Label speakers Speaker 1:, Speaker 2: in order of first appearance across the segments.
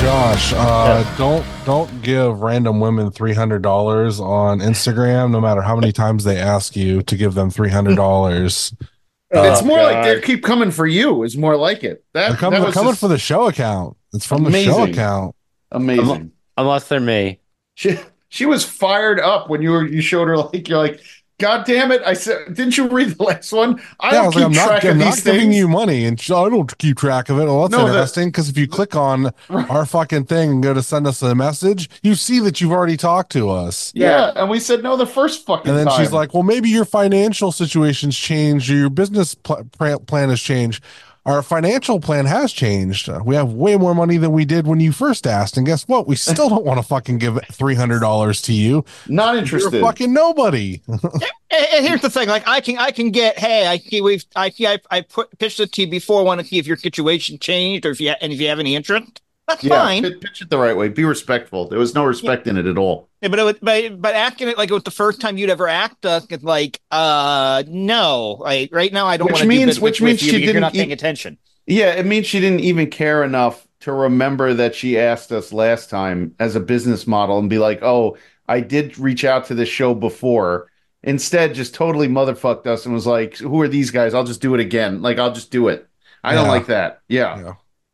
Speaker 1: gosh, uh, don't don't give random women three hundred dollars on Instagram, no matter how many times they ask you to give them three hundred dollars.
Speaker 2: it's
Speaker 3: Oh,
Speaker 2: more like they
Speaker 3: God.
Speaker 2: keep coming for you. Is more like it. That,
Speaker 1: They're coming,
Speaker 2: that
Speaker 1: they're
Speaker 2: was
Speaker 1: coming
Speaker 2: just
Speaker 1: for the show account. It's from the show
Speaker 4: Amazing.
Speaker 1: account.
Speaker 4: Amazing.
Speaker 3: Unless they're me.
Speaker 2: she. She was fired up when you were you showed her like you're like, God damn it! I said, didn't you read the last one? I
Speaker 1: yeah, I
Speaker 2: don't
Speaker 1: was
Speaker 2: keep
Speaker 1: like, I'm
Speaker 2: track
Speaker 1: not, I'm
Speaker 2: of
Speaker 1: not
Speaker 2: these
Speaker 1: giving
Speaker 2: things.
Speaker 1: you money, and she- I don't keep track of it. Well, that's
Speaker 2: No, the-
Speaker 1: interesting because if you click on our fucking thing and go to send us a message, you see that you've already talked to us.
Speaker 2: Yeah. and we said no the first fucking.
Speaker 1: And then she's
Speaker 2: time.
Speaker 1: like, "Well, maybe your financial situation's changed, or your business pl- pra- plan has changed. Our financial plan has changed. Uh, We have way more money than we did when you first asked. And guess what? We still don't want to fucking give three hundred dollars to you.
Speaker 2: not
Speaker 1: You're
Speaker 2: interested.
Speaker 1: fucking nobody.
Speaker 5: And, and here's the thing: like I can, I can get. Hey, I see we've, I see, I, I put pitched it to you before. want to see if your situation changed or if you, and if you have any interest. That's
Speaker 2: yeah,
Speaker 5: fine.
Speaker 2: pi- pitch it the right way. Be respectful. There was no respect in it at all.
Speaker 5: Yeah, but it was, but but acting it like it was the first time you'd ever act us. It's like, uh, no, like right now I don't.
Speaker 4: Which
Speaker 5: wanna do
Speaker 4: means-
Speaker 5: business
Speaker 4: which
Speaker 5: with
Speaker 4: means
Speaker 5: you
Speaker 4: she
Speaker 5: because You're
Speaker 4: didn't e-
Speaker 5: not
Speaker 4: eat-
Speaker 5: paying attention.
Speaker 4: Yeah, it means she didn't even care enough to remember that she asked us last time as a business model and be like, oh, I did reach out to this show before. Instead, just totally motherfucked us and was like, who are these guys? I'll just do it again. Like, I'll just do it. I don't
Speaker 1: Yeah.
Speaker 4: like that. Yeah.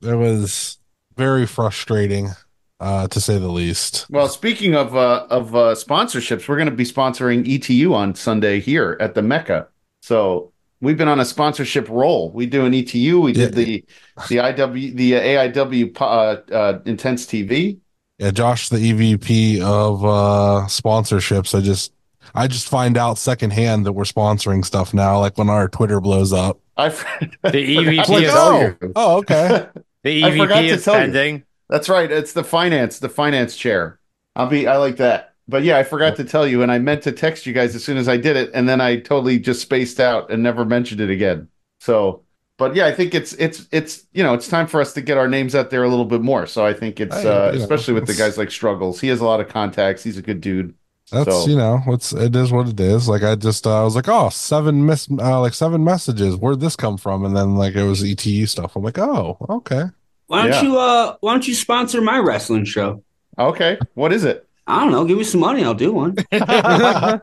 Speaker 1: Yeah. It was very frustrating, uh, to say the least.
Speaker 4: Well, speaking of uh, of uh, sponsorships, we're going to be sponsoring ETU on Sunday here at the Mecca. So we've been on a sponsorship roll. We do an ETU. We did
Speaker 1: Yeah.
Speaker 4: the the IW the AIW po- uh, uh, Intense TV.
Speaker 1: Yeah, Josh, the EVP of uh, sponsorships. I just I just find out secondhand that we're sponsoring stuff now. Like when our Twitter blows up.
Speaker 4: I
Speaker 3: The EVP
Speaker 4: forgot
Speaker 3: E
Speaker 4: to
Speaker 3: is
Speaker 4: tell
Speaker 1: oh,
Speaker 4: you.
Speaker 1: oh, okay.
Speaker 3: The
Speaker 4: I forgot
Speaker 3: EVP
Speaker 4: to
Speaker 3: is
Speaker 4: tell you.
Speaker 3: pending.
Speaker 4: That's right. It's the finance the finance chair. I'll be. I like that. But yeah, I forgot to tell you, and I meant to text you guys as soon as I did it, and then I totally just spaced out and never mentioned it again. So, but yeah, I think it's it's it's you know it's time for us to get our names out there a little bit more. So I think it's
Speaker 1: Hey,
Speaker 4: uh,
Speaker 1: you know,
Speaker 4: especially with the
Speaker 1: it's-
Speaker 4: guys like Struggles. He has a lot of contacts. He's a good dude.
Speaker 1: That's
Speaker 4: So-
Speaker 1: you know, it's it is what it is. Like I just uh, I was like, oh, seven miss uh, like seven messages. Where'd this come from? And then like it was ETU stuff. I'm like, oh, okay.
Speaker 6: Why don't
Speaker 4: Yeah.
Speaker 6: you uh why don't you sponsor my wrestling show?
Speaker 4: Okay, what is it?
Speaker 6: I don't know. Give me some money. I'll do one. I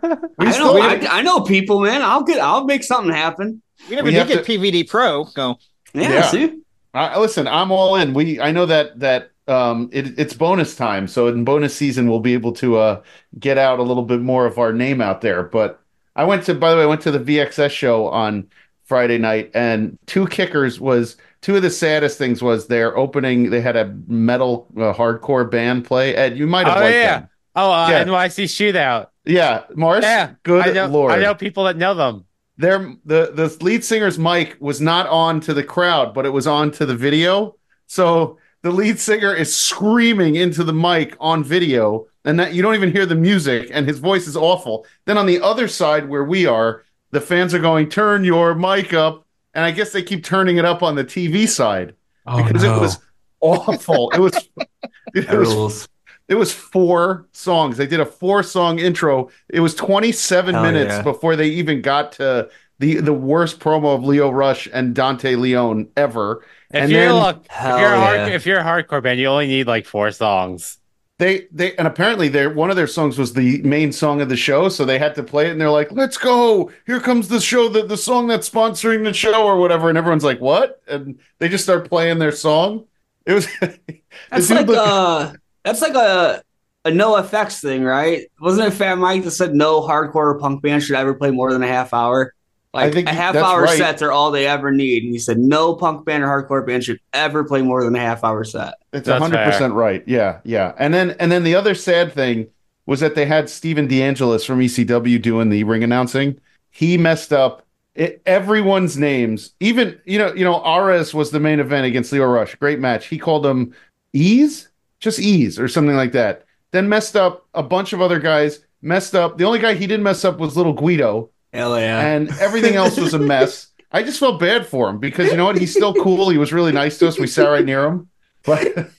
Speaker 4: still-
Speaker 6: know. I, I know people, man. I'll get. I'll make something happen.
Speaker 5: We never
Speaker 4: We
Speaker 5: did
Speaker 4: have
Speaker 5: get
Speaker 4: to-
Speaker 5: PVD Pro. Go.
Speaker 6: Yeah.
Speaker 4: Yeah.
Speaker 6: See.
Speaker 4: I, listen, I'm all in. We I know that that um it, it's bonus time, so in bonus season we'll be able to uh get out a little bit more of our name out there. But I went to by the way, I went to the VXS show on Friday night, and two kickers was two of the saddest things was their opening. They had a metal uh, hardcore band play. Ed, you might have
Speaker 3: Oh,
Speaker 4: liked
Speaker 3: yeah.
Speaker 4: them.
Speaker 3: Oh, uh,
Speaker 4: Yeah.
Speaker 3: NYC shootout.
Speaker 4: Yeah, Morris.
Speaker 3: Yeah,
Speaker 4: good
Speaker 3: I know,
Speaker 4: lord.
Speaker 3: I know people that know them.
Speaker 4: their the the lead singer's mic was not on to the crowd, but it was on to the video. So the lead singer is screaming into the mic on video, and that you don't even hear the music, and his voice is awful. Then on the other side where we are, the fans are going, "Turn your mic up," and I guess they keep turning it up on the TV side
Speaker 6: Oh,
Speaker 4: because it was awful. it was it was
Speaker 6: Rules.
Speaker 4: it was four songs. They did a four song intro. It was 27
Speaker 6: Hell
Speaker 4: minutes
Speaker 6: yeah.
Speaker 4: before they even got to the the worst promo of Leo Rush and Dante Leone ever.
Speaker 3: If
Speaker 4: And
Speaker 3: you're
Speaker 4: then-
Speaker 3: look, if you're
Speaker 6: Hell
Speaker 3: a hard,
Speaker 6: yeah.
Speaker 3: if you're a hardcore band, you only need like four songs.
Speaker 4: They they and apparently their one of their songs was the main song of the show, so they had to play it and they're like, "Let's go. Here comes the show the, the song that's sponsoring the show or whatever." And everyone's like, "What?" And they just start playing their song. It was
Speaker 6: That's
Speaker 4: the dude
Speaker 6: like
Speaker 4: looked-
Speaker 6: uh that's like a a no effects thing, right? Wasn't it Fat Mike that said no hardcore punk band should ever play more than a half hour? Like
Speaker 4: think
Speaker 6: a
Speaker 4: he-
Speaker 6: half
Speaker 4: that's
Speaker 6: hour
Speaker 4: right.
Speaker 6: sets are all they ever need. And he said no punk band or hardcore band should ever play more than a half hour set.
Speaker 4: It's
Speaker 3: That's
Speaker 4: hundred
Speaker 3: fair.
Speaker 4: percent right. Yeah, yeah. And then and then the other sad thing was that they had Steven DeAngelis from ECW doing the ring announcing. He messed up it, everyone's names. Even you know you know Ares was the main event against Leo Rush. Great match. He called him Ease, just Ease or something like that. Then messed up a bunch of other guys. Messed up. The only guy he didn't mess up was Little Guido,
Speaker 6: Hell yeah.
Speaker 4: and everything else was a mess. I just felt bad for him because you know what? He's still cool. He was really nice to us. We sat right near him, but.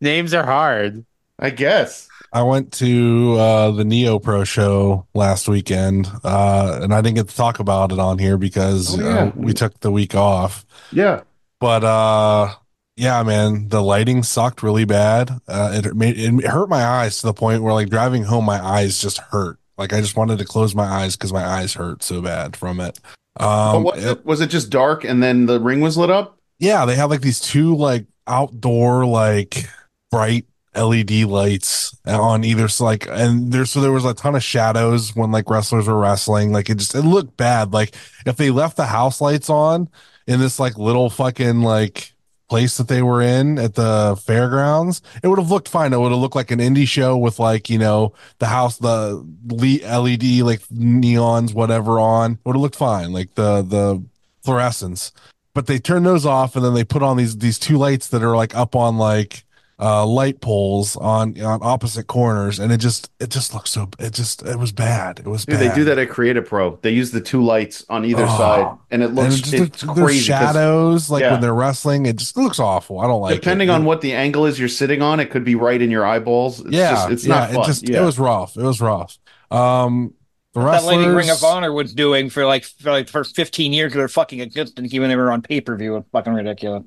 Speaker 3: Names are hard.
Speaker 4: I guess.
Speaker 1: I went to uh, the Neo Pro show last weekend, uh, and I didn't get to talk about it on here because uh,
Speaker 4: Oh,
Speaker 1: you
Speaker 4: yeah.
Speaker 1: know, we took the week off.
Speaker 4: Yeah.
Speaker 1: But uh, yeah, man, the lighting sucked really bad. Uh, it made it hurt my eyes to the point where like driving home, my eyes just hurt. Like I just wanted to close my eyes because my eyes hurt so bad from it. Um,
Speaker 4: but was,
Speaker 1: it-
Speaker 4: it, was it just dark and then the ring was lit up?
Speaker 1: yeah, they had like these two like outdoor like bright LED lights on either s- like and there so there was a ton of shadows when like wrestlers were wrestling. Like it just it looked bad. Like if they left the house lights on in this like little fucking like place that they were in at the fairgrounds, it would have looked fine. It would have looked like an indie show with like, you know, the house, the le- LED like neons, whatever on. It would have looked fine. Like the the fluorescence but they turn those off and then they put on these these two lights that are like up on like uh light poles on on opposite corners and it just it just looks so it just it was bad it was
Speaker 4: Dude,
Speaker 1: bad
Speaker 4: they do that at Creative Pro. They use the two lights on either
Speaker 1: Oh.
Speaker 4: side, and it
Speaker 1: and
Speaker 4: looks
Speaker 1: it just,
Speaker 4: it's
Speaker 1: there's
Speaker 4: crazy. 'cause
Speaker 1: shadows like
Speaker 4: Yeah.
Speaker 1: when they're wrestling it just looks awful i don't like
Speaker 4: depending
Speaker 1: it.
Speaker 4: on what the angle is you're sitting on, it could be right in your eyeballs. It's
Speaker 1: yeah
Speaker 4: just, it's
Speaker 1: yeah,
Speaker 4: not fun.
Speaker 1: it just
Speaker 4: yeah.
Speaker 1: it was rough it was rough um the
Speaker 5: That lady Ring
Speaker 1: wrestlers
Speaker 5: of Honor was doing for like for like for 15 years of their fucking existence, even they were on pay per view, was fucking ridiculous.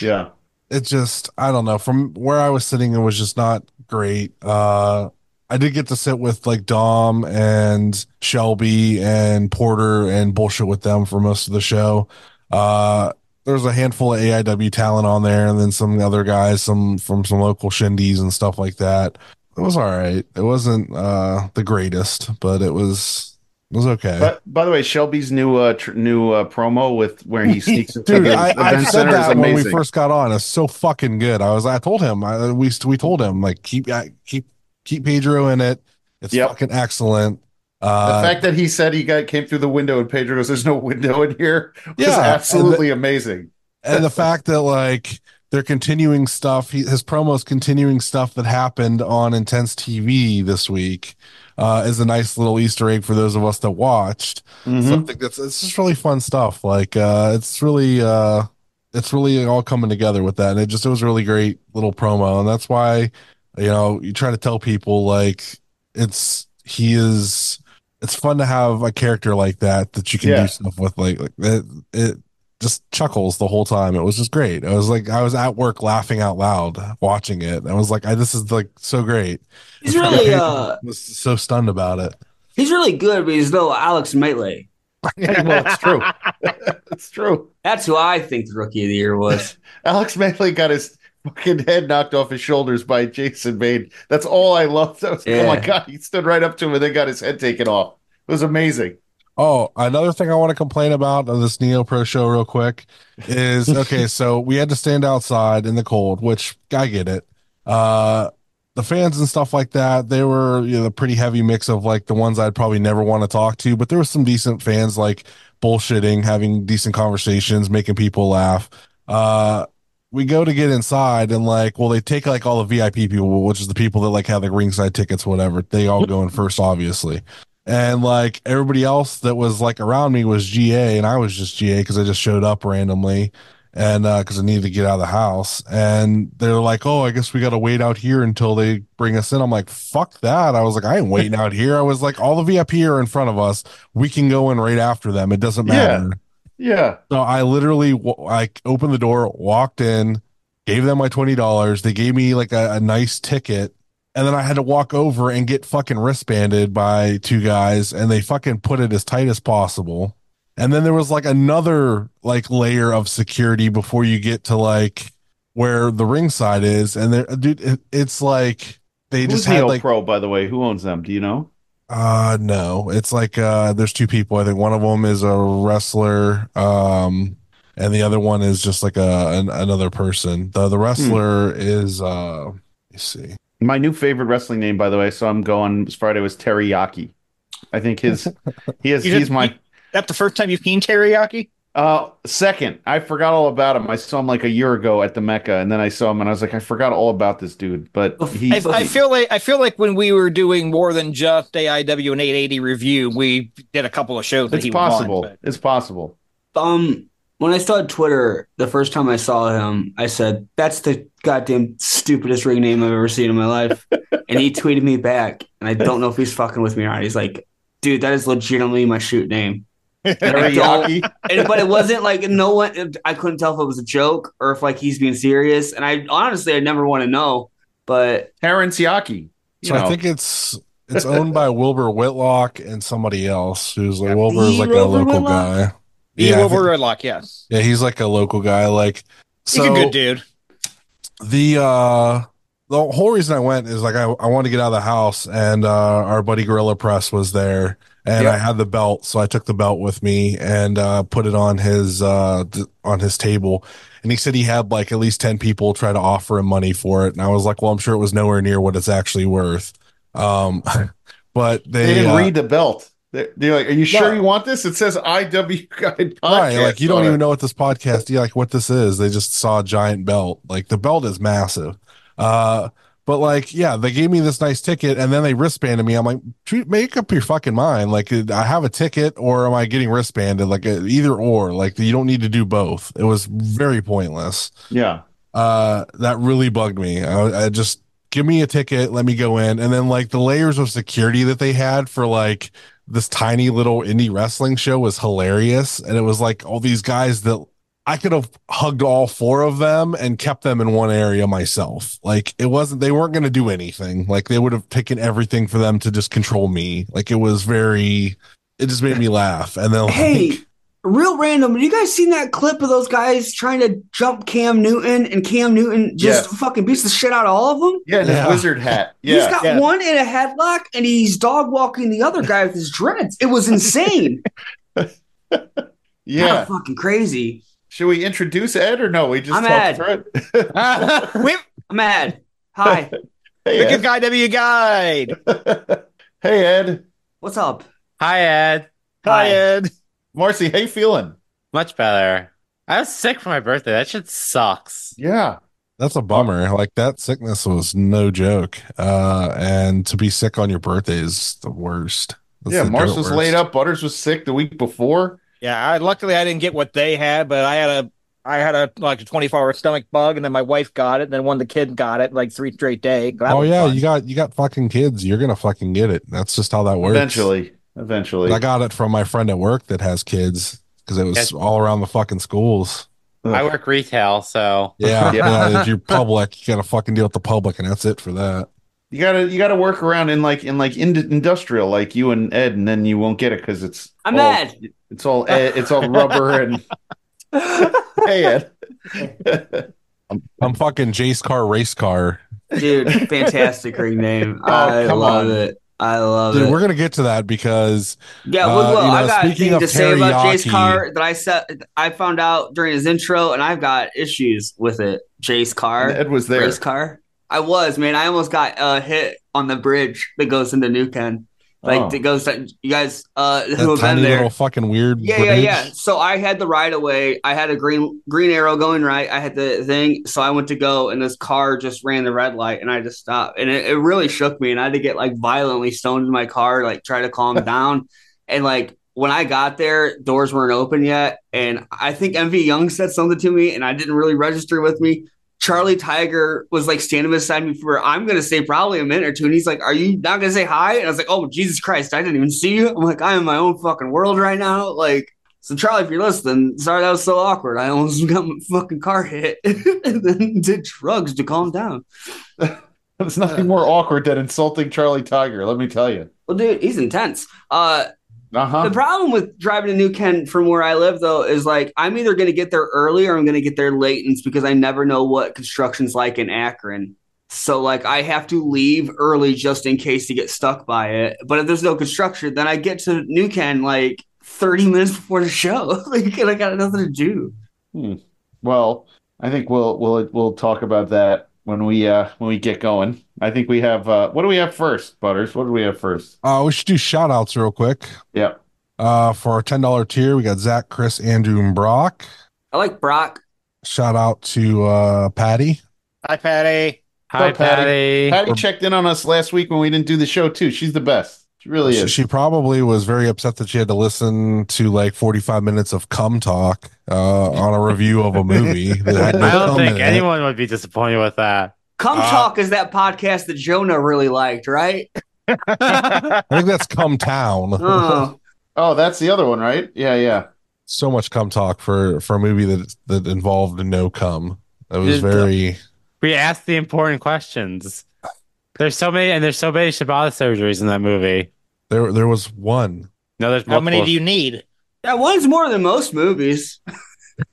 Speaker 4: yeah.
Speaker 1: it just i don't know from where i was sitting it was just not great uh i did get to sit with like dom and shelby and porter and bullshit with them for most of the show uh there's a handful of aiw talent on there and then some other guys some from some local shindies and stuff like that it was all right it wasn't uh the greatest but it was it was okay
Speaker 4: But by the way, Shelby's new uh, tr- new uh, promo with where he sneaks into
Speaker 1: Dude,
Speaker 4: the
Speaker 1: I,
Speaker 4: event
Speaker 1: I said
Speaker 4: center is
Speaker 1: that when we
Speaker 4: amazing.
Speaker 1: first got on. It's so fucking good. I was, I told him, I, uh, we we told him like keep I- keep keep Pedro in it. It's
Speaker 4: Yep.
Speaker 1: fucking excellent.
Speaker 4: the
Speaker 1: Uh,
Speaker 4: fact that he said he got came through the window and Pedro goes, "There's no window in here," was
Speaker 1: Yeah.
Speaker 4: absolutely amazing.
Speaker 1: and the fact that like they're continuing stuff. He, his promos continuing stuff that happened on Intense TV this week uh, is a nice little Easter egg for those of us that watched.
Speaker 4: Mm-hmm.
Speaker 1: Something that's it's just really fun stuff. Like uh, it's really uh, it's really all coming together with that, and it just it was a really great little promo, and that's why you know you try to tell people like it's he is. It's fun to have a character like that that you can
Speaker 4: Yeah.
Speaker 1: do stuff with. Like, like it, it just chuckles the whole time. It was just great. I was like, I was at work laughing out loud watching it. I was like, I, this is like so great.
Speaker 6: He's really
Speaker 1: I
Speaker 6: uh
Speaker 1: was so stunned about it.
Speaker 6: he's really good, but he's no Alex Matley.
Speaker 4: Yeah, well, it's true. it's true.
Speaker 6: That's who I think the rookie of the year was.
Speaker 4: Alex Manley got his fucking head knocked off his shoulders by Jason Bain. That's all I loved. I was like,
Speaker 6: Yeah.
Speaker 4: oh my god, he stood right up to him and then got his head taken off. It was amazing.
Speaker 1: Oh, another thing I want to complain about on this Neo Pro show, real quick, is okay. So we had to stand outside in the cold, which I get it. Uh, the fans and stuff like that, they were you know, a pretty heavy mix of like the ones I'd probably never want to talk to, but there was some decent fans like bullshitting, having decent conversations, making people laugh. Uh, we go to get inside and like, well, they take like all the VIP people, which is the people that like have like ringside tickets, whatever. They all go in first, obviously and like everybody else that was like around me was GA, and I was just GA because I just showed up randomly, and because I needed to get out of the house. And they're like, "Oh, I guess we got to wait out here until they bring us in." I'm like, "Fuck that!" I was like, "I ain't waiting out here." I was like, "All the VIP are in front of us. We can go in right after them. It doesn't
Speaker 4: Yeah.
Speaker 1: matter."
Speaker 4: Yeah.
Speaker 1: So I literally, wa- I opened the door, walked in, gave them my twenty dollars. They gave me like a, a nice ticket, and then I had to walk over and get fucking wristbanded by two guys, and they fucking put it as tight as possible. And then there was like another like layer of security before you get to like where the ringside is, and there, dude, it, it's like they
Speaker 4: Who's
Speaker 1: just had
Speaker 4: Neo
Speaker 1: like
Speaker 4: Pro, by the way? Who owns them? Do you know?
Speaker 1: uh no, it's like uh there's two people. I think one of them is a wrestler um and the other one is just like a an, another person. The
Speaker 5: Hmm.
Speaker 1: the wrestler is uh let me see.
Speaker 4: My new favorite wrestling name, by the way, so I'm going this Friday was Teriyaki. I think his he is
Speaker 5: You just-
Speaker 4: he's my
Speaker 5: That's the first time you've seen teriyaki?
Speaker 4: uh second. I forgot all about him. I saw him like a year ago at the Mecca, and then I saw him and I was like, I forgot all about this dude. But he
Speaker 5: I, I feel like I feel like when we were doing more than just AIW and 880 review, we did a couple of shows. that
Speaker 4: it's
Speaker 5: he was on,
Speaker 4: possible.
Speaker 5: but-
Speaker 4: it's possible.
Speaker 6: Um, when I started Twitter the first time I saw him, I said, "That's the goddamn stupidest ring name I've ever seen in my life," and he tweeted me back, and I don't know if he's fucking with me or not. He's like, "Dude, that is legitimately my shoot name." I don't-
Speaker 4: Teriyaki.
Speaker 6: and, but it wasn't like no one. I couldn't tell if it was a joke or if like he's being serious. And I honestly, I never want to know. But
Speaker 4: Teriyaki. You
Speaker 1: So
Speaker 4: know.
Speaker 1: I think it's it's owned by Wilbur Whitlock and somebody else who's like
Speaker 5: Yeah,
Speaker 1: Wilbur is
Speaker 5: the
Speaker 1: like a
Speaker 5: Wilbur
Speaker 1: local
Speaker 5: Whitlock?
Speaker 1: guy. Yeah, I
Speaker 5: Over
Speaker 1: think-
Speaker 5: Redlock, yes.
Speaker 1: yeah, he's like a local guy. Like
Speaker 5: He's a
Speaker 1: so
Speaker 5: good dude.
Speaker 1: the uh the whole reason I went is like I, I wanted to get out of the house and uh our buddy Gorilla Press was there and
Speaker 5: Yeah.
Speaker 1: I had the belt, so I took the belt with me and uh put it on his uh d- on his table. And he said he had like at least ten people try to offer him money for it. And I was like, Well, I'm sure it was nowhere near what it's actually worth. Um but they,
Speaker 4: they didn't
Speaker 1: uh,
Speaker 4: read the belt. They're, they're like, "Are you sure
Speaker 1: No.
Speaker 4: you want this?" It says "IW Guide Podcast."
Speaker 1: Right, like you don't
Speaker 4: on
Speaker 1: even
Speaker 4: it.
Speaker 1: know what this podcast, yeah, like what this is. They just saw a giant belt. Like the belt is massive. Uh, but like, yeah, they gave me this nice ticket, and then they wristbanded me. I'm like, "Treat- make up your fucking mind. Like, uh, I have a ticket, or am I getting wristbanded? Like, uh, either or. Like, you don't need to do both. It was very pointless.
Speaker 4: Yeah,
Speaker 1: Uh, that really bugged me. I, I just give me a ticket, let me go in, and then like the layers of security that they had for like this tiny little indie wrestling show was hilarious, and it was like all these guys that I could have hugged all four of them and kept them in one area myself. Like it wasn't they weren't going to do anything. Like they would have taken everything for them to just control me. Like it was very. It just made me laugh, and then like,
Speaker 6: hey, real random. You guys seen that clip of those guys trying to jump Cam Newton and Cam Newton just fucking beats the shit out of all of them?
Speaker 4: yeah, and his
Speaker 1: Yeah.
Speaker 4: wizard hat.
Speaker 6: He's
Speaker 4: Yeah,
Speaker 6: got
Speaker 3: yeah.
Speaker 6: one in a headlock and he's dog walking the other guy with his dreads. It was insane.
Speaker 4: yeah.
Speaker 6: Kinda fucking crazy.
Speaker 4: Should we introduce Ed or no? We just
Speaker 6: I'm Ed.
Speaker 4: talked through it.
Speaker 5: We
Speaker 6: I'm mad. Hi,
Speaker 4: hey,
Speaker 5: Wicked
Speaker 4: Ed.
Speaker 5: Guy W Guide.
Speaker 4: hey, Ed.
Speaker 6: what's up?
Speaker 3: Hi, Ed.
Speaker 5: Hi, Ed.
Speaker 4: Marcy, how you feeling?
Speaker 3: Much better. I was sick for my birthday. That shit sucks.
Speaker 4: Yeah,
Speaker 1: That's a bummer. Like that sickness was no joke. Uh, and to be sick on your birthday is the worst. That's
Speaker 4: yeah.
Speaker 1: the
Speaker 4: Mars
Speaker 1: dirt
Speaker 4: was
Speaker 1: worst.
Speaker 4: laid up. Butters was sick the week before.
Speaker 5: Yeah, I, luckily I didn't get what they had, but I had a I had a like a 24 hour stomach bug, and then my wife got it, and then one of the kid got it like three straight day. That
Speaker 1: Oh
Speaker 5: was
Speaker 1: yeah,
Speaker 5: fun.
Speaker 1: you got you got fucking kids. You're gonna fucking get it. That's just how that works.
Speaker 4: Eventually, eventually.
Speaker 1: I got it from my friend at work that has kids because it was
Speaker 3: Yes.
Speaker 1: all around the fucking schools.
Speaker 4: Ugh.
Speaker 3: I work retail, so
Speaker 1: Yeah,
Speaker 4: Yeah.
Speaker 1: yeah. If you're public, you gotta fucking deal with the public, and that's it for that.
Speaker 4: you gotta you gotta work around in like in like in- industrial like you and Ed, and then you won't get it because it's
Speaker 6: I'm
Speaker 4: all-
Speaker 6: Ed.
Speaker 4: It's all Ed, it's all rubber and hey Ed.
Speaker 1: I'm fucking Jace Car Race Car.
Speaker 6: Dude, fantastic ring name.
Speaker 4: Oh,
Speaker 6: I
Speaker 4: come
Speaker 6: love
Speaker 4: on.
Speaker 6: it. I love
Speaker 1: Dude,
Speaker 6: it.
Speaker 1: we're gonna get to that because
Speaker 6: Yeah,
Speaker 1: Uh,
Speaker 6: Woodlow,
Speaker 1: you know,
Speaker 6: I got a
Speaker 1: speaking
Speaker 6: thing
Speaker 1: of
Speaker 6: to say about Jace
Speaker 1: teriyaki-
Speaker 6: Carr that I said I found out during his intro, and I've got issues with it. Jace
Speaker 4: And
Speaker 6: Carr,
Speaker 4: Ed was there.
Speaker 6: Jace Carr. I was man. I almost got uh, hit on the bridge that goes into New Ken. Like
Speaker 4: Oh.
Speaker 6: that goes. That, you guys uh, who
Speaker 1: that
Speaker 6: have been
Speaker 1: tiny
Speaker 6: there.
Speaker 1: little fucking weird.
Speaker 6: Yeah, yeah, yeah.
Speaker 1: bridge.
Speaker 6: So I had the right of way. I had a green green arrow going right. I had the thing. So I went to go, and this car just ran the red light, and I just stopped. And it, it really shook me. And I had to get like violently stoned in my car, like try to calm down. And like when I got there, doors weren't open yet. And I think MV Young said something to me, and I didn't really register with me. Charlie Tiger was like standing beside me for I'm gonna say probably a minute or two, and he's like, "Are you not gonna say hi?" And I was like, "Oh Jesus Christ, I didn't even see you." I'm like, "I'm in my own fucking world right now." Like, so Charlie, if you're listening, sorry that was so awkward. I almost got my fucking car hit, and then did drugs to calm down.
Speaker 4: There's nothing more awkward than insulting Charlie Tiger, let me tell you.
Speaker 6: Well, dude, he's intense. Uh,
Speaker 4: Uh-huh.
Speaker 6: The problem with driving to New Kent from where I live, though, is like I'm either going to get there early or I'm going to get there late, and it's because I never know what construction's like in Akron. So like I have to leave early just in case to get stuck by it. But if there's no construction, then I get to New Kent like 30 minutes before the show, like and I got nothing to do.
Speaker 4: Well, I think we'll we'll we'll talk about that when we uh when we get going. I think we have uh what do we have first, Butters? What do we have first?
Speaker 1: Uh, we should do shout outs real quick.
Speaker 4: Yeah.
Speaker 1: Uh, for our ten dollar tier, we got Zach, Chris, Andrew, and Brock.
Speaker 6: I like Brock.
Speaker 1: Shout out to uh Patty.
Speaker 5: Hi, Patty.
Speaker 3: hi,
Speaker 4: Hello, Patty.
Speaker 3: Patty.
Speaker 4: Patty checked in on us last week when we didn't do the show too. She's the best. She really
Speaker 1: She,
Speaker 4: is.
Speaker 1: she probably was very upset that she had to listen to like forty five minutes of cum talk uh, on a review of a movie. That had no
Speaker 3: I don't
Speaker 1: cum
Speaker 3: think
Speaker 1: in it.
Speaker 3: anyone would be disappointed with that.
Speaker 6: Come
Speaker 1: Uh,
Speaker 6: Talk is that podcast that Jonah really liked, right?
Speaker 1: I think that's cum town.
Speaker 6: Oh,
Speaker 4: Oh, that's the other one, right? Yeah, yeah.
Speaker 1: So much cum talk for for a movie that that involved no cum. That was
Speaker 3: Did
Speaker 4: uh,
Speaker 3: the-
Speaker 1: very.
Speaker 3: We asked the important questions. There's so many, and there's so many Shibata surgeries in that movie.
Speaker 1: There there was one.
Speaker 3: No, there's
Speaker 5: How many
Speaker 3: multiple.
Speaker 5: do you need?
Speaker 6: That one's more than most movies.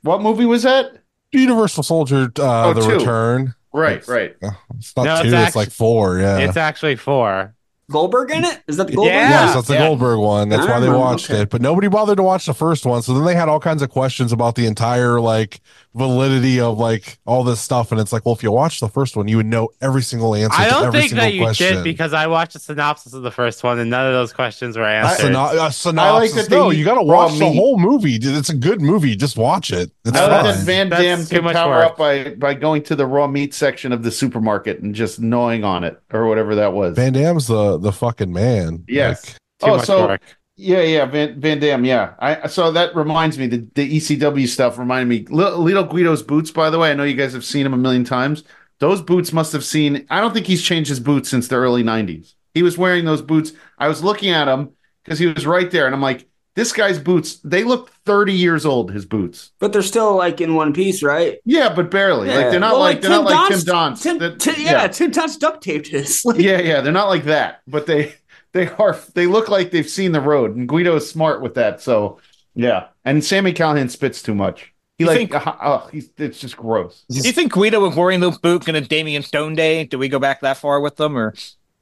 Speaker 4: What movie was that?
Speaker 1: Universal Soldier, uh,
Speaker 4: Oh,
Speaker 1: the
Speaker 4: two.
Speaker 1: Return.
Speaker 4: Right, right.
Speaker 1: It's not
Speaker 3: No, it's
Speaker 1: two. It's,
Speaker 3: act-
Speaker 1: like four. Yeah.
Speaker 3: It's actually four.
Speaker 6: Goldberg in it? Is that the Goldberg?
Speaker 3: Yeah.
Speaker 1: yes, that's the
Speaker 5: yeah.
Speaker 1: Goldberg one. That's
Speaker 6: I
Speaker 1: why they
Speaker 4: Ah,
Speaker 6: remember,
Speaker 1: watched
Speaker 6: okay.
Speaker 1: it, but nobody bothered to watch the first one. So then they had all kinds of questions about the entire like validity of like all this stuff, and it's like, well, if you watched the first one, you would know every single answer.
Speaker 3: I
Speaker 1: to
Speaker 3: don't
Speaker 1: every
Speaker 3: think
Speaker 1: single
Speaker 3: that you
Speaker 1: question.
Speaker 3: did because I watched the synopsis of the first one, and none of those questions were
Speaker 1: A
Speaker 3: answered.
Speaker 1: syno- a synopsis.
Speaker 4: that they
Speaker 1: no,
Speaker 4: eat
Speaker 1: you got to
Speaker 4: raw
Speaker 1: watch the
Speaker 4: meat.
Speaker 1: whole movie. Dude. It's a good movie. Just watch it. It's
Speaker 4: I
Speaker 3: No,
Speaker 4: like
Speaker 1: fine.
Speaker 4: that Van
Speaker 3: That's
Speaker 4: Damme
Speaker 3: too
Speaker 4: can
Speaker 3: much
Speaker 4: power
Speaker 3: work.
Speaker 4: up by by going to the raw meat section of the supermarket and just gnawing on it or whatever that was.
Speaker 1: Van Damme's the the fucking man.
Speaker 4: Yes.
Speaker 1: Like,
Speaker 3: Too
Speaker 4: Oh,
Speaker 3: much
Speaker 4: so-
Speaker 3: work.
Speaker 4: yeah, yeah, Van Van Damme. Yeah, I so that reminds me the the ECW stuff reminded me. Li- Little Guido's boots, by the way. I know you guys have seen him a million times. Those boots must have seen. I don't think he's changed his boots since the early '90s. He was wearing those boots. I was looking at him because he was right there, and I'm like, this guy's boots. They look 30 years old. His boots.
Speaker 6: But they're still like in one piece, right?
Speaker 4: Yeah, but barely. Like they're not
Speaker 6: Well,
Speaker 4: like, they're not like Tim
Speaker 6: Don's-
Speaker 4: Don's.
Speaker 6: Tim-
Speaker 4: That-
Speaker 6: Ti- yeah, Tim Don's duct taped his. Like,
Speaker 4: yeah, yeah. They're not like that, but they they are. They look like they've seen the road, and Guido is smart with that. So yeah, and Sammy Callahan spits too much. He
Speaker 5: You
Speaker 4: like
Speaker 5: think-
Speaker 4: uh, oh, he's it's just gross.
Speaker 5: Do you think Guido was wearing those boots in a Damien Stone day? Do we go back that far with them, or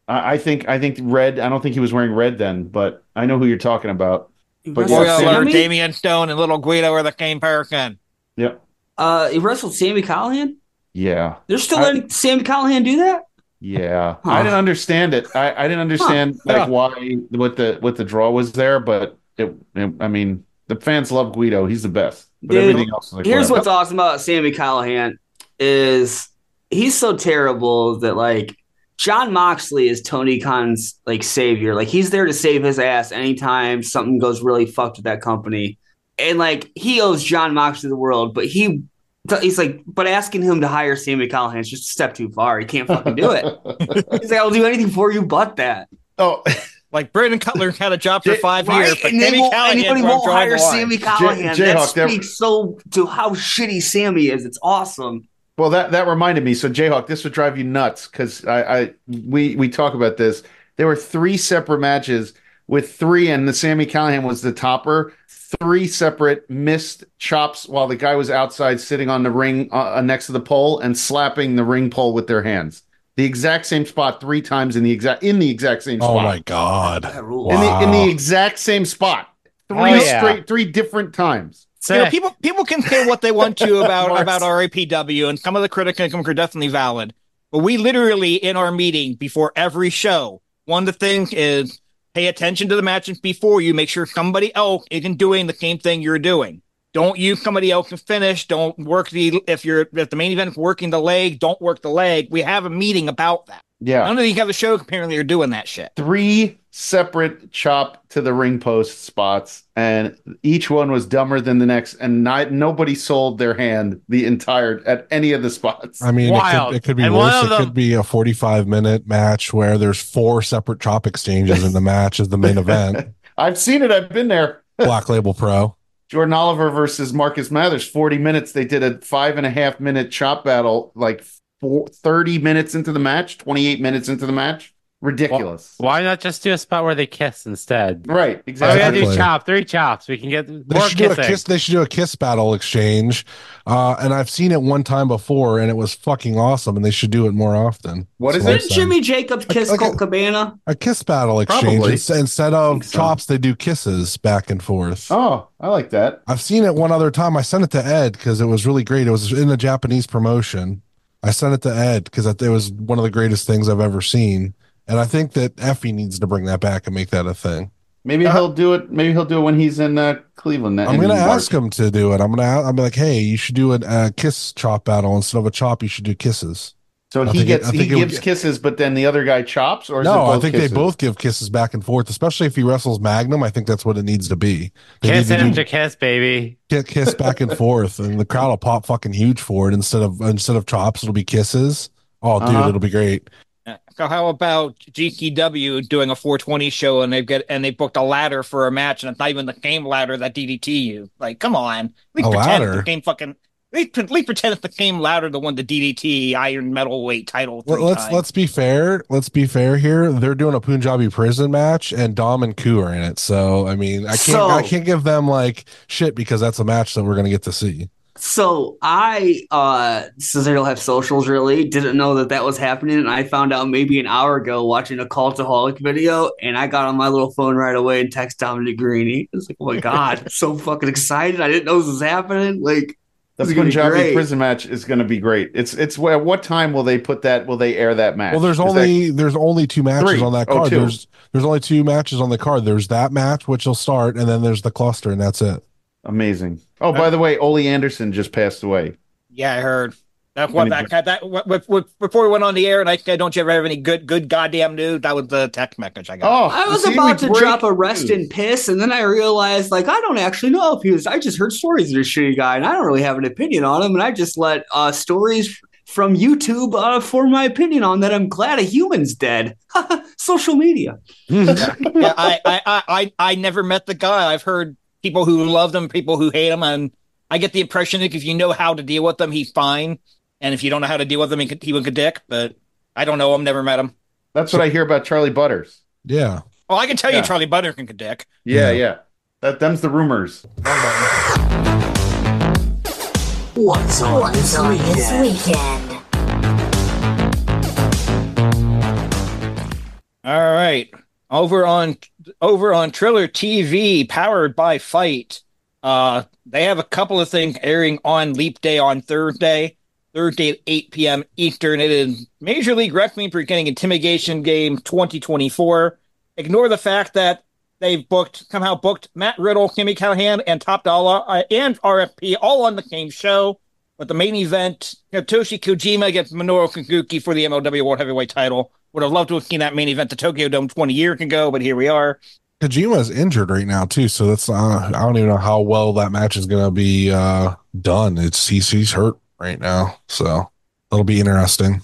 Speaker 4: I, I think I think red. I don't think he was wearing red then, but I know who you're talking about.
Speaker 6: he
Speaker 4: But
Speaker 6: wrestled
Speaker 4: yeah,
Speaker 5: Guido
Speaker 4: Sammy-
Speaker 5: or
Speaker 6: Sammy?
Speaker 5: Damien Stone and little Guido are the same person?
Speaker 4: Yep.
Speaker 6: Uh, he wrestled Sammy Callahan.
Speaker 4: Yeah.
Speaker 6: They're still
Speaker 4: I-
Speaker 6: letting Sammy Callahan do that.
Speaker 4: Yeah,
Speaker 6: Huh.
Speaker 4: I didn't understand it. I, I didn't understand like why what the what the draw was there, but it, it- I mean the fans love Guido. He's the best. But
Speaker 6: Dude,
Speaker 4: everything else is like
Speaker 6: Here's
Speaker 4: whatever.
Speaker 6: what's awesome about Sammy Callahan is he's so terrible that like John Moxley is Tony Khan's like savior. Like he's there to save his ass anytime something goes really fucked with that company. And like he owes John Moxley the world, but he he's like, but asking him to hire Sammy Callahan is just a step too far. He can't fucking do it. he's like, I'll do anything for you but that.
Speaker 4: Oh,
Speaker 5: Like Brandon Cutler had a job for five
Speaker 6: Right?
Speaker 5: years, but
Speaker 6: and they
Speaker 5: Sammy
Speaker 6: won't-
Speaker 5: Callahan
Speaker 6: anybody
Speaker 5: where I'm
Speaker 6: won't
Speaker 5: drawing the
Speaker 6: hire
Speaker 5: line.
Speaker 6: Sammy Callahan. that
Speaker 4: Jayhawk, that-
Speaker 6: speaks so to how shitty Sammy is. It's awesome.
Speaker 4: Well, that that reminded me. So, Jayhawk, this would drive you nuts because I, I we we talk about this. There were three separate matches with three, and the Sammy Callahan was the topper. Three separate missed chops while the guy was outside sitting on the ring uh, uh, next to the pole and slapping the ring pole with their hands. The exact same spot three times in the exact in the exact same
Speaker 1: Oh
Speaker 4: spot.
Speaker 1: my god.
Speaker 6: That rules.
Speaker 1: Wow.
Speaker 4: In the in the exact same spot. Three
Speaker 3: Oh, yeah.
Speaker 4: straight three different times.
Speaker 5: You know,
Speaker 3: Sick.
Speaker 5: people people can say what they want to about
Speaker 4: Mars.
Speaker 5: about RAPW, and some of the criticisms are definitely valid. But we literally in our meeting before every show, one of the things is pay attention to the matches before you. Make sure somebody else isn't doing the same thing you're doing. Don't use somebody else's finish. Don't work the if you're if the main event is working the leg, don't work the leg. We have a meeting about that.
Speaker 4: Yeah.
Speaker 5: None of these other shows apparently are doing that shit.
Speaker 4: three separate chop to the ring post spots, and each one was dumber than the next, and not, nobody sold their hand the entire at any of the spots.
Speaker 1: I mean, it
Speaker 3: Wild.
Speaker 1: could, it could be
Speaker 3: And one
Speaker 1: worse.
Speaker 3: of
Speaker 1: It
Speaker 3: them-
Speaker 1: could be a 45 minute match where there's four separate chop exchanges in the match as the main event.
Speaker 4: I've seen it. I've been there.
Speaker 1: Black Label Pro.
Speaker 4: Jordan Oliver versus Marcus Mathers, 40 minutes. They did a five and a half minute chop battle, like four, 30 minutes into the match, 28 minutes into the match. Ridiculous.
Speaker 3: Why not just do a spot where they kiss instead?
Speaker 4: Right.
Speaker 3: Why we
Speaker 4: Exactly.
Speaker 3: gotta do
Speaker 1: Exactly.
Speaker 3: chop, three chops. We can get
Speaker 1: They
Speaker 3: more
Speaker 1: should do a
Speaker 3: kissing.
Speaker 1: kiss. They should do a kiss battle exchange, uh, and I've seen it one time before, and it was fucking awesome. And they should do it more often.
Speaker 4: What is
Speaker 1: That's
Speaker 4: it?
Speaker 1: what
Speaker 6: Didn't
Speaker 1: I'm saying.
Speaker 6: Jimmy Jacobs kiss
Speaker 1: Okay.
Speaker 6: Colt Cabana?
Speaker 1: A kiss battle exchange
Speaker 4: Probably.
Speaker 1: Ins- instead
Speaker 6: I think
Speaker 1: of
Speaker 6: so.
Speaker 1: chops, they do kisses back and forth.
Speaker 4: Oh, I like that.
Speaker 1: I've seen it one other time. I sent it to Ed because it was really great. It was in a Japanese promotion. I sent it to Ed because it was one of the greatest things I've ever seen. And I think that Effie needs to bring that back and make that a thing.
Speaker 4: Maybe
Speaker 1: Uh,
Speaker 4: he'll do it. Maybe he'll do it when he's in uh, Cleveland.
Speaker 1: I'm gonna ask him to do it. I'm gonna. a- I'm like, hey, you should do a uh, kiss chop battle instead of a chop. You should do kisses.
Speaker 4: So
Speaker 1: I
Speaker 4: he
Speaker 1: think it-
Speaker 4: gets
Speaker 1: I
Speaker 4: he
Speaker 1: think it would
Speaker 4: gives
Speaker 1: get-
Speaker 4: kisses, but then the other guy chops, or is it
Speaker 1: No,
Speaker 4: both
Speaker 1: I think
Speaker 4: kisses?
Speaker 1: they both give kisses back and forth, especially if he wrestles Magnum. I think that's what it needs to be. They
Speaker 3: Kiss
Speaker 1: need to
Speaker 3: him
Speaker 1: do
Speaker 3: to kiss, baby.
Speaker 1: ki- kiss back and forth, and the crowd will pop fucking huge for it. Instead of instead of chops, it'll be kisses. Oh, dude,
Speaker 4: Uh-huh.
Speaker 1: it'll be great.
Speaker 5: how about GKW doing a 420 show and they've got and they booked a ladder for a match and it's not even the game ladder that DDT used. Like, come on, we
Speaker 1: A
Speaker 5: pretend
Speaker 1: ladder?
Speaker 5: the game fucking. They pretend it's the same ladder the one the DDT Iron Metal Weight title.
Speaker 1: Let-
Speaker 5: three
Speaker 1: let's
Speaker 5: times.
Speaker 1: let's be fair. Let's be fair here. They're doing a Punjabi prison match, and Dom and Ku are in it. So I mean, I can't
Speaker 6: So-
Speaker 1: I can't give them like shit because that's a match that we're gonna get to see.
Speaker 6: So I, uh, since I don't have socials really, didn't know that that was happening. And I found out maybe an hour ago watching a Cultaholic video. And I got on my little phone right away and text Dominic Greeny. It's like, oh my God, I'm so fucking excited. I didn't know this was happening. Like,
Speaker 4: The
Speaker 6: This is gonna be
Speaker 4: Punjabi
Speaker 6: great.
Speaker 4: prison match is going to be great. It's it's at what time will they put that? Will they air that match?
Speaker 1: Well, there's
Speaker 4: Is
Speaker 1: only there's only two matches
Speaker 4: Three.
Speaker 1: on that
Speaker 4: Oh,
Speaker 1: card.
Speaker 4: two.
Speaker 1: there's there's only two matches on the card. There's that match which will start, and then there's the cluster, and that's it.
Speaker 4: that amazing. Oh,
Speaker 1: Uh,
Speaker 4: by the way, Ole Anderson just passed away.
Speaker 5: Yeah, I heard. That what
Speaker 4: Any-
Speaker 5: that that, that what, what, what- before we went on the air, and I said, "Don't you ever have any good good goddamn news?" That was the text message I got.
Speaker 4: Oh,
Speaker 6: I was
Speaker 4: see, we
Speaker 6: about to
Speaker 4: break
Speaker 6: drop a rest
Speaker 4: news.
Speaker 6: in piss. And then I realized, like, I don't actually know if he was, I just heard stories of this shitty guy and I don't really have an opinion on him. And I just let uh, stories from YouTube uh, form my opinion on that. I'm glad a human's dead. Social media.
Speaker 5: Yeah, I, I, I, I I never met the guy. I've heard people who love them, people who hate him, and I get the impression that if you know how to deal with them, he's fine, and if you don't know how to deal with them, he could, he would a dick. But I don't know him. Never met him.
Speaker 4: That's what I hear about Charlie Butters.
Speaker 1: Yeah.
Speaker 5: Well, I can tell
Speaker 4: Yeah.
Speaker 5: you, Charlie Butter can a dick.
Speaker 1: Yeah.
Speaker 4: Yeah, yeah. That them's the rumors.
Speaker 7: What's on this weekend?
Speaker 5: All right. Over on over on Triller TV, powered by Fight. Uh they have a couple of things airing on Leap Day on Thursday. Thursday at 8 p.m. Eastern. It is Major League Wrestling presenting Intimidation Game 2024. Ignore the fact that they've booked somehow booked Matt Riddle, Kimmy Callahan, and Top Dollar uh, and RFP all on the same show. But the main event, Toshi Kojima against Minoru Kaguki for the MLW World Heavyweight title. Would have loved to have seen that main event to Tokyo Dome 20 years ago, but here we are.
Speaker 1: Kojima is injured right now too, so that's uh, I don't even know how well that match is gonna be uh, done. It's he's he's hurt right now, so it'll be interesting.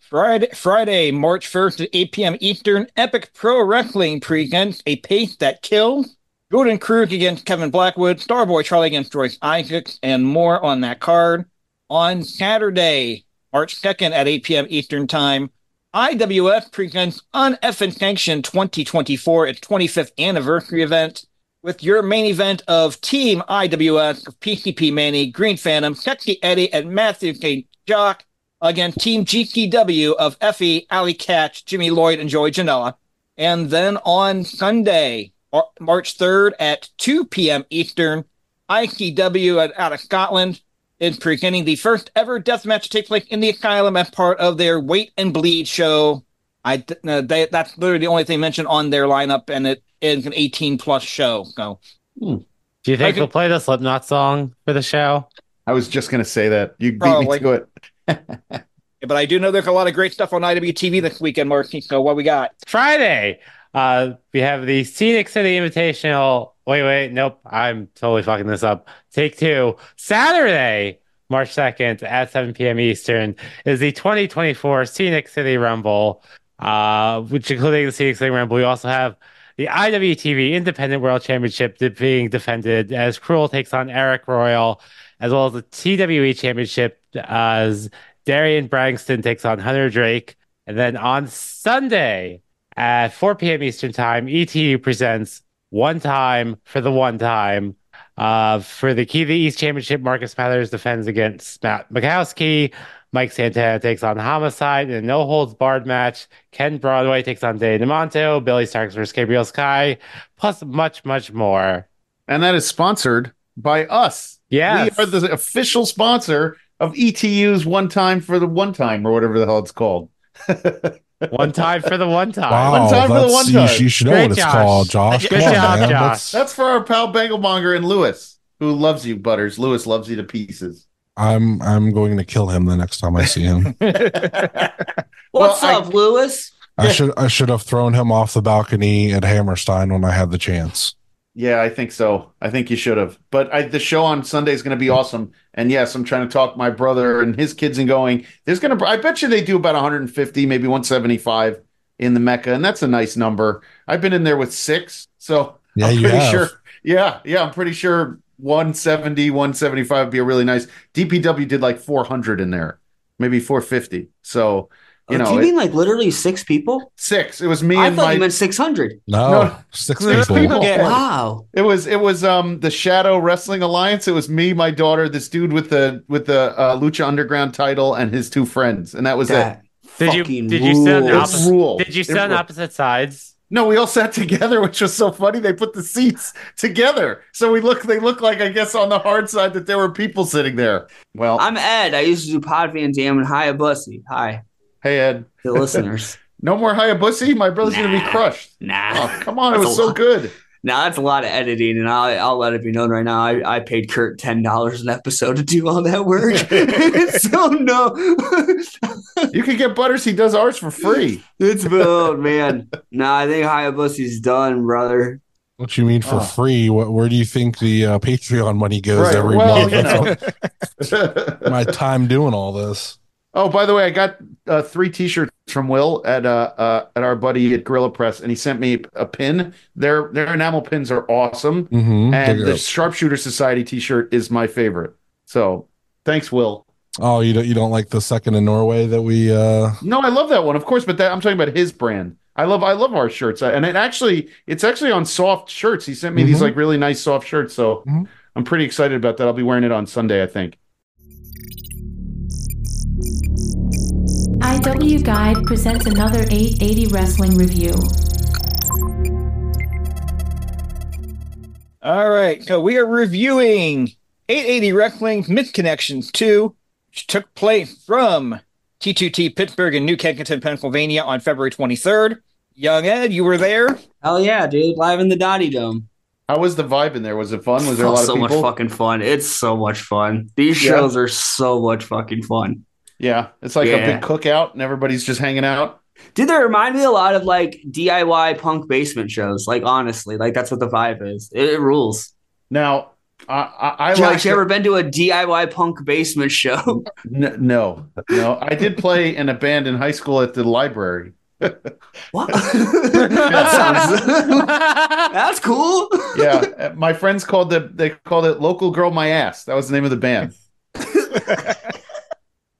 Speaker 5: Friday, Friday, March 1st at 8 p.m. Eastern, Epic Pro Wrestling presents a pace that kills. Jordan Krug against Kevin Blackwood, Starboy Charlie against Joyce Isaacs, and more on that card. On Saturday, March 2nd at 8 p.m. Eastern Time, IWF presents Uneffin Sanction 2024, its 25th anniversary event, with your main event of Team IWF, PCP Manny, Green Phantom, Sexy Eddie, and Matthew K. Jock against Team GTW of Effie, Ali Catch, Jimmy Lloyd, and Joey Janela. And then on Sunday, Mar- March 3rd at 2 p.m. Eastern, ICW at, out of Scotland is presenting the first ever death match to take place in the Asylum as part of their Wait and Bleed show. I d- no, they, that's literally the only thing mentioned on their lineup, and it is an 18 plus show. So
Speaker 3: Do you
Speaker 5: I
Speaker 3: think
Speaker 5: can-
Speaker 3: they'll play the Slipknot song for the show?
Speaker 4: I was just gonna say that. You beat
Speaker 5: Probably.
Speaker 4: me to it.
Speaker 5: but I do know there's a lot of great stuff on IWTV this weekend, Marky. So what we got?
Speaker 3: Friday. Uh, we have the Scenic City Invitational. Wait, wait, nope. I'm totally fucking this up. Take two. Saturday, March 2nd at 7 p.m. Eastern is the 2024 Scenic City Rumble, uh, which including the Scenic City Rumble, we also have the IWTV Independent World Championship de- being defended as Cruel takes on Eric Royal, as well as the TWE Championship as Darian Brangston takes on Hunter Drake. And then on Sunday, at 4 p.m. Eastern Time, ETU presents One Time for the One Time. Uh, for the Key to the East Championship, Marcus Mathers defends against Matt Mikowski. Mike Santana takes on Homicide in a no holds barred match. Ken Broadway takes on Dave DeMonto. Billy Starks versus Gabriel Sky, plus much, much more.
Speaker 4: And that is sponsored by us.
Speaker 3: Yeah.
Speaker 4: We are the official sponsor of ETU's one time for the one time or whatever the hell it's called.
Speaker 3: one time for the one time.
Speaker 1: Wow,
Speaker 4: One time for the
Speaker 1: that's-
Speaker 4: one
Speaker 1: you-
Speaker 4: time.
Speaker 1: You, should know
Speaker 3: Great,
Speaker 1: what it's
Speaker 3: Josh.
Speaker 1: called, Josh.
Speaker 3: Good
Speaker 1: Come on,
Speaker 3: job,
Speaker 1: man.
Speaker 3: Josh.
Speaker 1: That's-
Speaker 4: That's for our pal Bangelmonger and Lewis, who loves you, Butters. Lewis loves you to pieces.
Speaker 1: I'm I'm going to kill him the next time I see him.
Speaker 4: Well,
Speaker 6: What's
Speaker 4: I-
Speaker 6: up, Lewis?
Speaker 1: I should I should have thrown him off the balcony at Hammerstein when I had the chance.
Speaker 4: Yeah, I think so. I think you should have. But I, the show on Sunday is going to be awesome. And yes, I'm trying to talk my brother and his kids and going. There's going to. I bet you they do about 150, maybe 175 in the Mecca, and that's a nice number. I've been in there with six, so
Speaker 1: Yeah,
Speaker 4: I'm
Speaker 1: you
Speaker 4: pretty
Speaker 1: have.
Speaker 4: sure. Yeah, yeah, I'm pretty sure 170, 175 would be a really nice. DPW did like 400 in there, maybe 450. So you
Speaker 6: Oh,
Speaker 4: know,
Speaker 6: do you
Speaker 4: it-
Speaker 6: mean like literally six people?
Speaker 4: six. It was me
Speaker 6: I
Speaker 4: and
Speaker 6: thought
Speaker 4: my.
Speaker 6: you meant six hundred.
Speaker 1: No,
Speaker 4: No.
Speaker 1: six
Speaker 4: Six
Speaker 1: people.
Speaker 4: people.
Speaker 5: Yeah.
Speaker 6: Wow.
Speaker 4: It was it was um the Shadow Wrestling Alliance. It was me, my daughter, this dude with the with the uh, Lucha Underground title, and his two friends, and that was it.
Speaker 6: That
Speaker 3: Did you
Speaker 6: Fucking
Speaker 3: did you sit on
Speaker 4: It
Speaker 3: the
Speaker 6: rules.
Speaker 4: was
Speaker 3: opposite?
Speaker 4: rule.
Speaker 3: Did you
Speaker 4: It
Speaker 3: sit on
Speaker 4: ruled.
Speaker 3: opposite sides?
Speaker 4: No, we all sat together, which was so funny. They put the seats together, so we look. They look like I guess on the hard side that there were people sitting there. Well,
Speaker 6: I'm Ed. I used to do Pod Van Dam and Hayabusa. Hi,
Speaker 4: hey Ed,
Speaker 6: the listeners.
Speaker 4: no more Hayabusa. My brother's gonna be
Speaker 6: Nah.
Speaker 4: crushed.
Speaker 6: Nah.
Speaker 4: Oh, come on, it
Speaker 6: That's
Speaker 4: was
Speaker 6: a
Speaker 4: so
Speaker 6: lot.
Speaker 4: good.
Speaker 6: Now that's a lot of editing, and I'll, I'll let it be known right now. I, I paid Kurt ten dollars an episode to do all that work, so no,
Speaker 4: You could get Butters. He does ours for free.
Speaker 6: it's built, man. No, I think Hayabusa's done, brother.
Speaker 1: What you mean for
Speaker 4: Oh.
Speaker 1: free? What, where do you think the uh, Patreon money goes
Speaker 4: Right,
Speaker 1: every
Speaker 4: well,
Speaker 1: month?
Speaker 4: you
Speaker 1: That's
Speaker 4: know.
Speaker 1: what- my time doing all this.
Speaker 4: Oh, by the way, I got uh, three T-shirts from Will at uh, uh, at our buddy at Gorilla Press, and he sent me a pin. Their their enamel pins are awesome,
Speaker 1: Mm-hmm.
Speaker 4: and the Sharpshooter Society T-shirt is my favorite. So thanks, Will.
Speaker 1: oh, you don't you don't like the second in Norway that we? uh
Speaker 4: No, I love that one, of course, but that I'm talking about his brand. I love I love our shirts, and it actually it's actually on soft shirts. He sent me
Speaker 1: Mhm.
Speaker 4: these like really nice soft shirts, so
Speaker 1: Mhm.
Speaker 4: I'm pretty excited about that. I'll be wearing it on Sunday, I think.
Speaker 8: IW Guide presents another 880 wrestling review.
Speaker 5: All right, so we are reviewing 880 Wrestling Misconnections 2, which took place from T2T Pittsburgh in New Kensington, Pennsylvania on February 23rd. Young Ed, you were there.
Speaker 6: Hell yeah, dude! Live in the Dottie Dome.
Speaker 4: How was the vibe in there? Was it fun? Was there a
Speaker 6: Oh,
Speaker 4: lot
Speaker 6: so
Speaker 4: of
Speaker 6: much
Speaker 4: people?
Speaker 6: fucking fun. It's so much fun. These
Speaker 4: Yeah.
Speaker 6: shows are so much fucking fun.
Speaker 4: Yeah, it's like
Speaker 6: Yeah.
Speaker 4: a big cookout, and everybody's just hanging out.
Speaker 6: Did they remind me a lot of like DIY punk basement shows? Like honestly, like that's what the vibe is. It, it rules.
Speaker 4: Now, I, I, I
Speaker 6: Josh,
Speaker 4: like
Speaker 6: you ever been to a DIY punk basement show?
Speaker 4: N- no, no. I did play in a band in high school at the library.
Speaker 6: what? that sounds. that's cool.
Speaker 4: Yeah, uh, my friends called the they called it "Local Girl My Ass." That was the name of the band.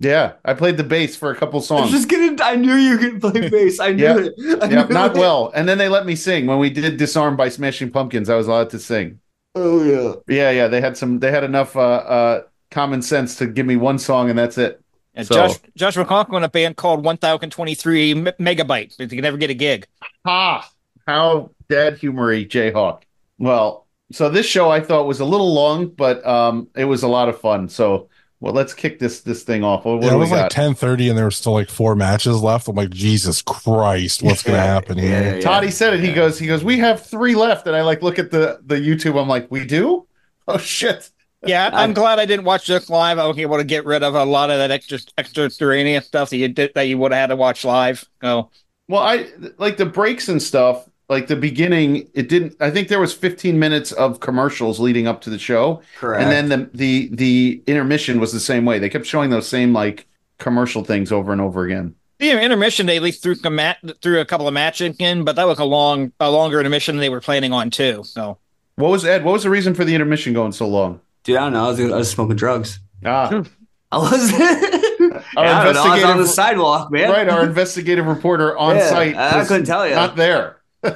Speaker 4: yeah, I played the bass for a couple
Speaker 6: I was
Speaker 4: songs.
Speaker 6: just kidding. I knew you could play bass. I knew
Speaker 4: Yeah.
Speaker 6: it. I
Speaker 4: Yeah,
Speaker 6: knew
Speaker 4: not
Speaker 6: it.
Speaker 4: well. And then they let me sing when we did "Disarm" by Smashing Pumpkins. I was allowed to sing.
Speaker 6: Oh yeah.
Speaker 4: Yeah, yeah. They had some. They had enough uh, uh, common sense to give me one song, and that's it.
Speaker 5: And
Speaker 4: So-
Speaker 5: Josh, Josh McConaughey in a band called 1023 Me- Megabyte, but they could never get a gig.
Speaker 4: Ha! How dad humory, Jayhawk. Well, so this show I thought was a little long, but um, it was a lot of fun. So, well, let's kick this this thing off. What, what
Speaker 1: Yeah,
Speaker 4: do
Speaker 1: it
Speaker 4: we
Speaker 1: was like
Speaker 4: got?
Speaker 1: ten thirty, and there were still like four matches left. I'm like, Jesus Christ, what's gonna
Speaker 4: Yeah,
Speaker 1: happen here?
Speaker 4: Toddy said it. He goes, he goes, we have three left, and I like look at the the YouTube. I'm like, we do? Oh shit!
Speaker 5: Yeah, I'm glad I didn't watch this live. I was able to get rid of a lot of that extra extraterraneous stuff that you did that you would have had to watch live. So
Speaker 4: Well, I like the breaks and stuff. Like the beginning, it didn't. I think there was 15 minutes of commercials leading up to the show,
Speaker 6: Correct.
Speaker 4: And then the the the intermission was the same way. They kept showing those same like commercial things over and over again.
Speaker 5: the intermission they at least threw a mat threw a couple of matches in, but that was a long a longer intermission than they were planning on too. So
Speaker 4: What was Ed? What was the reason for the intermission going so long?
Speaker 6: dude, I don't know. I was, I was smoking drugs.
Speaker 4: Ah,
Speaker 6: I was.
Speaker 4: our
Speaker 6: I don't know. I was on the
Speaker 4: investigative
Speaker 6: sidewalk, man.
Speaker 4: right, our investigative reporter on
Speaker 6: Yeah,
Speaker 4: site.
Speaker 6: I
Speaker 4: was
Speaker 6: couldn't tell you.
Speaker 4: Not there.
Speaker 3: I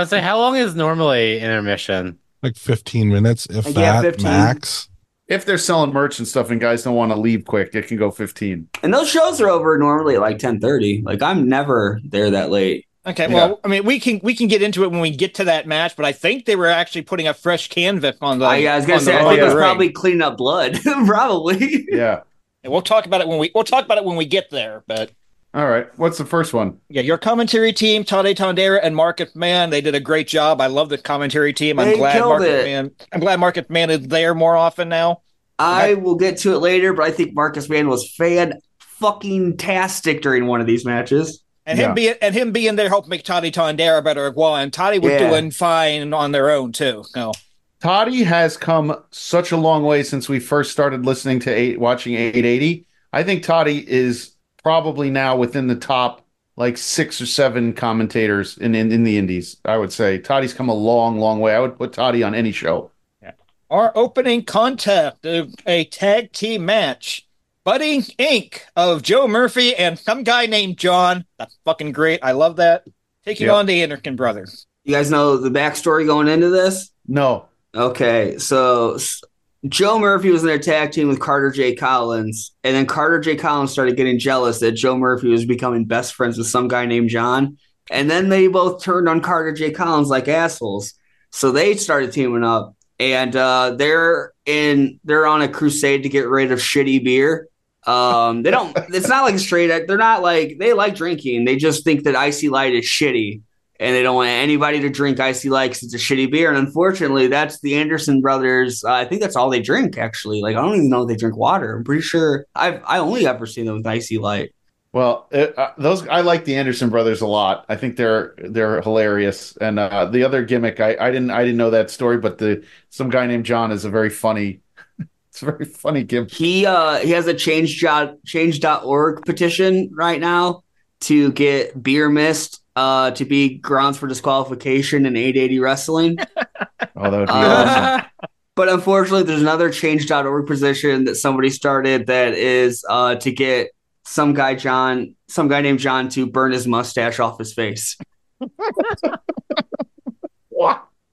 Speaker 3: would say, how long is normally intermission?
Speaker 1: Like fifteen minutes, if
Speaker 6: Yeah,
Speaker 1: that
Speaker 6: 15.
Speaker 1: max.
Speaker 4: If they're selling merch and stuff, and guys don't want to leave quick, it can go fifteen.
Speaker 6: And those shows are over normally at like ten thirty. Like I'm never there that late.
Speaker 5: okay,
Speaker 4: Yeah.
Speaker 5: well, I mean, we can we can get into it when we get to that match, but I think they were actually putting a fresh canvas on the.
Speaker 6: I, I was gonna
Speaker 5: on
Speaker 6: say
Speaker 5: the
Speaker 6: I
Speaker 5: front
Speaker 4: Oh,
Speaker 6: think
Speaker 5: of
Speaker 6: it's
Speaker 5: the ring.
Speaker 6: probably cleaning up blood. probably.
Speaker 4: Yeah.
Speaker 5: And we'll talk about it when we we'll talk about it when we get there, but.
Speaker 4: All right. What's the first one?
Speaker 5: Yeah, your commentary team, Tade Tondera and Marcus Mann, they did a great job. I love the commentary team. I'm
Speaker 6: They
Speaker 5: glad
Speaker 6: killed
Speaker 5: Marcus
Speaker 6: it.
Speaker 5: Mann. I'm glad Marcus Mann is there more often now.
Speaker 6: I will get to it later, but I think Marcus Mann was fan fucking tastic during one of these matches.
Speaker 5: And
Speaker 1: Yeah.
Speaker 5: him being and him being there helped make Toddy Tondera better as well. And Toddy were
Speaker 6: Yeah.
Speaker 5: doing fine on their own too. No,
Speaker 4: Toddy has come such a long way since we first started listening to eight, watching 880. I think Toddy is probably now within the top like six or seven commentators in, in, in the indies. I would say Toddy's come a long, long way. I would put Toddy on any show.
Speaker 5: our opening contest, a a tag team match. Budding Inc. of Joe Murphy and some guy named John. That's fucking great. I love that. Taking
Speaker 4: Yeah.
Speaker 5: on the Anderkin brothers.
Speaker 6: You guys know the backstory going into this?
Speaker 4: No,
Speaker 6: Okay, so s- Joe Murphy was in their tag team with Carter J. Collins, and then Carter J. Collins started getting jealous that Joe Murphy was becoming best friends with some guy named John, and then they both turned on Carter J. Collins like assholes. So they started teaming up, and uh, they're in they're on a crusade to get rid of shitty beer. Um, they don't. It's not like straight. They're not like they like drinking. They just think that icy light is shitty and they don't want anybody to drink icy light 'cause it's a shitty beer. And unfortunately, that's the Anderson brothers. Uh, I think that's all they drink. Actually, like I don't even know if they drink water. I'm pretty sure I've I only ever seen them with icy light.
Speaker 4: Well, it, uh, those I like the Anderson brothers a lot. I think they're they're hilarious. And uh, the other gimmick, I, I didn't I didn't know that story, but the some guy named John is a very funny. It's a very funny gimmick.
Speaker 6: He uh he has a change dot change.org petition right now to get beer mist uh to be grounds for disqualification in 880 wrestling.
Speaker 4: Oh, that would be awesome.
Speaker 6: Uh, but unfortunately, there's another change.org position that somebody started that is uh, to get some guy, John, some guy named John, to burn his mustache off his face.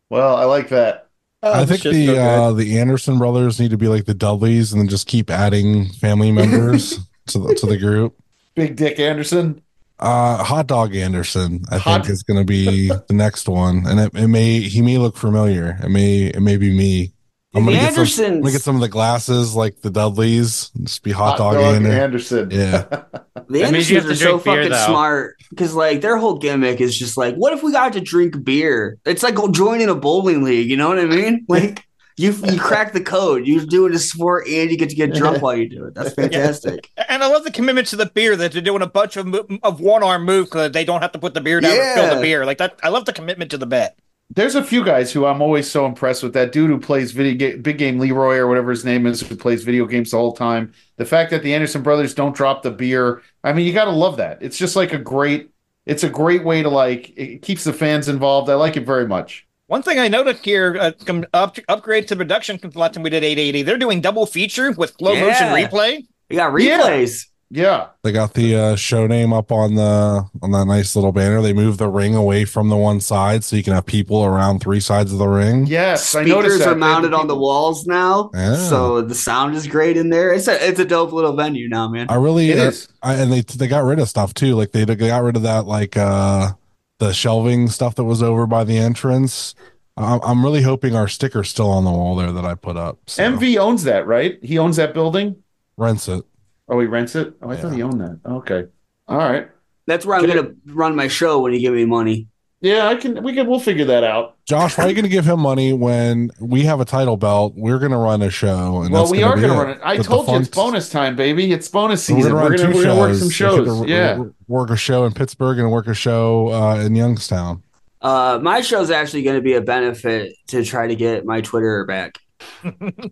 Speaker 4: Well, I like that.
Speaker 1: I think the uh, the Anderson brothers need to be like the Dudleys and then just keep adding family members to the to the group.
Speaker 4: Big Dick Anderson.
Speaker 1: Uh, Hot Dog Anderson, I
Speaker 4: Hot-
Speaker 1: think is going to be the next one, and it, it may he may look familiar. It may it may be me. I'm
Speaker 6: The
Speaker 1: gonna get some- I'm
Speaker 6: Andersons,
Speaker 1: gonna get some of the glasses like the Dudleys. and Just be Hot, Dog, Ander-
Speaker 4: Anderson.
Speaker 1: Yeah.
Speaker 6: the
Speaker 3: That means you
Speaker 6: Andersons
Speaker 3: have
Speaker 6: are
Speaker 3: to
Speaker 6: so
Speaker 3: drink beer,
Speaker 6: fucking
Speaker 3: though.
Speaker 6: smart because like their whole gimmick is just like, what if we got to drink beer? It's like joining a bowling league. You know what I mean? Like you you crack the code. You do it as sport and you get to get drunk while you do it. That's fantastic.
Speaker 5: And I love the commitment to the beer that they're doing a bunch of mo- of one arm move because they don't have to put the beer down or fill
Speaker 6: Yeah.
Speaker 5: the beer like that. I love the commitment to the bet.
Speaker 4: There's a few guys who I'm always so impressed with. That dude who plays video ga- big game Leroy or whatever his name is, who plays video games the whole time. The fact that the Anderson brothers don't drop the beer. I mean, you got to love that. It's just like a great. It's a great way to like. It keeps the fans involved. I like it very much.
Speaker 5: One thing I noticed here, uh, com- up- upgrade to production since the last time we did 880, they're doing double feature with slow motion
Speaker 6: Yeah.
Speaker 5: replay.
Speaker 6: You got
Speaker 4: Yeah.
Speaker 6: replays.
Speaker 4: Yeah,
Speaker 1: They got the uh, show name up on the on that nice little banner. They moved the ring away from the one side so you can have people around three sides of the ring.
Speaker 4: yes. I noticed
Speaker 6: Speakers
Speaker 4: that.
Speaker 6: are mounted on the walls now,
Speaker 1: Yeah.
Speaker 6: so the sound is great in there. It's a it's a dope little venue now, man.
Speaker 1: I really uh,
Speaker 4: It is.
Speaker 1: I, and they they got rid of stuff too. Like they, they got rid of that like uh the shelving stuff that was over by the entrance. I'm, I'm really hoping our sticker's still on the wall there that I put up. So
Speaker 4: MV owns that, right? He owns that building.
Speaker 1: rents it.
Speaker 4: Oh, he rents it. Oh, I thought
Speaker 1: Yeah.
Speaker 4: he owned that. Okay. All right.
Speaker 6: That's where I'm
Speaker 4: Did
Speaker 6: gonna run my show when you give me money.
Speaker 4: Yeah, I can. We can. We'll figure that out.
Speaker 1: Josh, why are you going to give him money when we have a title belt? We're going to run a show. And
Speaker 4: well,
Speaker 1: that's
Speaker 4: we are
Speaker 1: be
Speaker 4: going to run it. I
Speaker 1: With the
Speaker 4: told you it's
Speaker 1: Funk's-
Speaker 4: bonus time, baby. It's bonus
Speaker 1: So
Speaker 4: season. We're
Speaker 1: run
Speaker 4: going
Speaker 1: two
Speaker 4: to work some
Speaker 1: We're gonna
Speaker 4: shows.
Speaker 1: r-
Speaker 4: yeah.
Speaker 1: r- work a show in Pittsburgh and work a show uh, in Youngstown.
Speaker 6: Uh, my show's actually gonna be a benefit to try to get my Twitter back.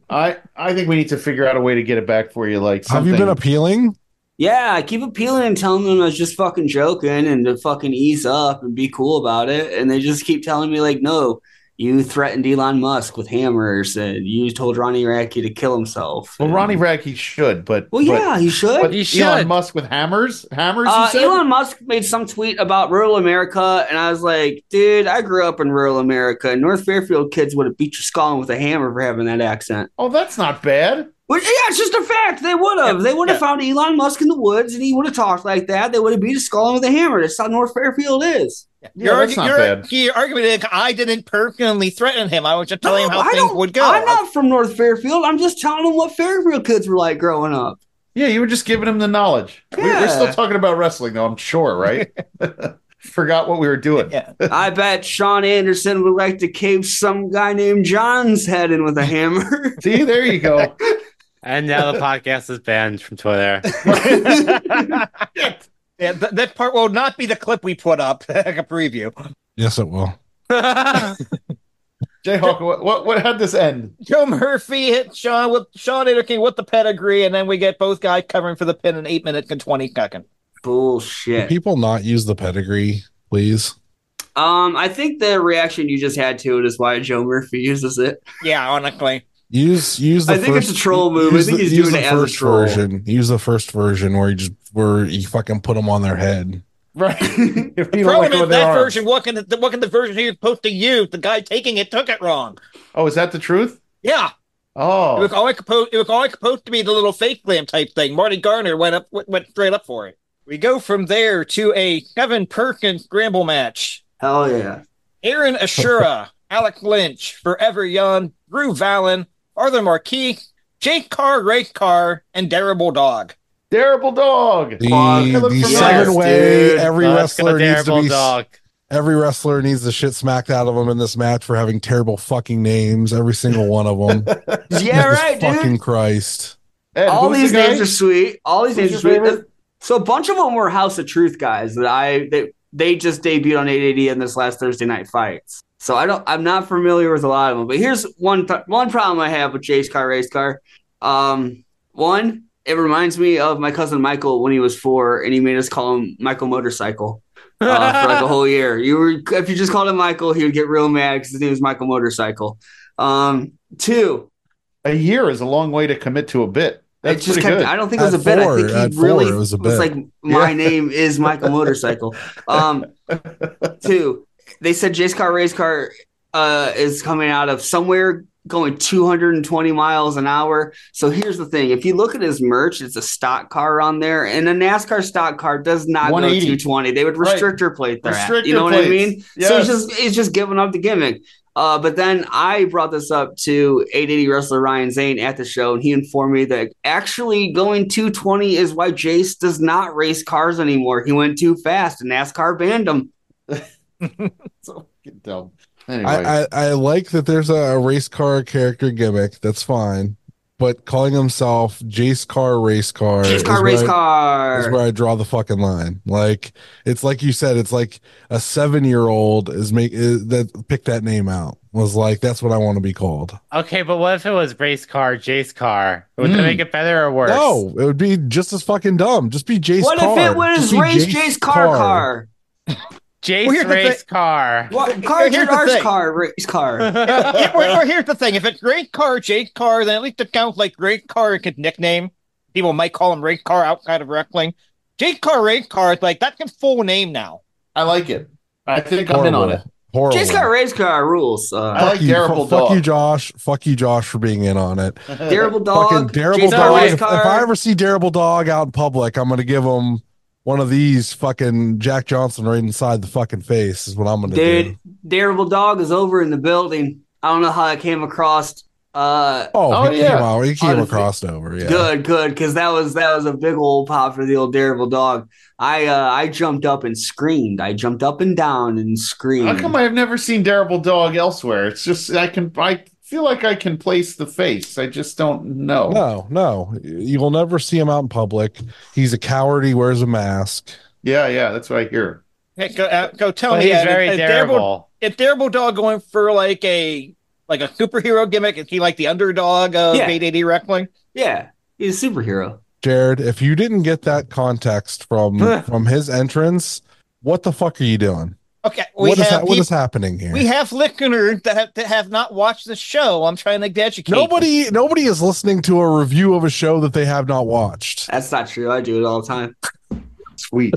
Speaker 4: I I think we need to figure out a way to get it back for you. Like, something.
Speaker 1: Have you been appealing?
Speaker 6: Yeah, I keep appealing and telling them I was just fucking joking and to fucking ease up and be cool about it, and they just keep telling me like, no. You threatened Elon Musk with hammers, and you told Ronnie Radke to kill himself.
Speaker 4: Well,
Speaker 6: and-
Speaker 4: Ronnie Radke should, but
Speaker 6: Well, yeah, he should.
Speaker 4: but, but
Speaker 3: He
Speaker 4: Elon
Speaker 3: should.
Speaker 4: Musk with hammers, hammers.
Speaker 6: Uh,
Speaker 4: you said?
Speaker 6: Elon Musk made some tweet about rural America, and I was like, dude, I grew up in rural America. and North Fairfield kids would have beat your skull in with a hammer for having that accent.
Speaker 4: oh, that's not bad.
Speaker 6: Which, yeah, it's just a fact. They would have. They would have found Elon Musk in the woods, and he would have talked like that. They would have beat his skull in with a hammer. That's how North Fairfield is.
Speaker 4: Yeah, that's
Speaker 5: argu-
Speaker 4: not
Speaker 5: your,
Speaker 4: bad.
Speaker 5: your argument is I didn't personally threaten him. I was just telling
Speaker 6: No,
Speaker 5: him how
Speaker 6: I
Speaker 5: things
Speaker 6: don't-
Speaker 5: would go.
Speaker 6: I'm not from North Fairfield. I'm just telling them what Fairfield kids were like growing up.
Speaker 4: Yeah, you were just giving him the knowledge. We,
Speaker 6: Yeah.
Speaker 4: are still talking about wrestling, though. I'm sure, right? Forgot what we were doing.
Speaker 5: Yeah.
Speaker 6: I bet Sean Anderson would like to cave some guy named John's head in with a hammer.
Speaker 4: See, there you go.
Speaker 3: And now the podcast is banned from Twitter.
Speaker 5: Yeah, th- that part will not be the clip we put up, like a preview.
Speaker 1: Yes, it will.
Speaker 2: Jayhawk, what, what what how'd this end?
Speaker 5: Joe Murphy hit Sean with Sean Taylor King with the pedigree, and then we get both guys covering for the pin in eight minutes and twenty seconds.
Speaker 1: Can
Speaker 6: Bullshit.
Speaker 1: people not use the pedigree, please?
Speaker 6: Um, I think the reaction you just had to it is why Joe Murphy uses it.
Speaker 5: Yeah, honestly,
Speaker 1: Use use the
Speaker 6: I think it's
Speaker 1: first,
Speaker 6: a troll move. I
Speaker 1: use
Speaker 6: think
Speaker 1: the-
Speaker 6: he's
Speaker 1: use
Speaker 6: doing
Speaker 1: the
Speaker 6: it as a
Speaker 1: first
Speaker 6: troll.
Speaker 1: version. Use the first version where you just where you fucking put them on their head.
Speaker 2: Right. if
Speaker 5: the
Speaker 2: people
Speaker 5: problem
Speaker 2: like
Speaker 5: is
Speaker 2: with
Speaker 5: that
Speaker 2: their arms.
Speaker 5: version. What can the, what can the version he was supposed to use? The guy taking it took it wrong.
Speaker 4: Oh, is that the truth?
Speaker 5: Yeah, it
Speaker 4: Oh,
Speaker 5: was always supposed it was always supposed to be the little fake glam type thing. Marty Garner went up went, went straight up for it. We go from there to a Kevin Perkins scramble match.
Speaker 6: Hell yeah.
Speaker 5: Aaron Ashura, Alec Lynch, Forever Young, Drew Vallon, Arthur Marquis, Jake Carr, Ray Carr, and Terrible Dog.
Speaker 4: terrible dog.
Speaker 1: The,
Speaker 6: Fuck,
Speaker 1: the
Speaker 4: look for
Speaker 1: seven
Speaker 6: yes,
Speaker 1: way
Speaker 6: dude.
Speaker 1: every
Speaker 3: Let's go,
Speaker 1: wrestler needs to
Speaker 3: Terrible
Speaker 1: be
Speaker 3: dog.
Speaker 1: every wrestler needs the shit smacked out of them in this match for having terrible fucking names. Every single one of them.
Speaker 6: Yeah, right,
Speaker 1: fucking
Speaker 6: dude.
Speaker 1: Christ.
Speaker 4: Ed,
Speaker 6: All
Speaker 4: who's
Speaker 6: these
Speaker 4: the guy?
Speaker 6: names are sweet. All these
Speaker 4: Who's
Speaker 6: names are
Speaker 4: your
Speaker 6: sweet.
Speaker 4: favorite?
Speaker 6: So a bunch of them were House of Truth guys that I they, they just debuted on 880 in this last Thursday night fights. So I don't I'm not familiar with a lot of them. But here's one th- one problem I have with Jay's car race car. Um, one, it reminds me of my cousin Michael when he was four, and he made us call him Michael Motorcycle uh, for like a whole year. You were if you just called him Michael, he would get real mad because his name was Michael Motorcycle. Um, two,
Speaker 4: a year is a long way to commit to a bit.
Speaker 6: it
Speaker 4: That's
Speaker 6: just
Speaker 4: pretty
Speaker 6: kept.
Speaker 4: good.
Speaker 6: I don't think
Speaker 1: At
Speaker 6: it was a bit.
Speaker 1: four,
Speaker 6: I think
Speaker 1: at
Speaker 6: he
Speaker 1: four,
Speaker 6: really
Speaker 1: it was
Speaker 6: was,
Speaker 1: a bit.
Speaker 6: like, "My name is Michael Motorcycle." Um, two. They said Jace Car Race Car uh, is coming out of somewhere going 220 miles an hour. So here's the thing: if you look at his merch, it's a stock car on there, and a NASCAR stock car does not go
Speaker 4: 180.
Speaker 6: 220. They would
Speaker 4: Right.
Speaker 6: restrict your plate there.
Speaker 4: Restrict
Speaker 6: You
Speaker 4: your
Speaker 6: know what I
Speaker 4: plates.
Speaker 6: mean? So
Speaker 4: Yes.
Speaker 6: it's just it's just giving up the gimmick. Uh, but then I brought this up to 880 wrestler Ryan Zane at the show, and he informed me that actually going 220 is why Jace does not race cars anymore. He went too fast, and NASCAR banned him.
Speaker 4: So fucking dumb. Anyway,
Speaker 1: I, I, I like that there's a, a race car character gimmick. That's fine. But calling himself Jace Car Race Car.
Speaker 6: Jace
Speaker 1: is
Speaker 6: car, race
Speaker 1: where I- is
Speaker 6: car.
Speaker 1: where I draw the fucking line. Like it's like you said, it's like a seven year old is make is, that picked that name out was like that's what I want to be called.
Speaker 3: Okay, but what if it was race car, Jace car? Would that
Speaker 4: Mm.
Speaker 3: make it better or worse?
Speaker 1: No, it would be just as fucking dumb. Just be Jace.
Speaker 6: What
Speaker 1: Carr.
Speaker 6: if it
Speaker 1: Just
Speaker 6: was
Speaker 1: be
Speaker 6: race Jace car car?
Speaker 3: Jace
Speaker 5: Well, here's the
Speaker 3: race car.
Speaker 6: What car?
Speaker 5: Here's the
Speaker 6: Gerard's
Speaker 5: thing.
Speaker 6: car race car.
Speaker 5: Yeah, well, well, here's the thing: if it's Great Carr, Jake Carr, then at least it counts like Great Carr could nickname. People might call him Ray Carr outside of wrestling. Jake Carr, Ray Carr, is like that's his full name now.
Speaker 4: I like it. I think I'm in on it.
Speaker 1: Horrible.
Speaker 6: Jace car race car rules.
Speaker 4: I
Speaker 6: Uh,
Speaker 4: like
Speaker 1: Fuck you,
Speaker 4: Terrible
Speaker 1: fu- fuck you,
Speaker 4: Dog.
Speaker 1: Josh. Fuck you, Josh, for being in on it.
Speaker 6: Terrible
Speaker 1: fucking
Speaker 6: dog.
Speaker 1: Terrible
Speaker 6: Jace
Speaker 3: No,
Speaker 6: car
Speaker 1: Dog.
Speaker 3: wait.
Speaker 1: If,
Speaker 6: race
Speaker 1: if
Speaker 6: car.
Speaker 1: I ever see Terrible Dog out in public, I'm gonna give him one of these fucking Jack Johnson right inside the fucking face is what I'm gonna do.
Speaker 6: Dude, Daredevil Dog is over in the building. I don't know how that came across. Uh,
Speaker 1: Oh,
Speaker 4: Oh,
Speaker 1: he
Speaker 4: yeah.
Speaker 1: came out. He came
Speaker 4: Honestly.
Speaker 1: across over. Yeah.
Speaker 6: good, good, because that was that was a big old pop for the old Daredevil Dog. I uh, I jumped up and screamed. I jumped up and down and screamed.
Speaker 4: How come I have never seen Terrible Dog elsewhere? It's just I can I feel like I can place the face. I just don't know.
Speaker 1: No, no. You will never see him out in public. He's a coward. He wears a mask.
Speaker 4: Yeah, yeah, that's what I hear.
Speaker 5: Hey, go, uh, go tell
Speaker 3: But
Speaker 5: me.
Speaker 3: he's
Speaker 5: uh,
Speaker 3: very
Speaker 5: is
Speaker 3: terrible.
Speaker 5: If Terrible Dog going for like a like a superhero gimmick, is he like the underdog of
Speaker 6: Yeah.
Speaker 5: 880 wrestling?
Speaker 6: yeah, he's a superhero.
Speaker 1: Jared, if you didn't get that context from from his entrance, what the fuck are you doing?
Speaker 5: Okay, we
Speaker 1: What is
Speaker 5: have
Speaker 1: that? What
Speaker 5: peop-
Speaker 1: is happening here?
Speaker 5: We have listeners that have, that have not watched the show. I'm trying to educate.
Speaker 1: nobody nobody is listening to a review of a show that they have not watched.
Speaker 6: That's not true. I do it all the time.
Speaker 4: Sweet.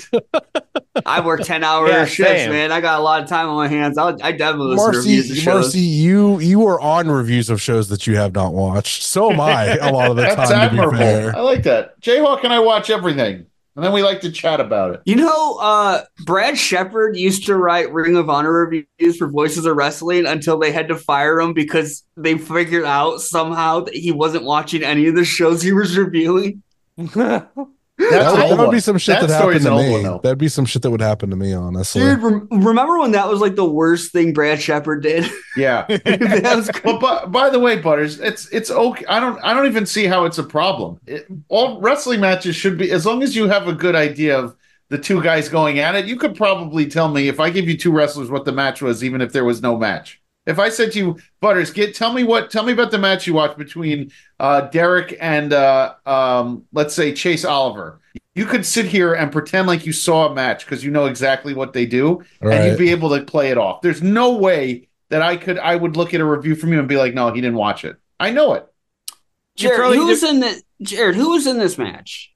Speaker 6: I work ten hour
Speaker 3: Yeah,
Speaker 6: shifts,
Speaker 3: same.
Speaker 6: man. I got a lot of time on my hands. I'll, I definitely listen to reviews of
Speaker 1: Marcy,
Speaker 6: shows.
Speaker 1: Marcy, you you are on reviews of shows that you have not watched. So am I a lot of the
Speaker 4: That's
Speaker 1: time. To be
Speaker 4: admirable.
Speaker 1: fair.
Speaker 4: I like that. Jayhawk and I watch everything. And then we like to chat about it.
Speaker 6: You know, uh, Brad Shepard used to write Ring of Honor reviews for Voices of Wrestling until they had to fire him because they figured out somehow that he wasn't watching any of the shows he was reviewing.
Speaker 1: That
Speaker 4: That's
Speaker 1: would,
Speaker 4: an old
Speaker 1: that would
Speaker 4: one.
Speaker 1: be some shit that, happened
Speaker 4: story's
Speaker 1: to
Speaker 4: an old
Speaker 1: me.
Speaker 4: one, though.
Speaker 1: That'd be some shit that would happen to me, honestly.
Speaker 6: Dude, rem- remember when that was like the worst thing Brad Shepard did?
Speaker 4: Yeah.
Speaker 6: that was cr-
Speaker 4: But by, by the way, Butters, it's it's okay. I don't I don't even see how it's a problem. It, all wrestling matches should be as long as you have a good idea of the two guys going at it, you could probably tell me if I give you two wrestlers what the match was, even if there was no match. If I said to you, Butters, get tell me what tell me about the match you watched between uh, Derek and uh, um, let's say Chase Oliver. You could sit here and pretend like you saw a match because you know exactly what they do, and
Speaker 1: Right.
Speaker 4: you'd be able to play it off. There's no way that I could I would look at a review from you and be like, no, he didn't watch it. I know it.
Speaker 5: You
Speaker 6: Jared,
Speaker 5: probably
Speaker 6: who was in the Jared? Who was in this match?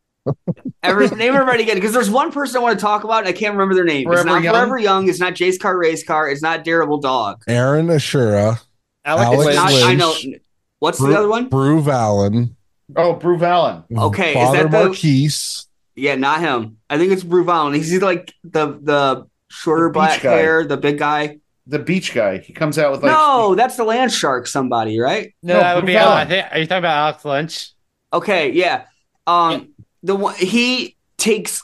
Speaker 6: Every, name everybody again, because there's one person I want to talk about, and I can't remember their name.
Speaker 4: Forever
Speaker 6: it's not
Speaker 4: Young?
Speaker 6: Forever Young. It's not Jace Car Race Car. It's not Durable Dog.
Speaker 1: Aaron Ashura, Alex
Speaker 6: It's
Speaker 1: Lynch.
Speaker 6: not. I know. What's
Speaker 1: Bru-
Speaker 6: the other one?
Speaker 1: Brew Allen,
Speaker 4: Oh, Brew Allen.
Speaker 6: Okay, is
Speaker 1: Father
Speaker 6: that the-
Speaker 1: Marquise.
Speaker 6: Yeah, not him. I think it's Bruval. He's either, like the the shorter
Speaker 4: beach
Speaker 6: black
Speaker 4: guy.
Speaker 6: hair, the big guy.
Speaker 4: The beach guy. He comes out with like
Speaker 6: no, that's the land shark. Somebody, right?
Speaker 3: No,
Speaker 4: No,
Speaker 3: that would be.
Speaker 4: Brugal.
Speaker 3: I think. Are you talking about Alex Lynch?
Speaker 6: Okay, yeah. Um, the one he takes,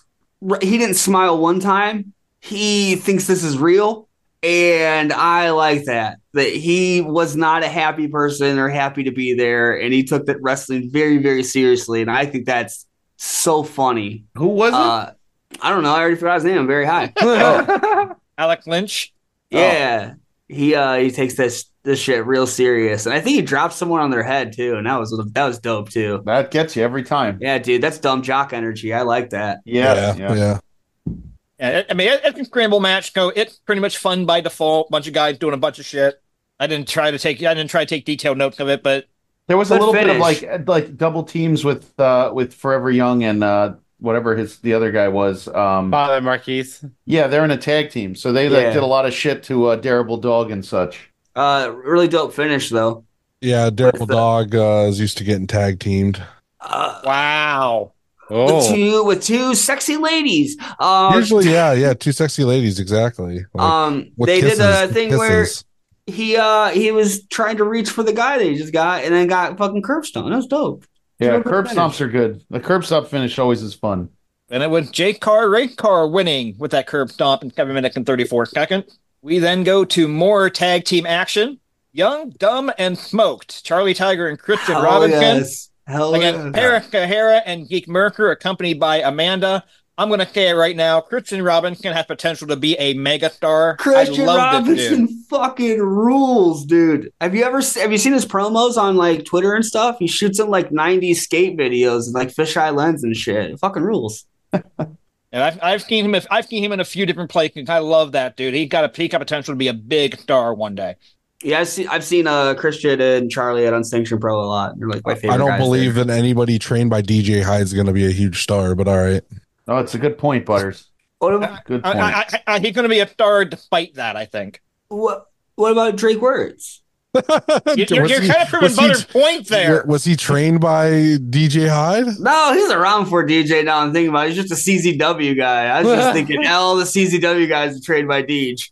Speaker 6: he didn't smile one time. He thinks this is real, and I like that that he was not a happy person or happy to be there, and he took that wrestling very very seriously, and I think that's so funny.
Speaker 4: who was it?
Speaker 6: Uh, I don't know. I already forgot his name. I'm very high.
Speaker 4: Oh,
Speaker 5: Alec Lynch.
Speaker 1: Oh.
Speaker 6: Yeah. He uh he takes this this shit real serious. And I think he dropped someone on their head too, and that was that was dope too.
Speaker 4: That gets you every time.
Speaker 6: Yeah, dude, that's dumb jock energy. I like that.
Speaker 4: Yeah, yeah.
Speaker 1: yeah.
Speaker 5: Yeah, I- I mean, it- it's a scramble match. Go. It's pretty much fun by default. Bunch of guys doing a bunch of shit. I didn't try to take. I didn't try to take detailed notes of it, but
Speaker 4: There was a
Speaker 6: Good
Speaker 4: little bit of
Speaker 6: finish.
Speaker 4: like like double teams with uh with Forever Young and uh whatever his the other guy was. Um
Speaker 3: Father Marquise.
Speaker 4: yeah, they're in a tag team. So they like
Speaker 6: Yeah.
Speaker 4: did a lot of shit to uh Terrible Dog and such.
Speaker 6: Uh really dope finish though.
Speaker 1: Yeah, Daryl
Speaker 6: the-
Speaker 1: Dog uh, is used to getting tag teamed.
Speaker 6: Uh
Speaker 5: wow.
Speaker 6: with
Speaker 3: Oh,
Speaker 6: two with two sexy ladies. Um
Speaker 1: Usually, yeah, yeah, two sexy ladies, exactly. Like,
Speaker 6: um
Speaker 1: with
Speaker 6: they
Speaker 1: kisses,
Speaker 6: did a
Speaker 1: with
Speaker 6: thing where
Speaker 1: kisses.
Speaker 6: he uh he was trying to reach for the guy that he just got and then got fucking curb stomp. That was dope.
Speaker 4: Yeah,
Speaker 6: Good
Speaker 4: curb
Speaker 6: finish.
Speaker 4: stomps are good. The curb stop finish always is fun.
Speaker 5: And it was Jake Carr, Ray Carr winning with that curb stomp in seven minutes and 34 seconds. We then go to more tag team action. Young, Dumb, and Smoked. Charlie Tiger and Christian
Speaker 6: Hell
Speaker 5: Robinson
Speaker 6: Oh, yes. Oh, Hell
Speaker 5: against
Speaker 6: yes.
Speaker 5: Para Kahara and Geek Merker, accompanied by Amanda. I'm going to say it right now. Christian Robinson has potential to be a mega star.
Speaker 6: Christian
Speaker 5: I love this dude.
Speaker 6: Robinson fucking rules, dude. Have you ever se- have you seen his promos on like Twitter and stuff? He shoots in like 90s skate videos and like fisheye lens and shit. It fucking rules.
Speaker 5: And I've, I've seen him. I've seen him in a few different places. I love that dude. He's got a peak of potential to be a big star one day.
Speaker 6: Yeah, I've seen I've seen uh Christian and Charlie at Unsanctioned Pro a lot. They're like my favorite.
Speaker 1: I don't
Speaker 6: guys
Speaker 1: believe that anybody trained by DJ Hyde's going to be a huge star, but all right.
Speaker 4: Oh, it's a good point, Butters.
Speaker 6: there. What about,
Speaker 4: Good
Speaker 5: I,
Speaker 4: point.
Speaker 5: I, I, I, he's going to be a star despite that. I think.
Speaker 6: what what about Drake Words?
Speaker 5: You- You're,
Speaker 1: Was
Speaker 5: you're
Speaker 1: he-
Speaker 5: kind of proving
Speaker 1: was he-
Speaker 5: Butter's point there.
Speaker 1: Was he trained by DJ Hyde?
Speaker 6: No, he's around for DJ now. I'm thinking about it. he's just a CZW guy. I was just thinking, L the CZW guys are trained by Deej.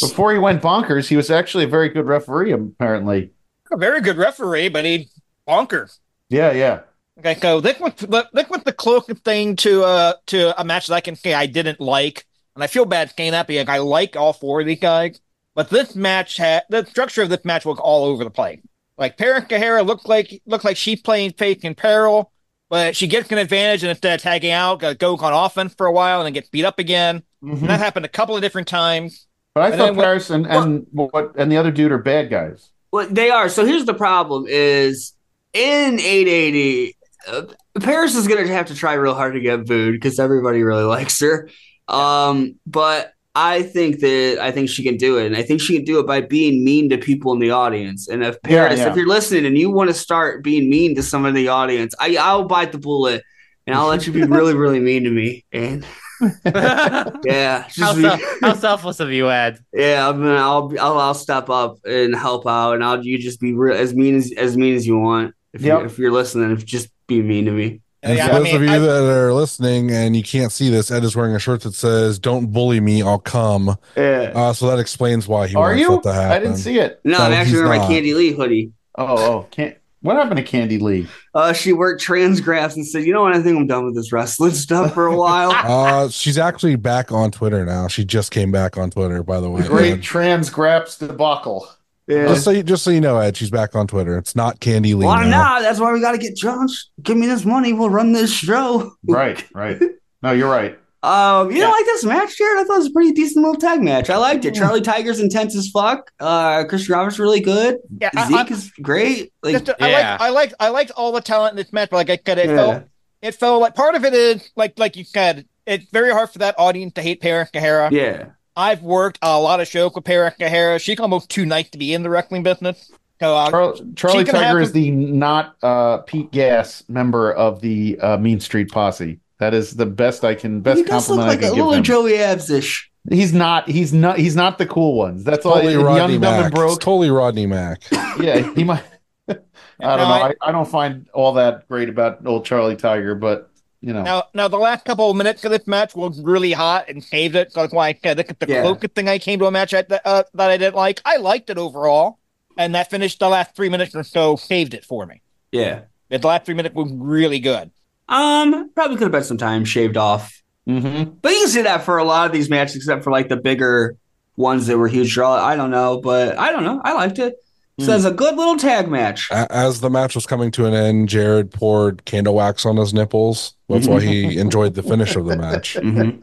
Speaker 4: Before he went bonkers, he was actually a very good referee, apparently.
Speaker 5: A very good referee, but he bonker.
Speaker 4: Yeah, yeah.
Speaker 5: Okay, so this was this was the closest thing to uh to a match that I can say I didn't like, and I feel bad saying that because I like all four of these guys, but this match had the structure of this match was all over the place. Like Parent Kahara looked like looked like she's playing faith in peril, but she gets an advantage and instead of tagging out, go- goes on offense for a while and then gets beat up again.
Speaker 6: Mm-hmm.
Speaker 5: And
Speaker 1: Mm-hmm.
Speaker 5: that happened a couple of different times.
Speaker 4: But I
Speaker 5: And
Speaker 4: thought
Speaker 5: then what-
Speaker 4: Paris and, and what and the other dude are bad guys.
Speaker 6: Well, they are. So here's the problem: is in 880, uh, Paris is going to have to try real hard to get booed because everybody really likes her. Um, but I think that I think she can do it, and I think she can do it by being mean to people in the audience. And if Paris,
Speaker 4: yeah.
Speaker 6: if you're listening and you want to start being mean to someone in the audience, I I'll bite the bullet. And I'll let you be really, really mean to me. And
Speaker 3: Oh. how,
Speaker 6: yeah, just
Speaker 3: self-
Speaker 6: be-
Speaker 3: how selfless of you, Ed.
Speaker 6: yeah, I mean, I'll, I'll I'll step up and help out, and I'll you just be real, as mean as as mean as you want. If
Speaker 4: Yep.
Speaker 6: you, if you're listening, if just be mean to me.
Speaker 1: And
Speaker 5: Yeah,
Speaker 1: for
Speaker 5: I
Speaker 1: those
Speaker 5: mean,
Speaker 1: of you
Speaker 5: I-
Speaker 1: that are listening and you can't see this, Ed is wearing a shirt that says "Don't bully me, I'll come."
Speaker 6: Yeah.
Speaker 1: Uh, so that explains why he
Speaker 4: Are
Speaker 1: wants
Speaker 4: you?
Speaker 1: that to happen.
Speaker 4: I didn't see it.
Speaker 6: No, I'm
Speaker 1: No,
Speaker 6: actually
Speaker 1: he's
Speaker 6: wearing my
Speaker 1: not.
Speaker 6: Candy Lee hoodie.
Speaker 4: Oh, oh, can't. What happened to Candy Lee?
Speaker 6: Uh, she worked transgraphs and said, "You know what? I think I'm done with this wrestling stuff for a while."
Speaker 1: Uh, she's actually back on Twitter now. She just came back on Twitter, by the way.
Speaker 4: Great
Speaker 1: Ed.
Speaker 4: trans graps debacle.
Speaker 6: yeah.
Speaker 1: Just so you, just so you know, Ed, she's back on Twitter. It's not Candy Lee.
Speaker 6: Why
Speaker 1: now.
Speaker 6: not? That's why we got to get Josh. Give me this money. We'll run this show.
Speaker 4: Right, right. No, you're right.
Speaker 6: Um, you
Speaker 5: Yeah.
Speaker 6: don't like this match, Jared? I thought it was a pretty decent little tag match. I liked it. Charlie Tiger's intense as fuck. Uh, Christian Roberts really good.
Speaker 5: Yeah, I-
Speaker 6: Zeke
Speaker 5: I-
Speaker 6: is great. Like,
Speaker 5: Just, I
Speaker 3: Yeah.
Speaker 5: like I like I liked all the talent in this match, but like I said, it
Speaker 6: Yeah.
Speaker 5: felt it felt like part of it is like like you said, it's very hard for that audience to hate Para Kahara.
Speaker 6: yeah,
Speaker 5: I've worked a lot of shows with Para Kahara. She's almost too nice to be in the wrestling business. So uh,
Speaker 4: Charlie, Charlie
Speaker 5: She can
Speaker 4: Tiger
Speaker 5: have
Speaker 4: is the not uh, Pete Gas member of the uh, Mean Street Posse. That is the best I can best
Speaker 6: he does look
Speaker 4: compliment I
Speaker 6: like
Speaker 4: can
Speaker 6: a
Speaker 4: give
Speaker 6: little
Speaker 4: him.
Speaker 6: Joey Abs ish.
Speaker 4: he's not. He's not. He's not the cool ones. That's all.
Speaker 1: Totally
Speaker 4: young,
Speaker 1: Rodney
Speaker 4: dumb, and
Speaker 1: Mack. It's
Speaker 4: broke.
Speaker 1: totally Rodney Mack.
Speaker 4: yeah, he might. I
Speaker 5: No,
Speaker 4: don't know.
Speaker 5: I-
Speaker 4: I, I don't find all that great about old Charlie Tiger, but you know,
Speaker 5: now now the last couple of minutes of this match was really hot and saved it. So that's why I said this is the
Speaker 6: Yeah.
Speaker 5: cloaked thing I came to a match I, uh, that I didn't like. I liked it overall, and that finished the last three minutes or so saved it for me.
Speaker 6: Yeah.
Speaker 5: The last three minutes was really good.
Speaker 6: Um, probably could have been some time shaved off.
Speaker 1: Mm-hmm.
Speaker 4: Mhm.
Speaker 6: But you can see that for a lot of these matches, except for like the bigger ones that were huge draw. I don't know, but I don't know. I liked it.
Speaker 4: Hmm.
Speaker 6: So it's a good little tag match.
Speaker 1: A- As the match was coming to an end, Jared poured candle wax on his nipples. That's why he enjoyed the finish of the match.
Speaker 6: Mhm.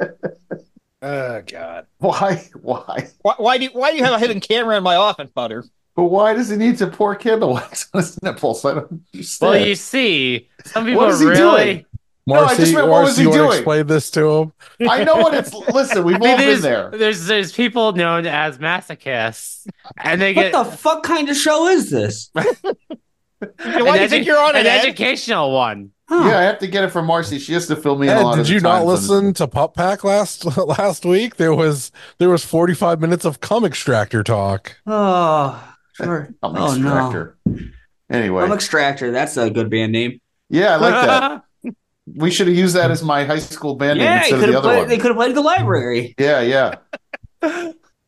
Speaker 2: Oh God.
Speaker 4: why? Why?
Speaker 5: Why, why do why do you have a hidden camera in my office, Butter?
Speaker 4: But why does he need to pour candle wax on his nipples? I don't understand.
Speaker 3: Well, you see, some people
Speaker 4: is he
Speaker 3: really.
Speaker 2: I just
Speaker 1: Marcy,
Speaker 2: meant, what was
Speaker 1: Marcy,
Speaker 2: he
Speaker 1: you want to
Speaker 2: doing?
Speaker 1: explain this to him?
Speaker 4: I know what it's. Listen, we've
Speaker 3: I mean,
Speaker 4: all been
Speaker 3: there's,
Speaker 4: there.
Speaker 3: there's there's people known as masochists, and they
Speaker 6: What
Speaker 3: get
Speaker 6: the fuck kind of show is this?
Speaker 5: Yeah, Why do you think you're on
Speaker 3: an
Speaker 5: it? Ed?
Speaker 3: educational one.
Speaker 6: Huh.
Speaker 4: Yeah, I have to get it from Marcy. She has to fill me in a
Speaker 1: Ed,
Speaker 4: lot
Speaker 1: did
Speaker 4: of the
Speaker 1: you not
Speaker 4: times on this.
Speaker 1: listen to Pup Pack last last week? There was there was 45 minutes of cum extractor talk.
Speaker 6: Oh, sure.
Speaker 4: I'm
Speaker 6: oh no.
Speaker 4: extractor. Anyway,
Speaker 6: I'm extractor. That's a good band name.
Speaker 4: yeah, I like that. We should have used that as my high school band name
Speaker 6: yeah,
Speaker 4: instead
Speaker 6: you
Speaker 4: of
Speaker 6: could
Speaker 4: the
Speaker 6: have
Speaker 4: other
Speaker 6: played,
Speaker 4: one.
Speaker 6: they could have played the library.
Speaker 4: Yeah, yeah.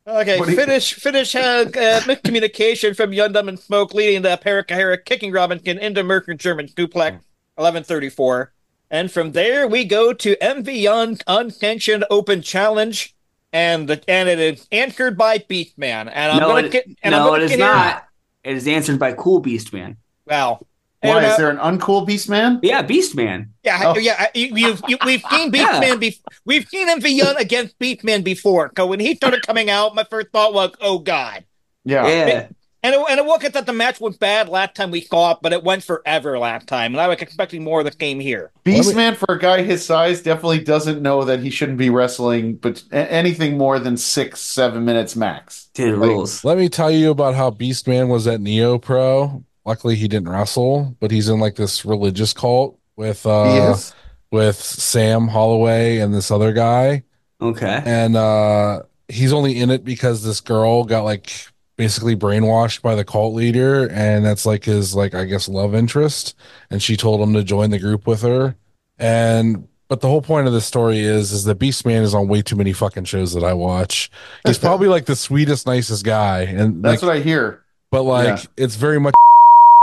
Speaker 5: Okay,
Speaker 4: What do you-
Speaker 5: finish finish uh, uh, miscommunication from Yundum and Smoke leading the Paracahara kicking Robinson into Mercury German suplex
Speaker 4: Hmm.
Speaker 5: eleven thirty four, and from there we go to MV Young unsanctioned open challenge, and the, and it is answered by Beastman, and I'm
Speaker 6: No,
Speaker 5: gonna
Speaker 6: it-
Speaker 5: get and I'm
Speaker 6: no,
Speaker 5: gonna
Speaker 6: it is
Speaker 5: get here-
Speaker 6: not. It is answered by Cool Beast Man.
Speaker 5: Wow.
Speaker 4: Why
Speaker 5: And,
Speaker 4: is
Speaker 5: uh,
Speaker 4: there an uncool beast man?
Speaker 6: Yeah, Beast Man.
Speaker 5: Yeah,
Speaker 4: Oh.
Speaker 5: yeah. I- You, you've, you, we've seen
Speaker 6: Yeah.
Speaker 5: Beefman. Be- we've seen MV Young against Beefman before. So when he started coming out, my first thought was, "Oh God!"
Speaker 4: Yeah.
Speaker 6: yeah.
Speaker 5: And it, and it wasn't that the match was bad last time we saw it, but it went forever last time, and I was expecting more of the game here.
Speaker 4: Beast man for a guy his size definitely doesn't know that he shouldn't be wrestling but a- anything more than six, seven minutes max.
Speaker 6: Dude, it
Speaker 4: Like,
Speaker 6: rules.
Speaker 1: Let me tell you about how Beastman was at Neo Pro. Luckily, he didn't wrestle, but he's in like this religious cult with uh
Speaker 4: he is.
Speaker 1: with Sam Holloway and this other guy.
Speaker 6: Okay.
Speaker 1: and uh he's only in it because this girl got like basically brainwashed by the cult leader and that's like his like i guess love interest and she told him to join the group with her and but the whole point of this story is is that beast man is on way too many fucking shows that i watch he's probably like the sweetest nicest guy and
Speaker 4: That's
Speaker 1: like,
Speaker 4: what I hear.
Speaker 1: but like it's very much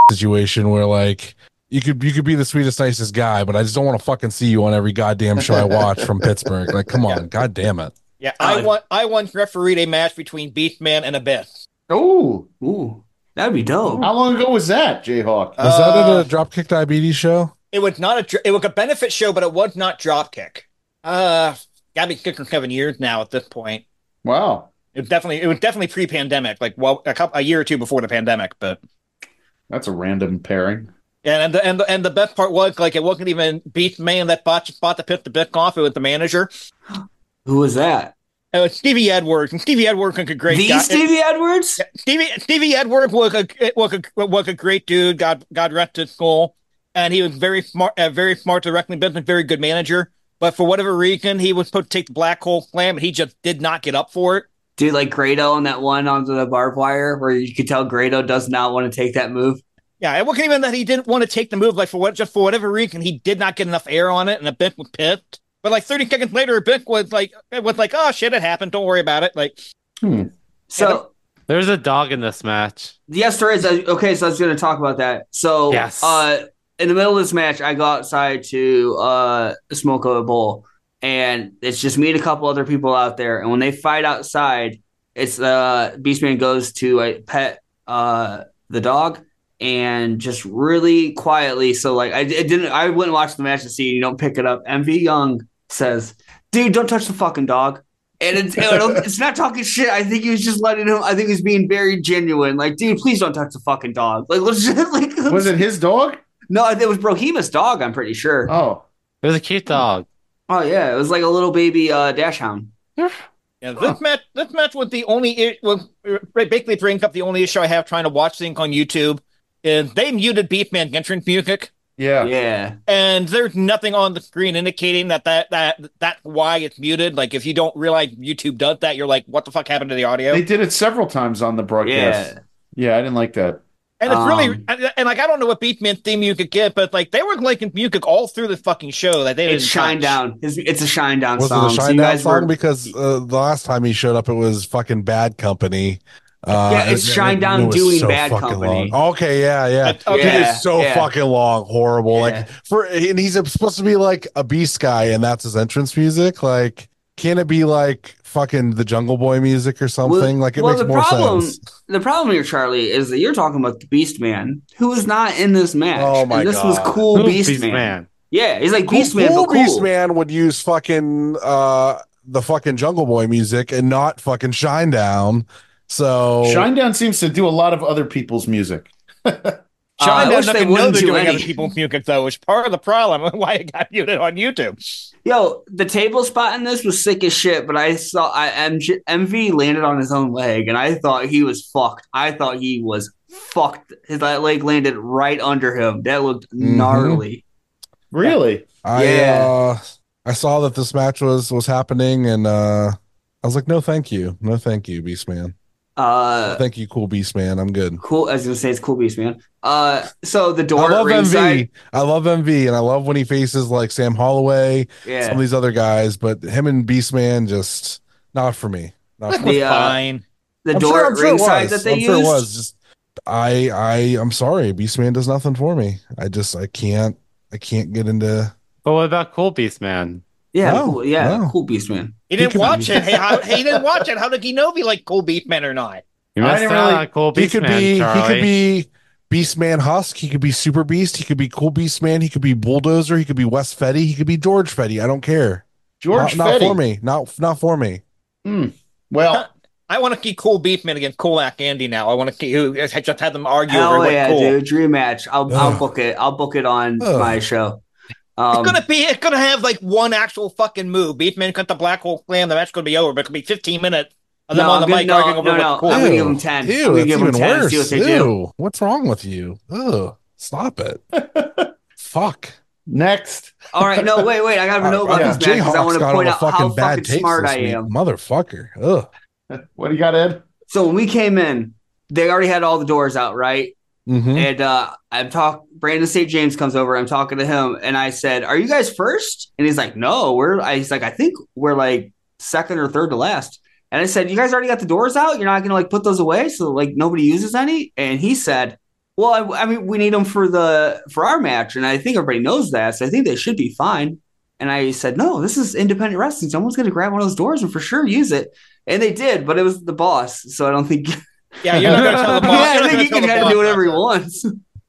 Speaker 1: situation where like you could you could be the sweetest nicest guy but i just don't want to fucking see you on every goddamn show i watch from pittsburgh like come on god damn it
Speaker 5: Yeah, I
Speaker 6: Uh,
Speaker 5: want I once refereed a match between Beefman and Abyss.
Speaker 4: Oh,
Speaker 6: Ooh, that'd be dope.
Speaker 4: how long ago was that, Jayhawk?
Speaker 1: Was
Speaker 5: Uh,
Speaker 1: that at a Dropkick Diabetes show?
Speaker 5: It was not a dr- it was a benefit show, but it was not dropkick. Uh, gotta be six or seven years now at this point.
Speaker 4: wow.
Speaker 5: It was definitely it was definitely pre-pandemic, like well, a couple a year or two before the pandemic. But
Speaker 4: That's a random pairing.
Speaker 5: and and the, and the, and the best part was like it wasn't even Beast Man that bought bought the pit the bit off. It was the manager.
Speaker 6: Who was that?
Speaker 5: It was Stevie Edwards, and Stevie Edwards was a great
Speaker 6: the
Speaker 5: guy.
Speaker 6: Stevie Edwards?
Speaker 5: Stevie Stevie Edwards was a was a was a great dude. God God rest his soul. And he was very smart, uh, very smart directly business, very good manager. But for whatever reason, he was supposed to take the black hole slam, and he just did not get up for it.
Speaker 6: Dude, like Grado on that one onto the barbed wire where you could tell Grado does not want to take that move.
Speaker 5: Yeah, it wasn't even that he didn't want to take the move. Like for what, just for whatever reason, he did not get enough air on it, and Abink was pissed. But like 30 seconds later, Abink was like, it was like, oh shit, it happened. Don't worry about it. Like,
Speaker 6: So,
Speaker 3: There's a dog in this match.
Speaker 6: yes, there is. Okay, so I was going to talk about that. So,
Speaker 3: Yes.
Speaker 6: uh, in the middle of this match, I go outside to uh, smoke a bowl, and it's just me and a couple other people out there. And when they fight outside, it's uh, Beastman goes to a pet uh, the dog and just really quietly. So like I, I didn't I wouldn't watch the match to see you don't pick it up. MV Young says, dude, don't touch the fucking dog. And it's, it'll- it's not talking shit. I think he was just letting him. I think he was being very genuine. Like, dude, please don't touch the fucking dog. Like, let's just like. let's-
Speaker 4: Was it his dog?
Speaker 6: No, it was Brohima's dog. I'm pretty sure.
Speaker 4: Oh,
Speaker 3: It was a cute dog.
Speaker 6: Oh yeah, it was like a little baby uh, dash hound.
Speaker 5: Yeah, this match, this match was the only, i- well, uh, basically bring up the only issue I have trying to watch things on YouTube is they muted Beefman entrance music,
Speaker 4: yeah.
Speaker 6: Yeah,
Speaker 5: and there's nothing on the screen indicating that that that that's why it's muted. Like if you don't realize YouTube does that, you're like, what the fuck happened to the audio?
Speaker 4: They did it several times on the broadcast. Yeah, I didn't like that.
Speaker 5: And it's really,
Speaker 6: Um,
Speaker 5: and, and, like I don't know what Beefman theme you could get, but like they were liking music all through the fucking show that they
Speaker 6: it's
Speaker 5: didn't
Speaker 6: shine
Speaker 5: touch.
Speaker 6: down. It's, it's a shine down
Speaker 1: Was it
Speaker 6: song.
Speaker 1: a
Speaker 6: So
Speaker 1: shine
Speaker 6: you
Speaker 1: down
Speaker 6: guys
Speaker 1: song?
Speaker 6: were-
Speaker 1: Because uh, the last time he showed up, it was fucking Bad Company. Uh,
Speaker 6: Yeah, it's
Speaker 1: and-
Speaker 6: Shine
Speaker 1: and
Speaker 6: Down
Speaker 1: it was
Speaker 6: doing Bad
Speaker 1: fucking
Speaker 6: Company.
Speaker 1: Long. Okay, yeah, yeah.
Speaker 5: That- okay,
Speaker 1: It
Speaker 6: Yeah,
Speaker 1: is so
Speaker 6: yeah.
Speaker 1: fucking long, horrible.
Speaker 6: Yeah.
Speaker 1: Like for and he's supposed to be like a beast guy, and that's his entrance music. Like, can it be like fucking the Jungle Boy music or something? like it
Speaker 6: well,
Speaker 1: makes
Speaker 6: the
Speaker 1: more
Speaker 6: problem-
Speaker 1: sense.
Speaker 6: The problem here, Charlie, is that you're talking about the Beast Man, who is not in this match.
Speaker 1: Oh, my
Speaker 6: and this was
Speaker 1: God.
Speaker 6: cool
Speaker 3: Who's
Speaker 6: Beast, Man. Yeah, he's like Beast Man,
Speaker 1: cool
Speaker 6: but cool.
Speaker 1: Beast Man would use fucking uh the fucking Jungle Boy music and not fucking Shine Down. So
Speaker 4: Shinedown seems to do a lot of other people's music.
Speaker 6: Uh,
Speaker 5: Shine
Speaker 6: I
Speaker 5: down
Speaker 6: wish they
Speaker 5: doesn't know
Speaker 6: wouldn't
Speaker 5: they're
Speaker 6: do
Speaker 5: doing
Speaker 6: any.
Speaker 5: other people's music though, which part of the problem why it got muted on YouTube.
Speaker 6: Yo, the table spot in this was sick as shit, but I saw I MG, MV landed on his own leg, and I thought he was fucked. I thought he was fucked. His that leg landed right under him. That looked
Speaker 1: Mhm.
Speaker 6: gnarly.
Speaker 4: Really?
Speaker 1: I
Speaker 6: Yeah.
Speaker 1: uh I saw that this match was was happening and uh I was like, no thank you. No thank you, Beast Man.
Speaker 6: Uh,
Speaker 1: Thank you, cool Beast Man. I'm good.
Speaker 6: cool. I was gonna say it's cool, Beast Man. Uh, so the door
Speaker 1: I
Speaker 6: at
Speaker 1: love
Speaker 6: ringside.
Speaker 1: MV. I love MV and I love when he faces like Sam Holloway, some
Speaker 6: Yeah,
Speaker 1: of these other guys, but him and Beast Man just not for me. Not for me.
Speaker 5: It was
Speaker 6: The, uh,
Speaker 5: fine.
Speaker 6: the
Speaker 1: I'm
Speaker 6: door
Speaker 1: sure-
Speaker 6: at
Speaker 1: I'm sure it
Speaker 6: ringside
Speaker 1: was.
Speaker 6: that they
Speaker 1: I'm
Speaker 6: used.
Speaker 1: sure it was just I I I'm sorry, Beast Man does nothing for me. I just I can't I can't get into
Speaker 3: But what about Cool Beast Man?
Speaker 6: Yeah,
Speaker 1: No,
Speaker 6: cool, yeah,
Speaker 1: no.
Speaker 6: cool Beast Man.
Speaker 5: He didn't
Speaker 1: could-
Speaker 5: watch it. Hey, how, hey, he didn't watch it. How did he know if he liked cool Beefman or not?
Speaker 3: You
Speaker 4: I
Speaker 3: messed
Speaker 4: didn't
Speaker 3: up
Speaker 4: really-
Speaker 3: on Cool
Speaker 1: he
Speaker 3: Beast
Speaker 1: could
Speaker 3: Man,
Speaker 1: be
Speaker 3: Charlie.
Speaker 1: he could be Beast Man Husk, he could be Super Beast, he could be Cool Beast Man, he could be Bulldozer, he could be West Fetty, he could be George Fetty. I don't care.
Speaker 4: George
Speaker 1: not, not
Speaker 4: Fetty.
Speaker 1: for me. Not not for me.
Speaker 4: Well,
Speaker 5: I want to see cool Beefman against Kolak Andy now. I want to see who I just had them argue over
Speaker 6: Hell
Speaker 5: what
Speaker 6: yeah,
Speaker 5: cool.
Speaker 6: dude! Dream match. I'll I'll
Speaker 1: Ugh.
Speaker 6: book it. I'll book it on
Speaker 1: Ugh.
Speaker 6: my show. Um,
Speaker 5: It's gonna be. It's gonna have like one actual fucking move. Beefman cut the black hole slam. The match gonna be over, but it could be 15 minutes of them
Speaker 6: No,
Speaker 5: on
Speaker 6: I'm
Speaker 5: the
Speaker 6: good-
Speaker 5: mic
Speaker 6: no,
Speaker 5: arguing over
Speaker 6: no,
Speaker 5: what's
Speaker 6: no.
Speaker 5: cool.
Speaker 6: I'm gonna
Speaker 1: Ew.
Speaker 6: give 'em 10. I'm
Speaker 1: Ew,
Speaker 6: gonna
Speaker 1: that's
Speaker 6: give 'em
Speaker 1: even
Speaker 6: 10,
Speaker 1: worse.
Speaker 6: see what they do.
Speaker 1: Ew, what's wrong with you? Ew, stop it. Fuck. Uh,
Speaker 4: next.
Speaker 6: all right, no, wait, wait. I gotta know about
Speaker 4: Yeah.
Speaker 6: this match because I want to point out how fucking smart
Speaker 1: this
Speaker 6: I
Speaker 1: week.
Speaker 6: am.
Speaker 1: Motherfucker. Ugh.
Speaker 4: What do you got, Ed?
Speaker 6: So when we came in, they already had all the doors out, right?
Speaker 5: Hmm.
Speaker 1: Mhm.
Speaker 6: And uh, I'm talk. Brandon St. James comes over. I'm talking to him, and I said, "Are you guys first? And he's like, "No, we're." I, he's like, "I think we're like second or third to last." And I said, "You guys already got the doors out. You're not gonna like put those away, so like nobody uses any." And he said, "Well, I, I mean, we need them for the for our match, and I think everybody knows that, so I think they should be fine." And I said, "No, this is independent wrestling. Someone's gonna grab one of those doors and for sure use it." And they did, but it was the boss, so I don't think.
Speaker 5: Yeah, you're not gonna tell the boss.
Speaker 6: yeah,
Speaker 5: you're
Speaker 6: I
Speaker 5: not
Speaker 6: think he
Speaker 5: gonna tell the
Speaker 6: can kind of
Speaker 5: boss
Speaker 6: do whatever he
Speaker 5: that.
Speaker 6: wants.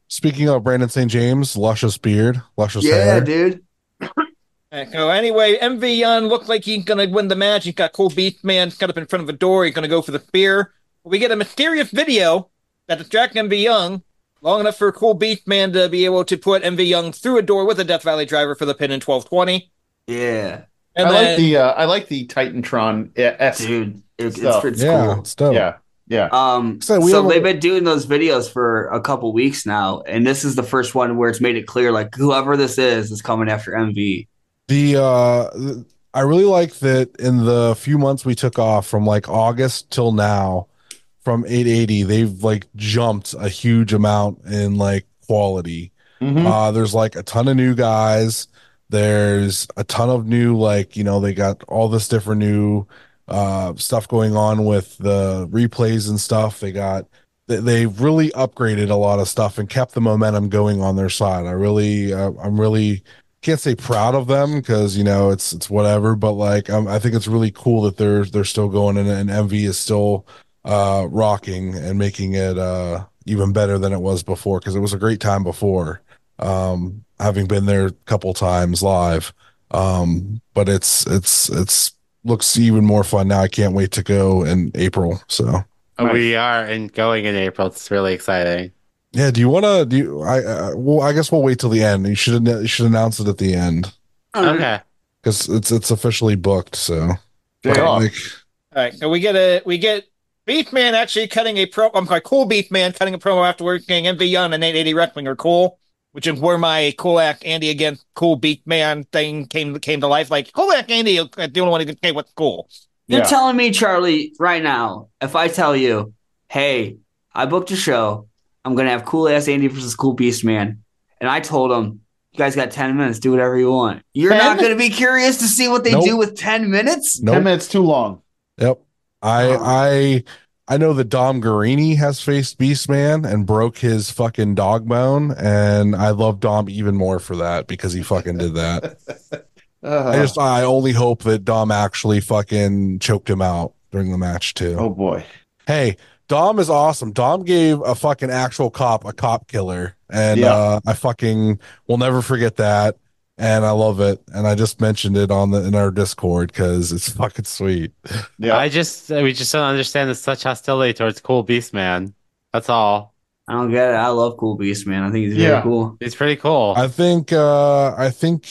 Speaker 1: Speaking of Brandon St. James, luscious beard, luscious
Speaker 6: Yeah,
Speaker 1: hair.
Speaker 6: dude.
Speaker 5: Uh, So anyway, MV Young looked like he's gonna win the match. He's got cool beat man cut up in front of a door. He's gonna go for the spear. We get a mysterious video that distracts MV Young long enough for cool beat man to be able to put MV Young through a door with a Death Valley driver for the pin in twelve twenty.
Speaker 6: Yeah,
Speaker 5: And
Speaker 4: I like
Speaker 5: then-
Speaker 4: the uh, I like the Titantron esque.
Speaker 6: dude. It, it's
Speaker 4: Stuff.
Speaker 6: pretty
Speaker 1: Yeah,
Speaker 6: cool.
Speaker 1: it's dope.
Speaker 4: Yeah, yeah.
Speaker 6: Um,
Speaker 1: So
Speaker 6: so,
Speaker 1: we have a-
Speaker 6: they've been doing those videos for a couple weeks now, and this is the first one where it's made it clear like whoever this is is coming after MV.
Speaker 1: the uh th- i really like that in the few months we took off from like august till now from 880 they've like jumped a huge amount in like quality
Speaker 4: Mhm.
Speaker 1: uh, there's like a ton of new guys. There's a ton of new, like, you know, they got all this different new uh, stuff going on with the replays and stuff. They got, they, they've really upgraded a lot of stuff and kept the momentum going on their side. I really, uh, I'm really, can't say proud of them because, you know, it's, it's whatever, but like, um, I think it's really cool that they're, they're still going and, and MV is still uh, rocking and making it uh, even better than it was before because it was a great time before um, having been there a couple times live. Um, but it's it's it's looks even more fun now. I can't wait to go in April. So
Speaker 3: Oh, We are in going in April. It's really exciting.
Speaker 1: yeah, do you want to? Do you, I? Uh, well, I guess we'll wait till the end. You should anno- you should announce it at the end
Speaker 3: Okay.
Speaker 1: because it's it's officially booked. So
Speaker 2: Day
Speaker 1: But,
Speaker 2: off.
Speaker 1: like,
Speaker 5: All right, so we get a we get Beefman actually cutting a pro. I'm sorry, Cool Beefman cutting a promo after working MV Young and 880 Wrestling are cool, which is where my Kolak Andy against Cool Beefman thing came came to life. Like Kolak Andy, uh, the only one who can say what's cool.
Speaker 6: You're
Speaker 2: Yeah.
Speaker 6: telling me, Charlie, right now, if I tell you, hey, I booked a show, I'm gonna have cool ass Andy versus cool beast man. And I told him, you guys got 10 minutes, do whatever you want. You're not gonna be curious to see what they
Speaker 1: Nope.
Speaker 6: do with 10 minutes?
Speaker 1: nope.
Speaker 4: Ten minutes too long.
Speaker 1: Yep. I I I know that Dom Guarini has faced Beastman and broke his fucking dog bone, and I love Dom even more for that because he fucking did that.
Speaker 4: Uh,
Speaker 1: I
Speaker 4: Oh.
Speaker 1: just I only hope that Dom actually fucking choked him out during the match too.
Speaker 4: oh boy.
Speaker 1: Hey, Dom is awesome. Dom gave a fucking actual cop a cop killer, and
Speaker 4: Yeah.
Speaker 1: uh, I fucking will never forget that. And I love it. And I just mentioned it on the in our Discord because it's fucking sweet.
Speaker 4: Yeah.
Speaker 3: I just uh, we just don't understand the such hostility towards Cool Beast Man. That's all.
Speaker 6: I don't get it. I love cool beast man. I think he's really
Speaker 4: Yeah.
Speaker 6: cool.
Speaker 3: It's pretty cool.
Speaker 1: I think uh I think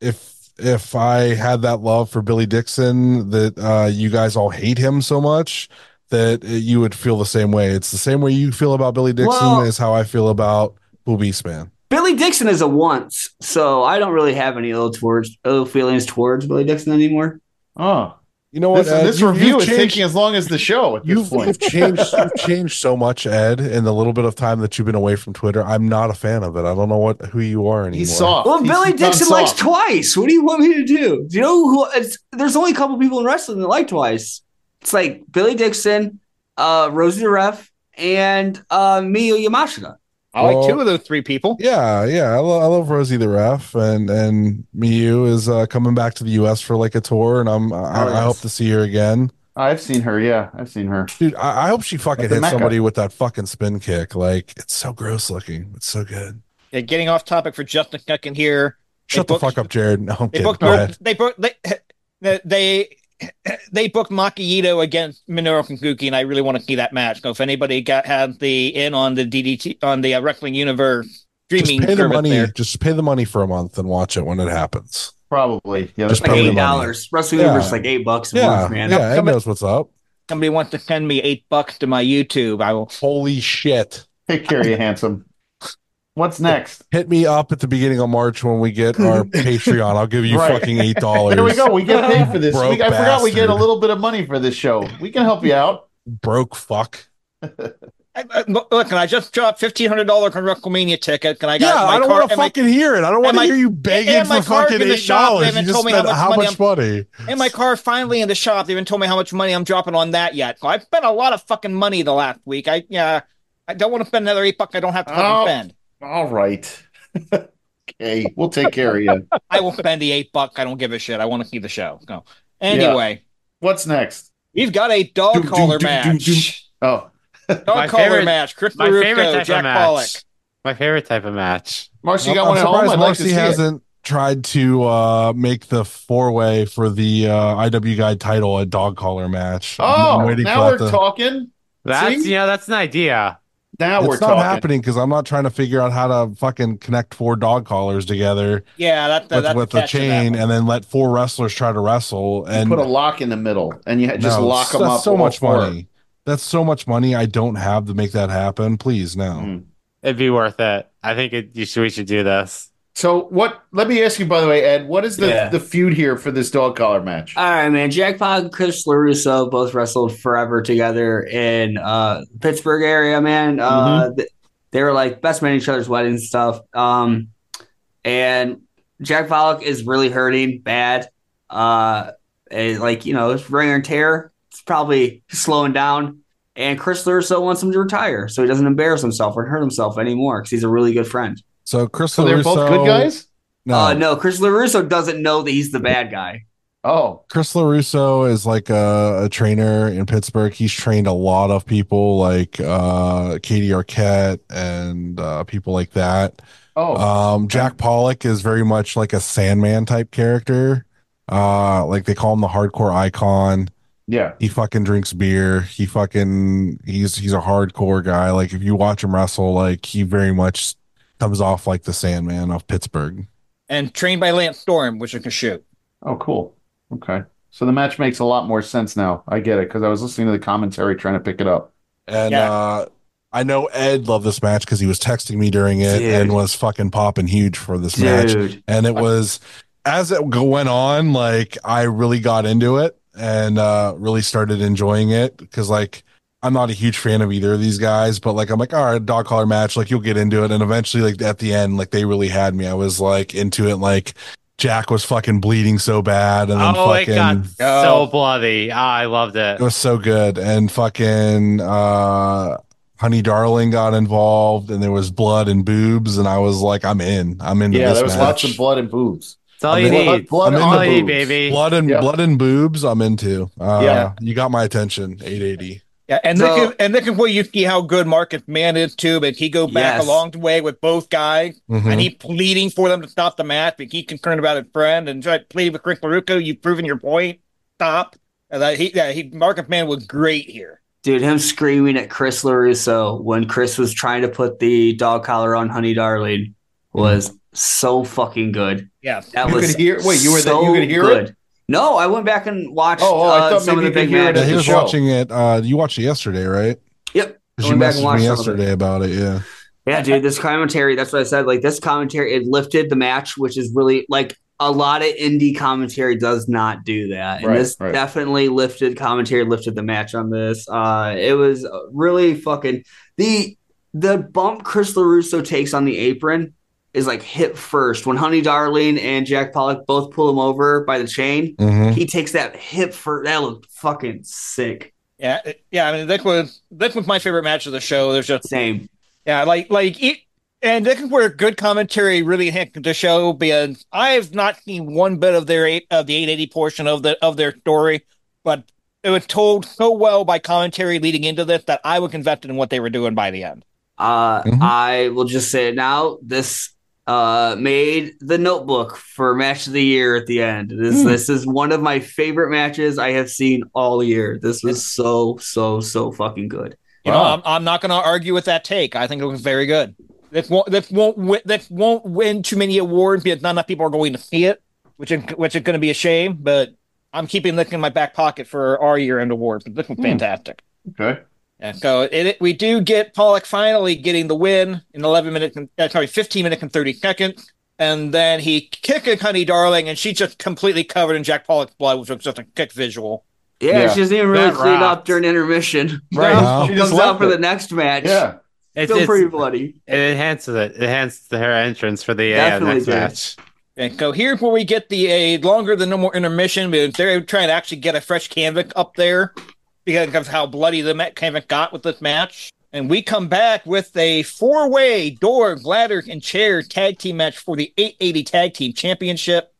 Speaker 1: if if I had that love for Billy Dixon that uh you guys all hate him so much that you would feel the same way. It's the same way you feel about Billy Dixon
Speaker 6: Well-
Speaker 1: is how I feel about Bull Beastman.
Speaker 6: Billy Dixon is a once, so I don't really have any ill towards ill feelings towards Billy Dixon anymore.
Speaker 4: oh,
Speaker 1: You know what?
Speaker 4: this,
Speaker 1: Ed?
Speaker 4: this
Speaker 1: uh, You-
Speaker 4: review
Speaker 1: you've
Speaker 4: is
Speaker 1: changed-
Speaker 4: taking as long as the show at this
Speaker 1: You've,
Speaker 4: point.
Speaker 1: you've changed you've changed so much, Ed, in the little bit of time that you've been away from Twitter. I'm not a fan of it. I don't know what who you are anymore.
Speaker 4: He's soft.
Speaker 6: Well,
Speaker 4: He's
Speaker 6: Billy
Speaker 4: become
Speaker 6: Dixon likes
Speaker 4: soft.
Speaker 6: twice. What do you want me to do? Do you know who? It's, there's only a couple people in wrestling that like twice. It's like Billy Dixon, uh, Rosie the Ref, and uh, Miyu Yamashita.
Speaker 5: I like
Speaker 1: Well-
Speaker 5: two of those three people.
Speaker 1: Yeah, yeah, I, lo- I love Rosie the ref, and and Miyu is uh, coming back to the U.S. for like a tour, and I'm I,
Speaker 4: Oh,
Speaker 1: I
Speaker 4: yes.
Speaker 1: hope to see her again,
Speaker 4: I've seen her. Yeah, I've seen her.
Speaker 1: dude. I, I hope she fucking
Speaker 4: At the
Speaker 1: hits
Speaker 4: Mecca.
Speaker 1: somebody with that fucking spin kick. Like it's so gross looking. It's so good.
Speaker 5: Yeah, getting off topic for Justin Cookin here.
Speaker 1: Shut the
Speaker 5: booked-
Speaker 1: fuck up, Jared. No, I'm
Speaker 5: They
Speaker 1: kidding.
Speaker 5: booked,
Speaker 1: Go ahead.
Speaker 5: they booked they they they booked Makiito against Minoru Kaguki, and I really want to see that match. So if anybody got had the in on the DDT on the uh, Wrestling Universe
Speaker 1: Just
Speaker 5: streaming
Speaker 1: pay the
Speaker 5: service
Speaker 1: money.
Speaker 5: there,
Speaker 1: Just pay the money for a month and watch it when it happens.
Speaker 4: Probably. Yeah.
Speaker 1: Just
Speaker 4: That's
Speaker 6: Like
Speaker 1: Probably
Speaker 6: eight
Speaker 1: money.
Speaker 6: dollars. Wrestling
Speaker 1: Yeah.
Speaker 6: Universe is like eight bucks a
Speaker 1: Yeah,
Speaker 6: month, man.
Speaker 1: yeah. Ed
Speaker 5: Coming-
Speaker 1: knows what's up.
Speaker 5: somebody wants to send me eight bucks to my YouTube, I will.
Speaker 1: Holy shit.
Speaker 4: Take care, you handsome. What's next?
Speaker 1: Hit me up at the beginning of March when we get our Patreon. I'll give you
Speaker 4: Right.
Speaker 1: fucking eight dollars.
Speaker 4: There we go. We get paid for this.
Speaker 1: Broke
Speaker 4: We, I forgot we get a
Speaker 1: bastard.
Speaker 4: little bit of money for this show. We can help you out.
Speaker 1: Broke fuck.
Speaker 5: I, I- look, and I just dropped fifteen hundred dollars on WrestleMania tickets, and I
Speaker 1: Yeah,
Speaker 5: got my
Speaker 1: I don't
Speaker 5: car-
Speaker 1: want to
Speaker 5: and my-
Speaker 1: fucking hear it. I don't want
Speaker 5: and
Speaker 1: to
Speaker 5: my-
Speaker 1: hear you begging
Speaker 5: and my
Speaker 1: for
Speaker 5: card
Speaker 1: fucking
Speaker 5: in the
Speaker 1: eight
Speaker 5: shop, they
Speaker 1: dollars. You
Speaker 5: haven't
Speaker 1: just
Speaker 5: told me how
Speaker 1: spent
Speaker 5: much
Speaker 1: how
Speaker 5: money
Speaker 1: much money?
Speaker 5: And my car finally in the shop. They even told me how much money I'm dropping on that yet. So I spent a lot of fucking money the last week. I yeah, I don't want to spend another eight bucks. I don't have to fucking
Speaker 4: Oh.
Speaker 5: spend.
Speaker 4: All right. okay, we'll take care of you.
Speaker 5: I will spend the eight buck. I don't give a shit. I want to see the show. No. Anyway,
Speaker 4: What's next?
Speaker 5: we've got a dog
Speaker 1: Doom, doom,
Speaker 5: collar
Speaker 1: doom, doom,
Speaker 5: match.
Speaker 4: Oh,
Speaker 5: Dog
Speaker 3: My
Speaker 5: collar
Speaker 3: favorite-
Speaker 5: match. Chris
Speaker 3: My favorite
Speaker 5: LaRusso,
Speaker 3: type
Speaker 5: Jack
Speaker 3: of match.
Speaker 5: Pollock.
Speaker 3: My favorite type of match.
Speaker 4: Marcy
Speaker 1: I'm-
Speaker 4: got
Speaker 1: I'm
Speaker 4: one at home.
Speaker 1: surprised
Speaker 4: I'd like to
Speaker 1: Marcy
Speaker 4: see it.
Speaker 1: hasn't tried to uh, make the four way for the uh, IW guy title a dog collar match. I'm- I'm
Speaker 4: Oh,
Speaker 1: waiting
Speaker 4: now
Speaker 1: for
Speaker 4: we're
Speaker 1: that to-
Speaker 4: talking.
Speaker 3: That's
Speaker 4: See?
Speaker 3: you know, that's an idea.
Speaker 4: Now
Speaker 1: It's
Speaker 4: we're
Speaker 1: not
Speaker 4: talking.
Speaker 1: happening because I'm not trying to figure out how to fucking connect four dog collars together.
Speaker 5: Yeah, that, that,
Speaker 1: with,
Speaker 5: that's
Speaker 1: with the chain and then let four wrestlers try to wrestle
Speaker 4: You
Speaker 1: and
Speaker 4: put a lock in the middle and you ha- just
Speaker 1: No,
Speaker 4: lock them
Speaker 1: that's
Speaker 4: up.
Speaker 1: so
Speaker 4: all
Speaker 1: much
Speaker 4: four.
Speaker 1: money that's so much money i don't have to make that happen please no
Speaker 4: Mm.
Speaker 3: It'd be worth it. I think it, you should, we should do this.
Speaker 4: So what? Let me ask you, by the way, Ed. What is the
Speaker 6: Yeah.
Speaker 4: the feud here for this dog collar match?
Speaker 1: Uh,
Speaker 6: All right, man. Jack Pog and Chris LaRusso both wrestled forever together in uh, Pittsburgh area, man. Uh, th- they were like best man at each other's wedding stuff. Um, and Jack Pollock is really hurting bad. Uh, and, like, you know, it's ring and tear. It's probably slowing down. And Chris LaRusso wants him to retire so he doesn't embarrass himself or hurt himself anymore because he's a really good friend.
Speaker 1: so chris
Speaker 4: so they're both
Speaker 1: LaRusso-
Speaker 4: good guys.
Speaker 1: no
Speaker 6: Uh, no, Chris LaRusso doesn't know that he's the bad guy.
Speaker 4: Oh,
Speaker 1: chris larusso is like a, a trainer in pittsburgh he's trained a lot of people like uh katie arquette and uh people like that
Speaker 2: Oh,
Speaker 1: Um, Jack Pollock is very much like a Sandman type character. Uh, like they call him the hardcore icon.
Speaker 2: yeah.
Speaker 1: He fucking drinks beer. He fucking he's he's a hardcore guy. Like if you watch him wrestle, like he very much comes off like the Sandman of Pittsburgh.
Speaker 5: and trained by Lance Storm, which I can shoot.
Speaker 2: Oh, cool. Okay. So the match makes a lot more sense now. I get it because I was listening to the commentary trying to pick it up.
Speaker 1: And
Speaker 5: Yeah.
Speaker 1: uh, I know Ed loved this match because he was texting me during it
Speaker 6: Dude.
Speaker 1: and was fucking popping huge for this match.
Speaker 6: dude.
Speaker 1: and it was as it go- went on like i really got into it and uh really started enjoying it because like i'm not a huge fan of either of these guys but like i'm like all right dog collar match like you'll get into it and eventually like at the end like they really had me i was like into it like jack was fucking bleeding so bad and then
Speaker 3: Oh, it
Speaker 1: fucking
Speaker 3: got
Speaker 2: Oh.
Speaker 3: so bloody. Ah, I loved it.
Speaker 1: it was so good and fucking uh honey darling got involved and there was blood and boobs and i was like i'm in i'm into
Speaker 2: Yeah,
Speaker 1: this
Speaker 2: there was
Speaker 1: match.
Speaker 2: lots of blood and boobs.
Speaker 3: It's all
Speaker 1: I'm
Speaker 3: you
Speaker 1: in-
Speaker 3: need.
Speaker 2: blood
Speaker 3: It's
Speaker 1: on
Speaker 3: all
Speaker 2: the
Speaker 3: you need,
Speaker 2: boobs.
Speaker 3: baby.
Speaker 1: blood and
Speaker 2: Yeah.
Speaker 1: blood and boobs i'm into uh
Speaker 2: Yeah.
Speaker 1: you got my attention 880
Speaker 5: Yeah, and
Speaker 6: So-
Speaker 5: look at, and look at where you see how good Marcus Mann is too. But he go back
Speaker 6: Yes.
Speaker 5: a long way with both guys,
Speaker 1: Mhm.
Speaker 5: and he pleading for them to stop the match, but he concerned about his friend and tried to plead with Chris Laruco. You've proven your point. Stop. And that he, yeah, he Marcus Mann was great here.
Speaker 6: Dude, him screaming at Chris LaRusso when Chris was trying to put the dog collar on Honey Darling was so fucking good.
Speaker 5: Yes.
Speaker 6: That
Speaker 2: You
Speaker 6: was
Speaker 2: could hear- wait, you were the-
Speaker 6: so
Speaker 2: you could hear it?
Speaker 6: good. No, I went back and watched
Speaker 2: Oh, oh, I
Speaker 6: uh,
Speaker 2: thought
Speaker 6: some of
Speaker 2: maybe
Speaker 6: the
Speaker 2: you could
Speaker 6: big
Speaker 2: hear it
Speaker 1: yeah,
Speaker 2: at the
Speaker 1: he
Speaker 6: matches.
Speaker 1: was
Speaker 2: show.
Speaker 1: watching it uh you watched it yesterday right
Speaker 6: Yep.
Speaker 1: because you
Speaker 6: Going back and
Speaker 1: messaged
Speaker 6: watched
Speaker 1: me
Speaker 6: some of it.
Speaker 1: yesterday about it yeah
Speaker 6: Yeah, dude, this commentary, that's what I said. Like, this commentary, it lifted the match, which is really like a lot of indie commentary does not do that. And
Speaker 2: Right,
Speaker 6: this
Speaker 2: right.
Speaker 6: definitely lifted commentary, lifted the match on this. Uh, it was really fucking the the bump Chris LaRusso takes on the apron is like hit first. When Honey Darling and Jack Pollock both pull him over by the chain,
Speaker 1: Mhm.
Speaker 6: he takes that hip first. That looked fucking sick.
Speaker 5: Yeah, it- yeah. I mean, this was this was my favorite match of the show. There's just
Speaker 6: Same.
Speaker 5: yeah, like like it, and this is where good commentary really hit the show because I have not seen one bit of their eight, of the 880 portion of the of their story, but it was told so well by commentary leading into this that I was invested in what they were doing by the end.
Speaker 6: Uh,
Speaker 1: Mhm.
Speaker 6: I will just say it now. This uh, made the Notebook for match of the year at the end. This
Speaker 1: Mm.
Speaker 6: this is one of my favorite matches I have seen all year. This was so so so fucking good.
Speaker 5: You know,
Speaker 2: Wow.
Speaker 5: I'm, I'm not going to argue with that take. I think it was very good. This won't this won't win, this won't win too many awards because not enough people are going to see it, which is which is going to be a shame. But I'm keeping this in my back pocket for our year end award. But this was
Speaker 2: Hmm.
Speaker 5: fantastic.
Speaker 2: Okay.
Speaker 5: And so it, it- we do get Pollock finally getting the win in 11 minutes, and, uh, sorry, 15 minutes and 30 seconds. And then he kicked Honey Darling, and she just completely covered in Jack Pollock's blood, which was just a kick visual.
Speaker 6: Yeah,
Speaker 2: Yeah.
Speaker 6: she doesn't even really
Speaker 5: That
Speaker 6: clean
Speaker 5: rocked.
Speaker 6: up during intermission.
Speaker 2: Right.
Speaker 1: Wow.
Speaker 2: She just
Speaker 6: Comes out
Speaker 2: left
Speaker 6: for the
Speaker 2: it.
Speaker 6: next match.
Speaker 2: Yeah.
Speaker 3: It's,
Speaker 6: Still
Speaker 3: it's-
Speaker 6: pretty bloody.
Speaker 3: it enhances it. It enhances her entrance for the uh,
Speaker 6: Definitely
Speaker 3: next
Speaker 6: did.
Speaker 3: match.
Speaker 5: And so here's where we get the a longer than normal intermission, but they're trying to actually get a fresh canvas up there because of how bloody the mat- canvas got with this match. And we come back with a four way door, ladder, and chair tag team match for the 880 Tag Team Championship.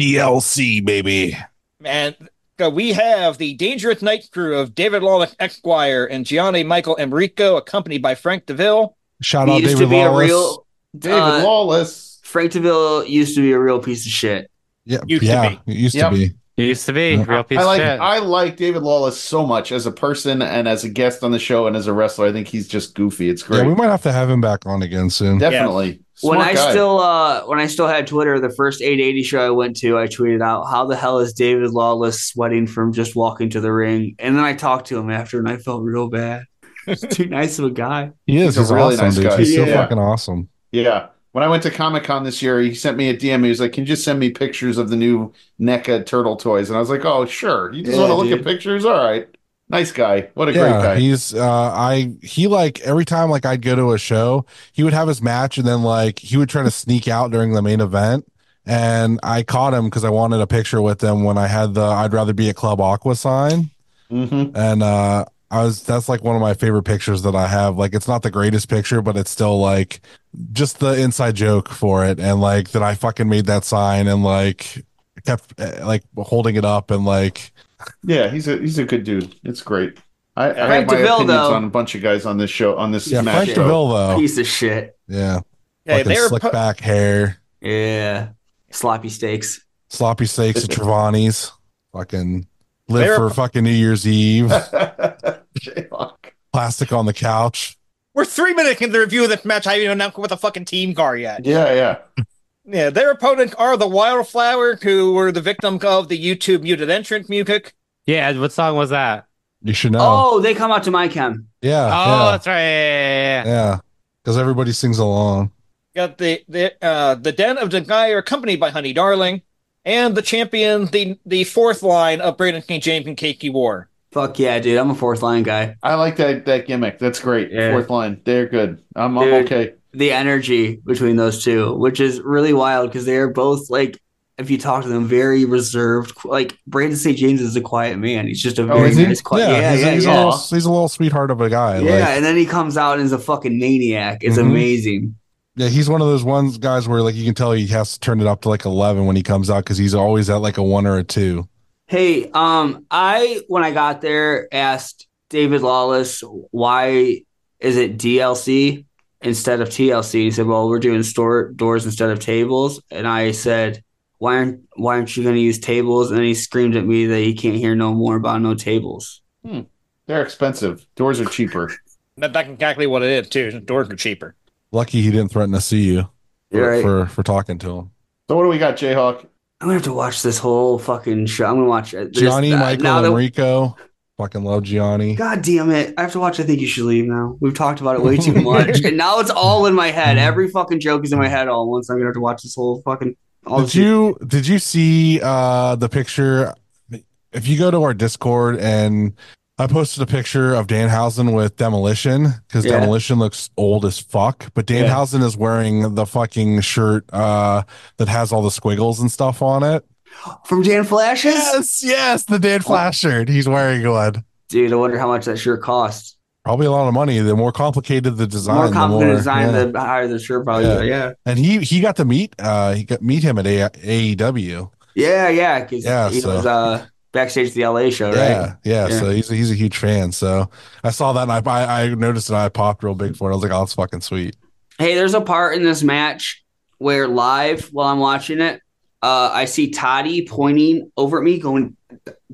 Speaker 1: dlc baby
Speaker 5: And uh, we have the Dangerous Night crew of David Lawless Esquire and Gianni Michael Enrico, accompanied by Frank DeVille.
Speaker 1: shout
Speaker 6: He
Speaker 1: out
Speaker 6: used
Speaker 1: david
Speaker 6: to be
Speaker 1: Lawless.
Speaker 6: a real
Speaker 2: David
Speaker 6: Uh,
Speaker 2: Lawless.
Speaker 6: Frank DeVille used to be a real piece of shit.
Speaker 1: yeah
Speaker 5: used to
Speaker 1: yeah it used
Speaker 2: Yep.
Speaker 1: to be
Speaker 3: It used to be
Speaker 1: Yeah.
Speaker 3: real piece
Speaker 2: I like
Speaker 3: of shit.
Speaker 2: I like David Lawless so much as a person and as a guest on the show and as a wrestler. I think he's just goofy. It's
Speaker 1: yeah
Speaker 2: great.
Speaker 1: we might have to have him back on again soon
Speaker 2: Definitely.
Speaker 6: when
Speaker 2: Smart
Speaker 6: I
Speaker 2: guy.
Speaker 6: still uh when I still had Twitter, the first 880 show I went to, I tweeted out, "How the hell is David Lawless sweating from just walking to the ring?" And then I talked to him after, and I felt real bad. He's too nice of a guy.
Speaker 1: he is
Speaker 2: He's a
Speaker 1: he's,
Speaker 2: really
Speaker 1: awesome
Speaker 2: nice
Speaker 1: dude
Speaker 2: guy.
Speaker 1: he's so
Speaker 2: Yeah.
Speaker 1: fucking awesome
Speaker 2: Yeah. When I went to Comic Con this year, he sent me a DM. He was like, Can you just send me pictures of the new NECA turtle toys? And I was like, Oh, sure. You just
Speaker 6: Yeah,
Speaker 2: want to look
Speaker 6: dude.
Speaker 2: at pictures? All right. Nice guy. What a great
Speaker 1: yeah
Speaker 2: guy.
Speaker 1: he's uh i he like every time like i'd go to a show he would have his match and then like he would try to sneak out during the main event and i caught him because i wanted a picture with him when i had the i'd rather be at club aqua sign
Speaker 2: Mhm.
Speaker 1: and uh i was that's like one of my favorite pictures that i have like it's not the greatest picture but it's still like just the inside joke for it and like that i fucking made that sign and like kept uh, like holding it up and like
Speaker 2: Yeah, he's a he's a good dude. It's great. I, I
Speaker 6: Frank
Speaker 2: have my
Speaker 6: DeVille,
Speaker 2: opinions
Speaker 6: though-
Speaker 2: on a bunch of guys on this show on this
Speaker 1: yeah
Speaker 2: match.
Speaker 1: frank
Speaker 6: show.
Speaker 1: deville though
Speaker 6: Piece of shit.
Speaker 1: yeah
Speaker 5: Hey,
Speaker 1: fucking
Speaker 5: they're
Speaker 1: slick
Speaker 5: po-
Speaker 1: back hair,
Speaker 6: Yeah. Sloppy steaks.
Speaker 1: sloppy steaks at Trevani's, fucking live
Speaker 5: They're-
Speaker 1: for fucking New Year's Eve,
Speaker 2: Jayhawk.
Speaker 1: plastic on the couch.
Speaker 5: we're three minutes into the review of this match. I haven't even announced what the fucking team are yet.
Speaker 2: Yeah, yeah.
Speaker 5: Yeah, their opponent are the Wildflower, who were the victim of the YouTube muted entrance music.
Speaker 3: Yeah, what song was that?
Speaker 1: You should know.
Speaker 6: Oh, they come out to my cam.
Speaker 1: Yeah,
Speaker 3: oh, that's right. Yeah, yeah,
Speaker 1: yeah,
Speaker 3: yeah.
Speaker 1: yeah. Because everybody sings along.
Speaker 5: Got the the uh, the den of the guy are accompanied by Honey Darling, and the champion, the the fourth line of Braden King James and Keiki War.
Speaker 6: Fuck yeah, dude. I'm a fourth line guy.
Speaker 2: I like that that gimmick. That's great.
Speaker 6: Yeah.
Speaker 2: Fourth line. They're good. I'm, I'm
Speaker 6: Dude.
Speaker 2: okay.
Speaker 6: The energy between those two, which is really wild because they are both like, if you talk to them, very reserved. Like Brandon St. James is a quiet man. He's just a very
Speaker 2: is he?
Speaker 6: nice, quiet. Yeah, yeah,
Speaker 1: he's,
Speaker 6: yeah.
Speaker 1: he's
Speaker 6: yeah.
Speaker 1: A little, he's a little sweetheart of a guy. like-
Speaker 6: and then he comes out and is a fucking maniac. It's
Speaker 1: Mhm.
Speaker 6: amazing.
Speaker 1: Yeah, he's one of those ones guys where like you can tell he has to turn it up to like eleven when he comes out because he's always at like a one or a two.
Speaker 6: Hey, um, I when I got there asked David Lawless why is it DLC instead of TLC. He said, "Well, we're doing store doors instead of tables." And I said, "Why aren't Why aren't you going to use tables?" And then he screamed at me that he can't hear no more about no tables.
Speaker 2: They're expensive. Doors are cheaper.
Speaker 5: That, that's exactly what it is too. Doors are cheaper.
Speaker 1: Lucky he didn't threaten to see you for
Speaker 6: You're right.
Speaker 1: for, for talking to him.
Speaker 2: So what do we got, Jayhawk?
Speaker 6: I'm gonna have to watch this whole fucking show. I'm gonna watch it. There's-
Speaker 1: Gianni,
Speaker 6: uh,
Speaker 1: Michael,
Speaker 6: now that-
Speaker 1: and Rico. Fucking love Gianni.
Speaker 6: God damn it. I have to watch I Think You Should Leave now. We've talked about it way too much. and now it's all in my head. Every fucking joke is in my head all at once. I'm going to have to watch this whole fucking. All
Speaker 1: Did
Speaker 6: this shit.
Speaker 1: you did you see uh the picture? If you go to our Discord and I posted a picture of Danhausen with Demolition because
Speaker 6: Yeah.
Speaker 1: Demolition looks old as fuck, but Danhausen is wearing the fucking shirt uh that has all the squiggles and stuff on it.
Speaker 6: From Dan Flashes?
Speaker 1: Yes, yes, the Dan Flash shirt. He's wearing one.
Speaker 6: Dude, I wonder how much that shirt costs.
Speaker 1: Probably a lot of money. The more complicated the design,
Speaker 6: more complicated
Speaker 1: the more,
Speaker 6: design,
Speaker 1: yeah.
Speaker 6: the higher the shirt probably.
Speaker 1: Yeah.
Speaker 6: Yeah, yeah.
Speaker 1: and he he got to meet uh he got meet him at a- E AEW.
Speaker 6: Yeah, yeah. Because
Speaker 1: Yeah,
Speaker 6: he
Speaker 1: so-
Speaker 6: was uh, backstage at the LA show, right?
Speaker 1: Yeah, yeah,
Speaker 6: Yeah.
Speaker 1: So he's he's a huge fan. So I saw that and I I, I noticed and I popped real big for it. I was like, oh, that's fucking sweet.
Speaker 6: Hey, there's a part in this match where live while I'm watching it, uh, I see Toddy pointing over at me, going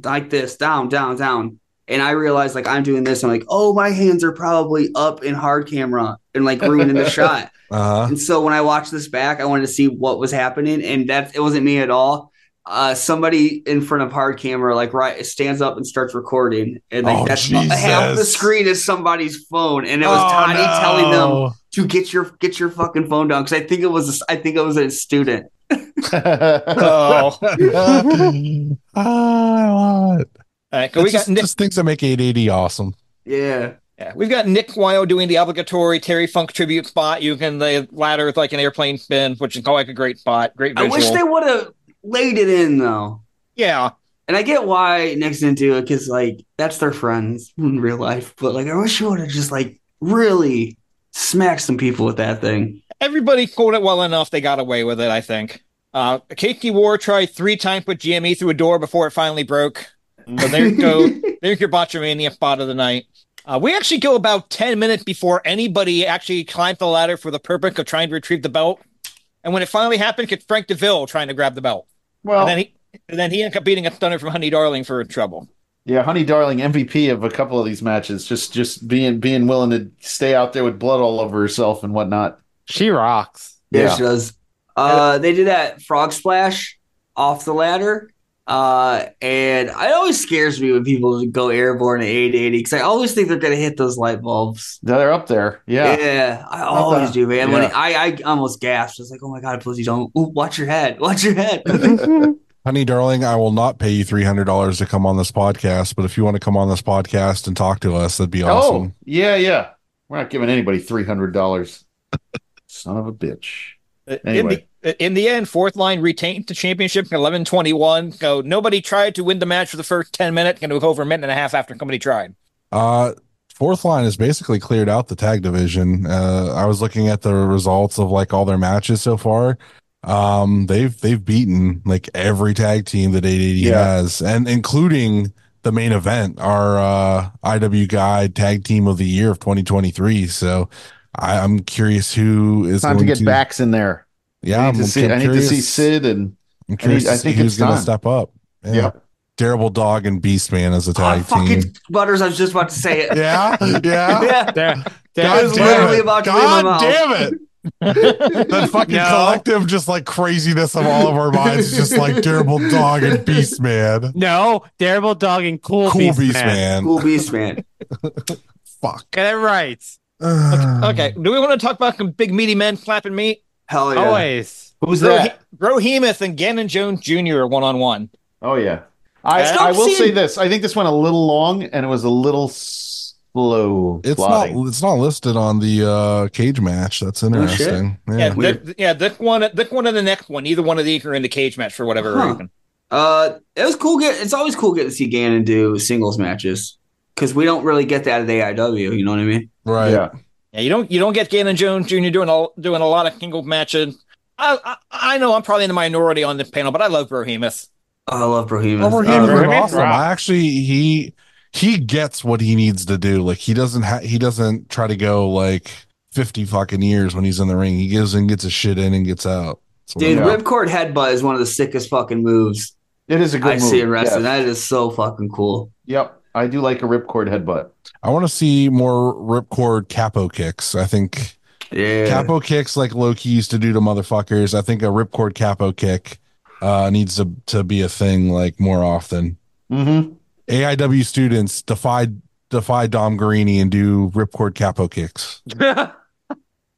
Speaker 6: like this, down, down, down. And I realize like I'm doing this. I'm like, oh, my hands are probably up in hard camera and like ruining the shot.
Speaker 1: Uh huh.
Speaker 6: And so when I watched this back, I wanted to see what was happening, and that it wasn't me at all. Uh, somebody in front of hard camera, like right, stands up and starts recording, and like
Speaker 1: Oh,
Speaker 6: that's half the
Speaker 1: Jesus. Oh,
Speaker 6: screen is somebody's phone, and it was Toddy telling them to get your get your fucking phone down because I think it was a, I think it was a student.
Speaker 5: Oh,
Speaker 1: telling them. Ah, I love it.
Speaker 5: All right, so we
Speaker 1: It's
Speaker 5: got
Speaker 1: just,
Speaker 5: Nick.
Speaker 1: just things that make 880 awesome.
Speaker 6: Yeah,
Speaker 5: yeah, we've got Nick Wilde doing the obligatory Terry Funk tribute spot. You can the ladder with like an airplane spin, which is like a great spot, great
Speaker 6: I
Speaker 5: visual.
Speaker 6: wish they would have laid it in though,
Speaker 5: yeah,
Speaker 6: and I get why Nick's didn't do it because like that's their friends in real life, but like I wish you would have just like really smacked some people with that thing.
Speaker 5: everybody called it well enough. They got away with it, I think. Uh, Keiki War tried three times with GME E through a door before it finally broke. So there you go. There's your Botchamania spot of the night. Uh, we actually go about 10 minutes before anybody actually climbed the ladder for the purpose of trying to retrieve the belt. And when it finally happened, it's Frank DeVille trying to grab the belt.
Speaker 2: Well,
Speaker 4: Oh.
Speaker 5: And then he and then he ended up beating a stunner from Honey Darling for trouble.
Speaker 2: yeah, Honey Darling MVP of a couple of these matches. Just just being being willing to stay out there with blood all over herself and whatnot.
Speaker 3: She rocks.
Speaker 6: Yeah,
Speaker 2: Yeah.
Speaker 6: she does. Uh, they did that frog splash off the ladder. Uh, and it always scares me when people go airborne at 880 because I always think they're going to hit those light bulbs.
Speaker 2: They're up there. Yeah.
Speaker 6: Yeah, I always do, man. When
Speaker 2: Yeah.
Speaker 6: I, I almost gasped. I was like, oh my God, please you don't. Ooh, watch your head. Watch your head.
Speaker 1: Honey, darling, I will not pay you three hundred dollars to come on this podcast, but if you want to come on this podcast and talk to us, that'd be
Speaker 2: Oh,
Speaker 1: awesome.
Speaker 2: yeah, yeah. We're not giving anybody three hundred dollars. Son of a bitch. Anyway.
Speaker 5: Uh, In, the, in the end, fourth line retained the championship in 11 21. So nobody tried to win the match for the first 10 minutes, and it was over a minute and a half after somebody tried.
Speaker 1: Uh, fourth line has basically cleared out the tag division. Uh, I was looking at the results of like all their matches so far. Um, they've they've beaten like every tag team that 880
Speaker 2: Yeah.
Speaker 1: has, and including the main event, our uh, IW Guide Tag Team of the Year of 2023. So. I, I'm curious who is
Speaker 4: Time to
Speaker 1: going
Speaker 4: get backs in there.
Speaker 1: Yeah,
Speaker 4: I need, to
Speaker 1: I'm-
Speaker 4: see,
Speaker 1: I'm
Speaker 4: I need to
Speaker 1: curious-
Speaker 4: see Sid and
Speaker 1: I'm curious
Speaker 4: I
Speaker 1: to see
Speaker 4: think
Speaker 1: who's
Speaker 4: it's
Speaker 1: going to
Speaker 4: time.
Speaker 1: step up. Yeah.
Speaker 4: Yep.
Speaker 1: Terrible dog and beast man as a
Speaker 6: Oh,
Speaker 1: tag team.
Speaker 6: fucking butters! I was just about to say it.
Speaker 1: Yeah, yeah.
Speaker 6: yeah.
Speaker 3: There,
Speaker 1: God
Speaker 3: there was
Speaker 1: damn
Speaker 6: literally
Speaker 1: it.
Speaker 6: about to leave my
Speaker 1: God
Speaker 6: mouth.
Speaker 1: damn it. that fucking
Speaker 3: No.
Speaker 1: collective just like craziness of all of our minds is just like terrible dog and beast man.
Speaker 3: no terrible dog and cool,
Speaker 1: Cool
Speaker 3: beast,
Speaker 1: beast
Speaker 3: man.
Speaker 1: man.
Speaker 6: Cool beast man.
Speaker 1: Fuck.
Speaker 3: Get it right.
Speaker 5: Okay. Do we want to talk about some big meaty men slapping meat?
Speaker 1: Oh,
Speaker 6: Hell yeah.
Speaker 3: Always.
Speaker 4: who's
Speaker 5: Bro,
Speaker 4: that?
Speaker 5: Brohemoth and Gannon Jones Jr. are one on one.
Speaker 4: Oh yeah. I,
Speaker 6: Stop
Speaker 4: I will
Speaker 6: seeing-
Speaker 4: say this. I think this went a little long and it was a little slow.
Speaker 1: It's
Speaker 4: plotting.
Speaker 1: not it's not listed on the uh cage match. That's
Speaker 6: shit.
Speaker 1: interesting.
Speaker 5: Yeah,
Speaker 1: yeah.
Speaker 5: this, yeah, this one, this one, and the next one. Either one of these are in the cage match for whatever
Speaker 6: Huh.
Speaker 5: reason.
Speaker 6: Uh, it was cool. Get it's always cool getting to see Gannon do singles matches because we don't really get that at AIW. You know what I mean?
Speaker 1: Right.
Speaker 4: Yeah.
Speaker 5: Yeah, you don't you don't get Gannon Jones Jr. doing all doing a lot of single matches. I, I I know I'm probably in the minority on this panel, but I love Brohemoth.
Speaker 6: Oh, I love Brohemus.
Speaker 1: Over
Speaker 3: Yeah,
Speaker 1: him,
Speaker 3: Roman
Speaker 1: awesome.
Speaker 3: Rock.
Speaker 1: I actually he he gets what he needs to do. Like he doesn't ha- he doesn't try to go like fifty fucking years when he's in the ring. He goes and gets his shit in and gets out. So,
Speaker 6: Dude,
Speaker 4: Yeah.
Speaker 6: ripcord headbutt is one of the sickest fucking moves
Speaker 4: It is a good
Speaker 6: I see in
Speaker 4: move.
Speaker 6: wrestling.
Speaker 4: Yes.
Speaker 6: That is so fucking cool.
Speaker 4: Yep. I do like a ripcord headbutt.
Speaker 1: I want to see more ripcord capo kicks. I think
Speaker 6: Yeah.
Speaker 1: capo kicks like Loki used to do to motherfuckers. I think a ripcord capo kick uh needs to to be a thing like more often.
Speaker 4: Mm-hmm.
Speaker 1: AIW students defy defy Dom Guarini and do ripcord capo kicks.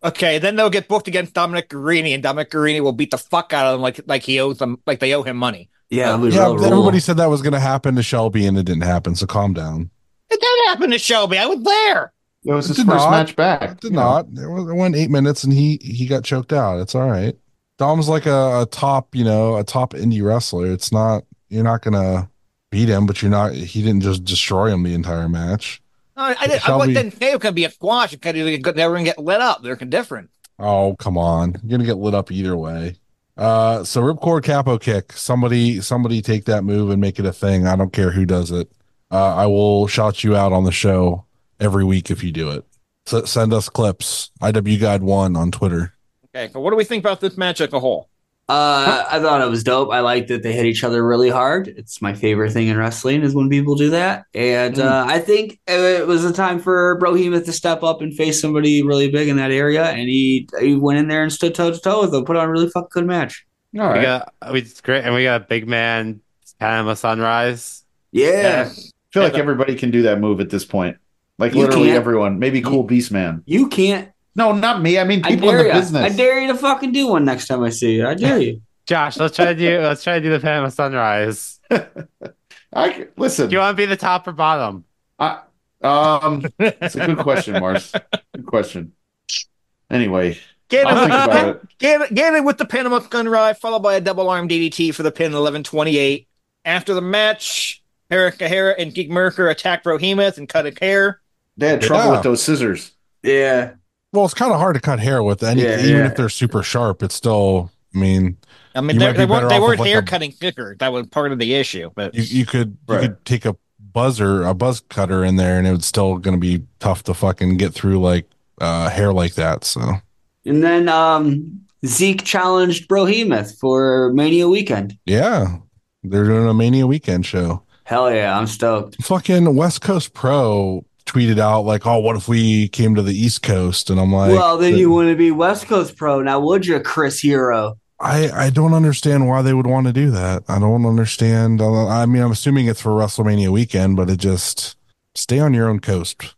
Speaker 5: Okay, then they'll get booked against Dominic Guarini, and Dominic Guarini will beat the fuck out of them like like he owes them like they owe him money.
Speaker 6: yeah. Lou
Speaker 1: yeah,
Speaker 6: Rowe
Speaker 1: everybody
Speaker 6: rule.
Speaker 1: said that was going to happen to Shelby, and it didn't happen. So calm down.
Speaker 5: It did happen to Shelby. I was there.
Speaker 4: It was
Speaker 1: It
Speaker 4: his
Speaker 1: did
Speaker 4: first
Speaker 1: not.
Speaker 4: match back.
Speaker 1: It did not. It, was, it went eight minutes, and he he got choked out. It's all right. Dom's like a, a top, you know, a top indie wrestler. It's not you're not gonna beat him, but you're not. He didn't just destroy him the entire match.
Speaker 5: I, I, did, I
Speaker 1: Shelby-
Speaker 5: didn't say it was going to be a squash because they were going to get lit up. They're different.
Speaker 1: Oh come on, you're gonna get lit up either way. Uh, so ripcord capo kick. Somebody somebody take that move and make it a thing. I don't care who does it. Uh, I will shout you out on the show every week if you do it. So send us clips. IW Guide One on Twitter.
Speaker 5: Okay, so what do we think about this match as a whole?
Speaker 6: Uh, I thought it was dope. I like that they hit each other really hard. It's my favorite thing in wrestling is when people do that. And uh, I think it was a time for Brohemoth to step up and face somebody really big in that area. And he he went in there and stood toe to toe with them, put on a really fucking good match.
Speaker 4: All
Speaker 3: We
Speaker 4: right.
Speaker 3: got we it's great, and we got a big man Panama Sunrise.
Speaker 6: Yeah,
Speaker 4: I feel like everybody can do that move at this point. Like
Speaker 6: You
Speaker 4: literally
Speaker 6: can't.
Speaker 4: everyone. Maybe Cool Beast Man.
Speaker 6: you can't.
Speaker 4: No, not me. I mean
Speaker 6: I
Speaker 4: people in
Speaker 6: dare
Speaker 4: the
Speaker 6: you.
Speaker 4: business.
Speaker 6: I dare you to fucking do one next time I see you. I dare you.
Speaker 3: Josh, let's try to do let's try to do the Panama Sunrise.
Speaker 4: I c- listen.
Speaker 3: Do you want to be the top or bottom?
Speaker 4: I, um, it's a good question, Mars. Good question. Anyway,
Speaker 5: Get
Speaker 4: I'll think about
Speaker 5: him,
Speaker 4: it.
Speaker 5: get, it- get it with the Panama Gunride, followed by a double arm DDT for the pin 1128. After the match, Eric Kahara and Geek Merker attack Brohemoth and cut his hair.
Speaker 4: They had trouble
Speaker 1: Yeah.
Speaker 4: with those scissors.
Speaker 6: yeah,
Speaker 1: Well, it's kind of hard to cut hair with any,
Speaker 6: Yeah,
Speaker 1: even
Speaker 6: yeah.
Speaker 1: if they're super sharp. It's still, I mean,
Speaker 5: I mean,
Speaker 1: You
Speaker 5: they,
Speaker 1: might be
Speaker 5: they weren't,
Speaker 1: better
Speaker 5: they
Speaker 1: off
Speaker 5: weren't
Speaker 1: with, like,
Speaker 5: hair
Speaker 1: a-
Speaker 5: cutting thicker. That was part of the issue. But
Speaker 1: you, you could you
Speaker 4: Right.
Speaker 1: could take a buzzer, a buzz cutter in there, and it would still going to be tough to fucking get through like uh, hair like that. So
Speaker 6: and then um, Zeke challenged Brohemoth for Mania weekend.
Speaker 1: yeah, they're doing a Mania weekend show.
Speaker 6: Hell yeah, I'm stoked.
Speaker 1: Fucking West Coast Pro tweeted out like, "Oh, what if we came to the East Coast?" And I'm like,
Speaker 6: well, then you wouldn't be West Coast pro now, would you, Chris Hero?
Speaker 1: I I don't understand why they would want to do that. I don't understand. I mean, I'm assuming it's for WrestleMania weekend, but it just stay on your own coast.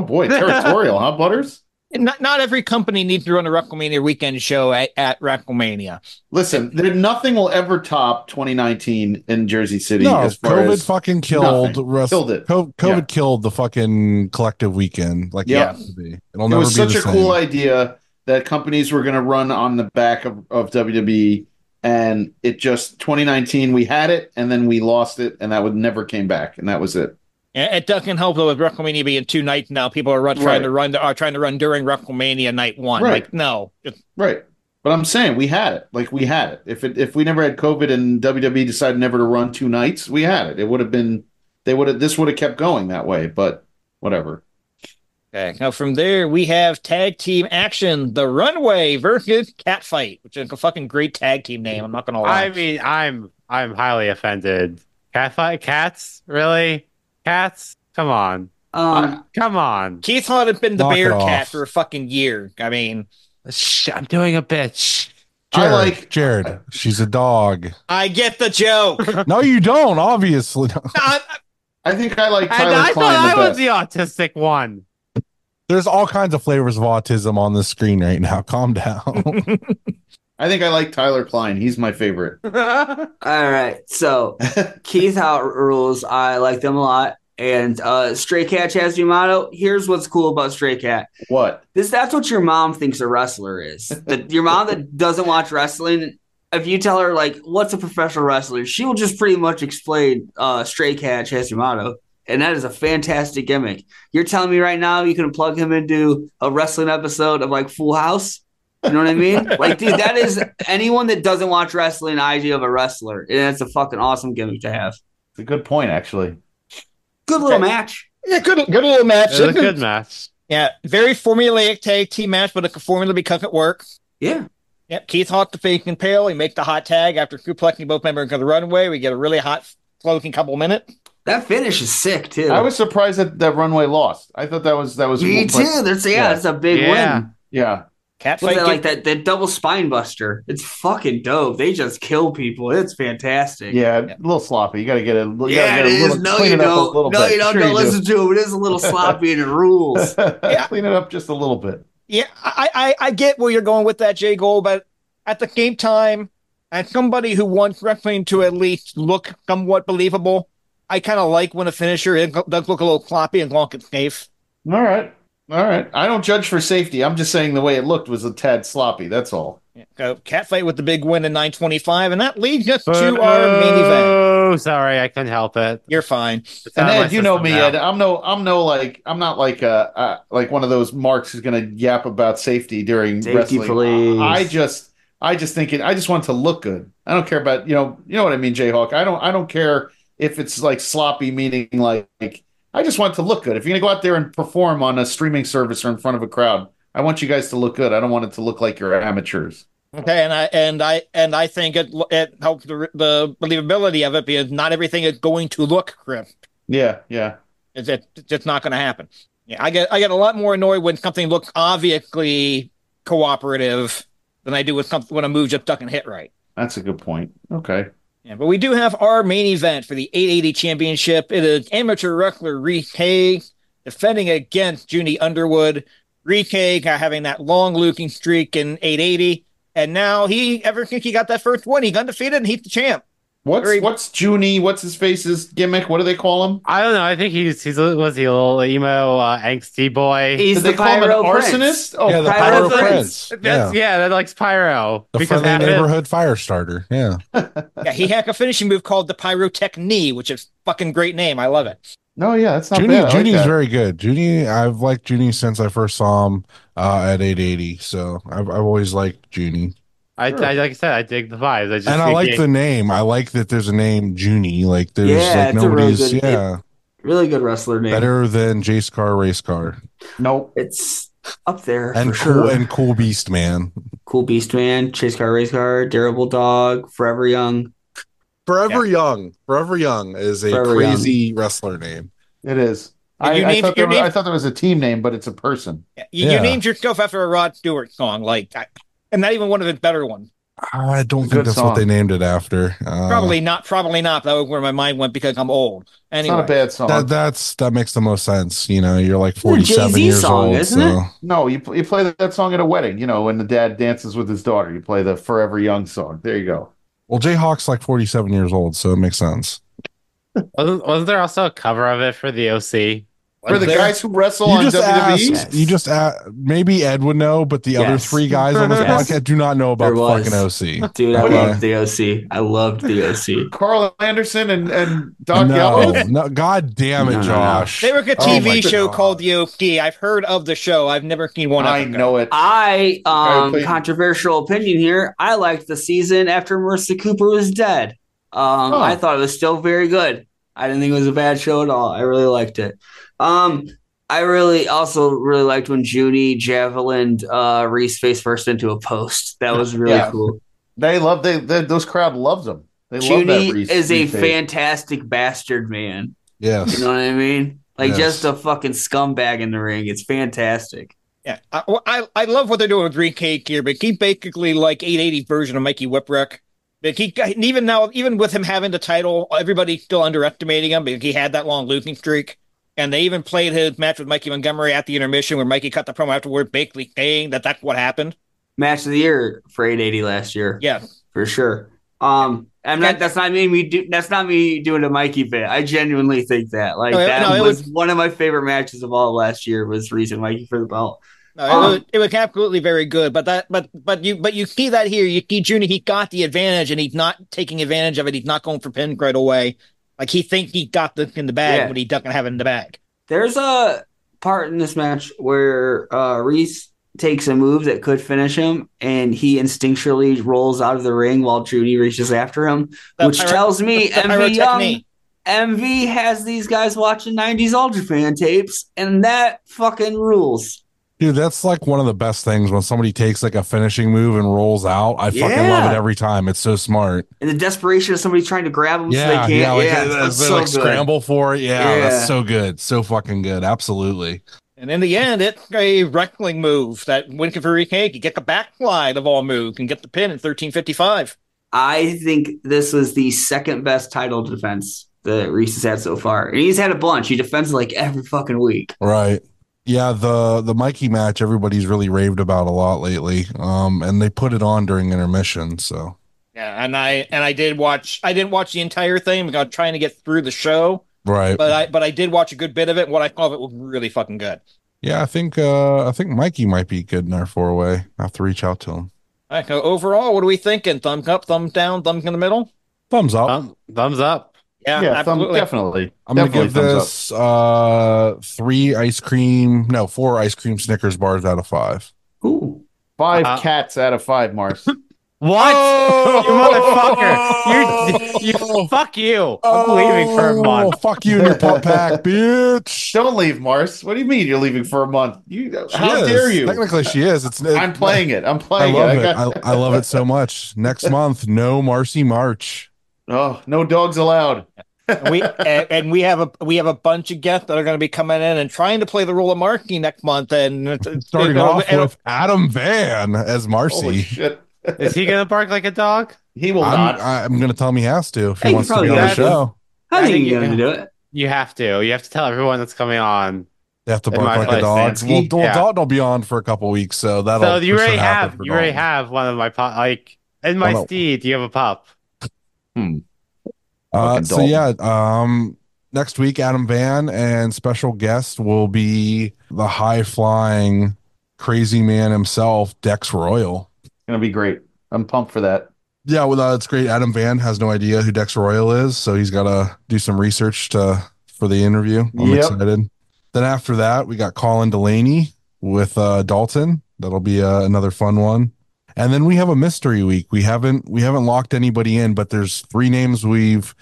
Speaker 4: boy, territorial, huh, Butters?
Speaker 5: not, not every company needs to run a WrestleMania weekend show at, at WrestleMania.
Speaker 4: Listen, there, nothing will ever top 2019 in Jersey City.
Speaker 1: No,
Speaker 4: as far
Speaker 1: COVID
Speaker 4: as,
Speaker 1: fucking killed
Speaker 4: nothing.
Speaker 1: Russ.
Speaker 4: Killed it.
Speaker 1: Co- COVID
Speaker 4: Yeah.
Speaker 1: killed the fucking collective weekend. Like
Speaker 4: Yeah.
Speaker 1: it used to be. It'll
Speaker 4: it
Speaker 1: never
Speaker 4: was
Speaker 1: be
Speaker 4: such
Speaker 1: the
Speaker 4: a
Speaker 1: same.
Speaker 4: cool idea that companies were going to run on the back of, of WWE, and it just 2019 we had it, and then we lost it, and that would never came back, and that was it.
Speaker 5: It it doesn't help though with WrestleMania being two nights now. People are run, trying
Speaker 4: Right.
Speaker 5: to run are trying to run during WrestleMania night one.
Speaker 4: Right.
Speaker 5: Like no, It's-
Speaker 4: Right. But I'm saying we had it. Like we had it. If it if we never had COVID and WWE decided never to run two nights, we had it. It would have been they would have this would have kept going that way, but whatever.
Speaker 5: Okay. Now from there we have tag team action: the Runway versus Catfight, which is a fucking great tag team name. I'm not gonna lie.
Speaker 3: I mean, I'm I'm highly offended. Cat fight, cats, really? Cats? Come on,
Speaker 6: Um,
Speaker 3: come on!
Speaker 5: Keith Hahn has been the
Speaker 1: Knock it
Speaker 5: bear cat
Speaker 1: off.
Speaker 5: for a fucking year. I mean,
Speaker 3: Shh, I'm doing a bitch.
Speaker 4: I
Speaker 1: Jared,
Speaker 4: like-
Speaker 1: Jared. She's a dog.
Speaker 5: I get the joke.
Speaker 1: No, you don't. Obviously,
Speaker 5: I,
Speaker 4: I think I like
Speaker 3: And
Speaker 4: Tyler
Speaker 3: I
Speaker 4: Klein
Speaker 3: thought I
Speaker 4: the
Speaker 3: was
Speaker 4: best.
Speaker 3: the autistic one.
Speaker 1: there's all kinds of flavors of autism on the screen right now. Calm down.
Speaker 4: I think I like Tyler Klein. He's my favorite.
Speaker 6: all right. So Keith Out rules. I like them a lot. And uh, Stray Cat Chaz Yamato. Here's what's cool about Stray Cat.
Speaker 4: what?
Speaker 6: This that's what your mom thinks a wrestler is. That your mom that doesn't watch wrestling. If you tell her like what's a professional wrestler, she will just pretty much explain uh, Stray Cat Chaz Yamato. And that is a fantastic gimmick. You're telling me right now you can plug him into a wrestling episode of like Full House. You know what I mean? like, dude, that is anyone that doesn't watch wrestling, IG of a wrestler, and that's a fucking awesome gimmick to have.
Speaker 4: It's a good point, actually.
Speaker 6: Good little match.
Speaker 5: yeah, good, good little
Speaker 3: It
Speaker 5: match.
Speaker 3: was a good match.
Speaker 5: Yeah, very formulaic tag team match, but a formula because it work.
Speaker 6: Yeah.
Speaker 5: Yep, Keith Hawk the fake and pale. He make the hot tag after suplexing both members into the runway. We get a really hot cloaking couple minutes.
Speaker 6: That finish is sick too.
Speaker 4: I was surprised that that runway lost. I thought that was that was
Speaker 6: Me
Speaker 4: but-
Speaker 6: too. That's yeah,
Speaker 4: yeah.
Speaker 6: that's a big
Speaker 3: Yeah.
Speaker 6: win.
Speaker 4: Yeah,
Speaker 5: Cat
Speaker 6: What's
Speaker 5: fight.
Speaker 6: that, like that that double spine buster. It's fucking dope. They just kill people. It's fantastic.
Speaker 4: yeah, a little sloppy. You got to get a, you gotta
Speaker 6: Yeah,
Speaker 4: get
Speaker 6: it
Speaker 4: a
Speaker 6: is.
Speaker 4: little-
Speaker 6: No,
Speaker 4: clean
Speaker 6: you
Speaker 4: it up a
Speaker 6: don't.
Speaker 4: little
Speaker 6: No,
Speaker 4: bit.
Speaker 6: you don't.
Speaker 4: Sure
Speaker 6: Don't
Speaker 4: you do.
Speaker 6: listen to him. It is a little sloppy and it rules.
Speaker 5: Yeah.
Speaker 4: clean it up just a little bit.
Speaker 5: Yeah, I, I I get where you're going with that, Jay Gold, but at the same time, as somebody who wants wrestling to at least look somewhat believable, I kind of like when a finisher is- does look a little sloppy and long and safe.
Speaker 4: All right, all right. I don't judge for safety. I'm just saying the way it looked was a tad sloppy. That's all.
Speaker 5: So catfight with the big win in 925, and that leads us to
Speaker 3: uh,
Speaker 5: our main event.
Speaker 3: Oh, sorry, I couldn't help it.
Speaker 5: You're fine.
Speaker 3: It's
Speaker 4: And
Speaker 3: out of my
Speaker 4: Ed, you know
Speaker 3: system
Speaker 4: me,
Speaker 3: now.
Speaker 4: Ed. I'm no, I'm no like, I'm not like uh, uh like one of those marks who's gonna yap about safety during
Speaker 6: Safety,
Speaker 4: wrestling.
Speaker 6: please.
Speaker 4: I just, I just think it. I just want it to look good. I don't care about you know, you know what I mean, Jayhawk. I don't, I don't care if it's like sloppy, meaning like, like, I just want it to look good. If you're gonna go out there and perform on a streaming service or in front of a crowd, I want you guys to look good. I don't want it to look like you're amateurs.
Speaker 5: Okay, and I and I and I think it it helps the, the believability of it because not everything is going to look crisp.
Speaker 4: Yeah, yeah.
Speaker 5: It's just, it's just not going to happen. Yeah, I get I get a lot more annoyed when something looks obviously cooperative than I do with something when a move just doesn't hit right.
Speaker 4: That's a good point. Okay.
Speaker 5: Yeah, but we do have our main event for the 880 Championship. It is amateur wrestler Reek Haig defending against Junie Underwood. Reek Haig uh, having that long looking streak in 880, and now he ever since he got that first win, he undefeated and he's the champ.
Speaker 4: What's
Speaker 5: Very-
Speaker 4: what's Junie? What's his face's gimmick? What do they call him?
Speaker 3: I don't know. I think he's he's a- was he a little emo uh, angsty boy.
Speaker 6: He's
Speaker 4: Did they
Speaker 6: the
Speaker 4: call him an
Speaker 6: pyro prince.
Speaker 4: arsonist? Oh,
Speaker 1: yeah, the Pyro
Speaker 6: Pyro Prince.
Speaker 1: Prince.
Speaker 3: That's
Speaker 1: Yeah.
Speaker 3: yeah. that likes pyro
Speaker 1: The
Speaker 3: because
Speaker 1: friendly
Speaker 3: half of-
Speaker 1: neighborhood fire starter. Yeah.
Speaker 5: Yeah, he had a finishing move called the Pyrotechnie, which is fucking great name. I love it.
Speaker 4: No, yeah, that's not
Speaker 1: Junie,
Speaker 4: bad. I like
Speaker 1: Junie's
Speaker 4: that.
Speaker 1: very good. Junie, I've liked Junie since I first saw him uh, at 880. So I've, I've always liked Junie.
Speaker 3: I,
Speaker 4: Sure.
Speaker 3: I like I said, I dig the vibes. I just
Speaker 1: And I like
Speaker 3: think
Speaker 1: the name. I like that there's a name, Junie. Like there's
Speaker 6: Yeah,
Speaker 1: like
Speaker 6: it's a really
Speaker 1: nobody's,
Speaker 6: good-
Speaker 1: yeah,
Speaker 6: Really good wrestler name.
Speaker 1: better than Jace Car Race Car
Speaker 4: nope.
Speaker 6: It's up there
Speaker 1: and
Speaker 6: for
Speaker 1: cool
Speaker 6: sure.
Speaker 1: and Cool Beast Man.
Speaker 6: cool Beast Man, Chase Car, Race Car, Durable Dog, Forever Young.
Speaker 1: Forever Young, Forever Young is a
Speaker 6: Forever
Speaker 1: crazy wrestler name.
Speaker 4: It is.
Speaker 5: And
Speaker 4: I,
Speaker 5: you
Speaker 4: I
Speaker 5: named-
Speaker 4: thought
Speaker 5: you
Speaker 4: there was, I
Speaker 5: named-
Speaker 4: thought there was a team name, but it's a person.
Speaker 5: Yeah, You, you
Speaker 1: Yeah.
Speaker 5: named yourself after a Rod Stewart song, like, I, and not even one of his better ones.
Speaker 1: Ah, I don't
Speaker 4: Good
Speaker 1: think that's
Speaker 4: song.
Speaker 1: what they named it after. Uh,
Speaker 5: Probably not. Probably not. That was where my mind went because I'm old.
Speaker 4: Uh-huh. It's
Speaker 5: Anyway,
Speaker 4: not a bad song.
Speaker 1: that that's that makes the most sense. You know, you're like
Speaker 6: It's a
Speaker 1: 47
Speaker 6: Jay-Z
Speaker 1: years
Speaker 6: song,
Speaker 1: old.
Speaker 6: isn't
Speaker 1: so.
Speaker 4: no, you pl- you play that- that song at a wedding. You know, when the dad dances with his daughter, you play the Forever Young song. There you go.
Speaker 1: Well, Jayhawk's like 47 years old, so it makes sense.
Speaker 3: wasn't, wasn't there also a cover of it for the OC?
Speaker 4: For the
Speaker 5: there-
Speaker 4: guys who wrestle
Speaker 1: You
Speaker 4: on E?
Speaker 1: just,
Speaker 4: WWE,
Speaker 1: asked, you just a- maybe Ed would know, but the other
Speaker 3: Yes.
Speaker 1: three guys on this
Speaker 6: Yes.
Speaker 1: podcast do not know
Speaker 6: There
Speaker 1: about the
Speaker 6: was.
Speaker 1: fucking OC.
Speaker 6: Dude, I
Speaker 4: Okay.
Speaker 6: loved the OC. I loved the OC.
Speaker 4: Carl Anderson and and Doc
Speaker 1: No,
Speaker 4: Gallows.
Speaker 1: no, god damn it,
Speaker 6: No, no, no.
Speaker 1: Josh.
Speaker 5: they were a
Speaker 4: Oh my
Speaker 5: TV show
Speaker 4: God.
Speaker 5: called The OC. I've heard of the show. I've never seen one.
Speaker 4: I
Speaker 5: episode.
Speaker 4: know it.
Speaker 6: I um
Speaker 4: please.
Speaker 6: controversial opinion here. I liked the season after Marissa Cooper was dead. Um
Speaker 4: Huh.
Speaker 6: I thought it was still very good. I didn't think it was a bad show at all. I really liked it. Um I really also really liked when Judy javelined uh, Reese face first into a post. That was really
Speaker 2: Yeah.
Speaker 6: cool.
Speaker 2: They love they, they those crowd loves them. They love
Speaker 6: Judy
Speaker 2: that Reese-
Speaker 6: is a
Speaker 2: Reese face.
Speaker 6: fantastic bastard man.
Speaker 1: Yes.
Speaker 6: You know what I mean? Like
Speaker 1: Yes.
Speaker 6: just a fucking scumbag in the ring. It's fantastic.
Speaker 5: Yeah, I, well, I I love what they're doing with Green Cake here, but he basically like 880 version of Mikey Whipwreck. But he and even now, even with him having the title, everybody's still underestimating him. But he had that long losing streak, and they even played his match with Mikey Montgomery at the intermission, where Mikey cut the promo afterward, basically saying that that's what happened.
Speaker 6: Match of the year for 880 last year.
Speaker 5: Yeah,
Speaker 6: for sure. Um, I'm not. That's not me. Me do. That's not me doing a Mikey bit. I genuinely think that. Like
Speaker 5: No, it-
Speaker 6: that
Speaker 5: no, it
Speaker 6: was,
Speaker 5: was-
Speaker 6: one of my favorite matches of all last year. Was Reason Mikey for the belt.
Speaker 5: No, it,
Speaker 6: Um,
Speaker 5: was, it was absolutely very good, but that, but, but you, but you see that here. You see, Junior, he got the advantage, and he's not taking advantage of it. He's not going for pins right away. Like he think he got this in the bag,
Speaker 6: Yeah.
Speaker 5: but he doesn't have it in the bag.
Speaker 6: There's a part in this match where uh, Reese takes a move that could finish him, and he instinctually rolls out of the ring while Judy reaches after him,
Speaker 5: The
Speaker 6: which
Speaker 5: pyro-
Speaker 6: tells me
Speaker 5: the
Speaker 6: MV Young
Speaker 5: pyrotechny.
Speaker 6: MV has these guys watching '90s All Japan tapes, and that fucking rules.
Speaker 1: Dude, that's like one of the best things when somebody takes like a finishing move and rolls out. I fucking love
Speaker 6: Yeah.
Speaker 1: it every time. It's so smart.
Speaker 6: and the desperation of somebody trying to grab them so they
Speaker 1: Yeah,
Speaker 6: can't.
Speaker 1: yeah,
Speaker 6: Yeah,
Speaker 1: like,
Speaker 6: that's,
Speaker 1: uh, they
Speaker 6: so
Speaker 1: like
Speaker 6: good.
Speaker 1: scramble for it. Yeah,
Speaker 6: Yeah.
Speaker 1: that's so good, so fucking good. Absolutely.
Speaker 5: and in the end, it's a wrestling move that Winker Fury Cake. You get the backslide of all moves and get the pin in 1355.
Speaker 6: I think this was the second best title defense that Reese has had so far, and he's had a bunch. He defends like every fucking week.
Speaker 1: Right. Yeah, the the Mikey match everybody's really raved about a lot lately. Um, and they put it on during intermission. So
Speaker 5: Yeah, and I and I did watch. I didn't watch the entire thing because I was trying to get through the show,
Speaker 1: right.
Speaker 5: but I but I did watch a good bit of it. What I thought of it was really fucking good.
Speaker 1: yeah, I think uh I think Mikey might be good in our four way. I have to reach out to him.
Speaker 5: All right, so overall, what are we thinking? Thumb up, thumb down, thumb in the middle?
Speaker 1: Thumbs up.
Speaker 3: Thumb, thumbs up.
Speaker 5: Yeah,
Speaker 2: yeah, thumb,
Speaker 5: absolutely.
Speaker 2: definitely.
Speaker 1: I'm gonna
Speaker 2: Definitely
Speaker 1: give
Speaker 2: thumbs up.
Speaker 1: this uh three ice cream, no, four ice cream Snickers bars out of five.
Speaker 6: Ooh,
Speaker 2: Five
Speaker 3: Uh,
Speaker 2: cats out of five, Mars.
Speaker 3: What? you motherfucker! You, you fuck you! I'm leaving for a month.
Speaker 1: Oh, fuck you and your pump pack, bitch.
Speaker 2: Don't leave, Mars. What do you mean you're leaving for a month? You
Speaker 1: She
Speaker 2: how
Speaker 1: is.
Speaker 2: dare you?
Speaker 1: Technically, she is. It's.
Speaker 2: I'm playing it. I'm
Speaker 1: I
Speaker 2: playing
Speaker 1: love
Speaker 2: it. I
Speaker 1: it.
Speaker 2: got-
Speaker 1: I, I love it so much. Next month, no Marcy March.
Speaker 2: oh, no dogs allowed.
Speaker 5: And we and, and we have a we have a bunch of guests that are going to be coming in and trying to play the role of Marky next month. And it's- it's-
Speaker 1: Starting
Speaker 5: it'll-
Speaker 1: off
Speaker 5: it'll-
Speaker 1: with Adam Van as
Speaker 2: Holy
Speaker 1: Marcy.
Speaker 2: shit.
Speaker 3: Is he gonna bark like a dog?
Speaker 2: He will
Speaker 1: I'm,
Speaker 2: not.
Speaker 1: I'm going to tell him he has to if he
Speaker 6: Hey,
Speaker 1: wants to
Speaker 6: probably
Speaker 1: be on the
Speaker 3: has to.
Speaker 1: show.
Speaker 6: I
Speaker 3: I
Speaker 6: think
Speaker 3: think
Speaker 6: you're
Speaker 3: you-
Speaker 6: gonna do it.
Speaker 3: You have to. You have to tell everyone that's coming on.
Speaker 1: They have to
Speaker 3: In
Speaker 1: bark
Speaker 3: my
Speaker 1: like a
Speaker 3: place,
Speaker 1: dog.
Speaker 2: Nancy.
Speaker 1: Well, well
Speaker 3: Yeah.
Speaker 1: Dalton will be on for a couple weeks, so that'll.
Speaker 3: so you
Speaker 1: for sure
Speaker 3: already
Speaker 1: happen
Speaker 3: have
Speaker 1: for
Speaker 3: you already
Speaker 1: Dalton.
Speaker 3: have one of my pop like in my
Speaker 1: Well, no.
Speaker 3: steed. You have a pup.
Speaker 1: Uh,
Speaker 2: Fucking
Speaker 1: so yeah, um, next week Adam Van and special guest will be the high flying crazy man himself, Dex Royal.
Speaker 2: gonna be great. I'm pumped for that.
Speaker 1: Yeah, well, uh, it's great. Adam Van has no idea who Dex Royal is, so he's got to do some research to for the interview. I'm
Speaker 2: Yep.
Speaker 1: excited. Then after that, we got Colin Delaney with uh, Dalton. That'll be uh, another fun one. And then we have a mystery week. We haven't we haven't locked anybody in, but there's three names we've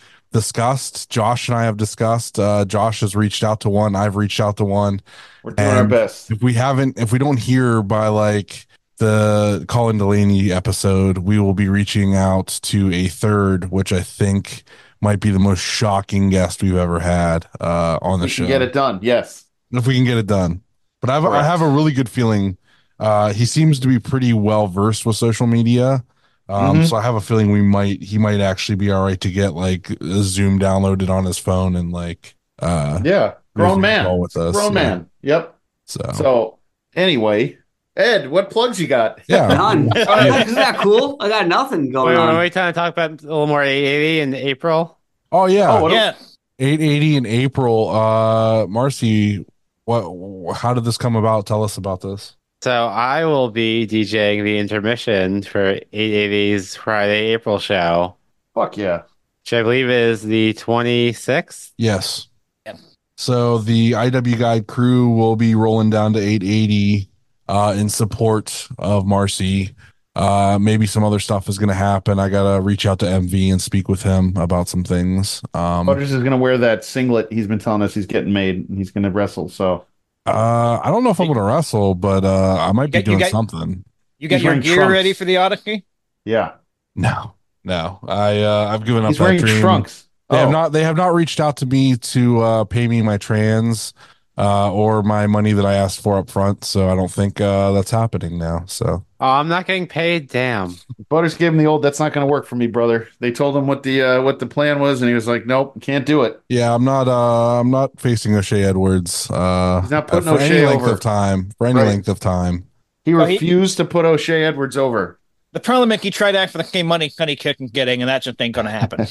Speaker 1: discussed. Josh and I have discussed. Uh, Josh has reached out to one. I've reached out to one
Speaker 2: We're doing our
Speaker 1: And-
Speaker 2: best.
Speaker 1: if we haven't if we don't hear by like the Colin Delaney episode, we will be reaching out to a third, which I think might be the most shocking guest we've ever had uh, on the
Speaker 2: We
Speaker 1: show.
Speaker 2: should get it done. Yes.
Speaker 1: If we can get it done, but I've, I
Speaker 2: Correct.
Speaker 1: have a really good feeling. Uh, he seems to be pretty well versed with social media, um,
Speaker 2: Mhm.
Speaker 1: so I have a feeling we might he might actually be all right to get like a Zoom downloaded on his phone and like uh,
Speaker 2: Yeah.
Speaker 1: do
Speaker 2: Grown
Speaker 1: a call
Speaker 2: man.
Speaker 1: with us.
Speaker 2: Grown
Speaker 1: yeah. Oh.
Speaker 2: man. Yep. So anyway, Ed, what plugs you got?
Speaker 1: yeah,
Speaker 6: None. Isn't that cool? I got nothing
Speaker 3: Wait,
Speaker 6: going
Speaker 3: wait,
Speaker 6: on.
Speaker 3: are we trying to talk about a little more 880 in April?
Speaker 1: Oh yeah.
Speaker 2: Oh, what
Speaker 5: yeah,
Speaker 1: 880 in April. Uh, Marcy, what? How did this come about? Tell us about this.
Speaker 3: So I will be DJing the intermission for 880's Friday April show,
Speaker 2: fuck yeah.
Speaker 3: which I believe is the 26th.
Speaker 1: Yes.
Speaker 5: Yep.
Speaker 1: So the IW Guide crew will be rolling down to 880 uh, in support of Marcy. Uh, maybe some other stuff is going to happen. I gotta reach out to MV and speak with him about some things. Um,
Speaker 2: Butters is gonna wear that singlet he's been telling us he's getting made and he's gonna wrestle. So
Speaker 1: Uh, I don't know if I'm going to wrestle, but uh, I might be
Speaker 5: You got-
Speaker 1: doing
Speaker 5: you got-
Speaker 1: something.
Speaker 5: You got
Speaker 4: He's
Speaker 5: your
Speaker 4: wearing
Speaker 5: gear
Speaker 4: trunks.
Speaker 5: ready for the Odyssey?
Speaker 4: Yeah,
Speaker 1: No, no, I uh, I've given up.
Speaker 4: he's
Speaker 1: that
Speaker 4: wearing
Speaker 1: dream.
Speaker 4: trunks.
Speaker 1: They
Speaker 4: Oh.
Speaker 1: have not. They have not reached out to me to uh, pay me my trans uh, or my money that I asked for up front. So I don't think uh, that's happening now. So
Speaker 3: Oh, I'm not getting paid. Damn.
Speaker 4: Butters gave him the old. That's not going to work for me, brother. They told him what the uh, what the plan was, and he was like, "Nope, can't do it."
Speaker 1: yeah, I'm not. Uh, I'm not facing O'Shea Edwards. Uh,
Speaker 4: He's not putting
Speaker 1: for any
Speaker 4: O'Shea
Speaker 1: length
Speaker 4: over.
Speaker 1: of time. For any
Speaker 4: Right.
Speaker 1: length of time.
Speaker 4: He
Speaker 5: Well, he-
Speaker 4: refused to put O'Shea Edwards over.
Speaker 5: The problem is he tried to act for the same money Cunny Kick and getting, and that just ain't gonna happen.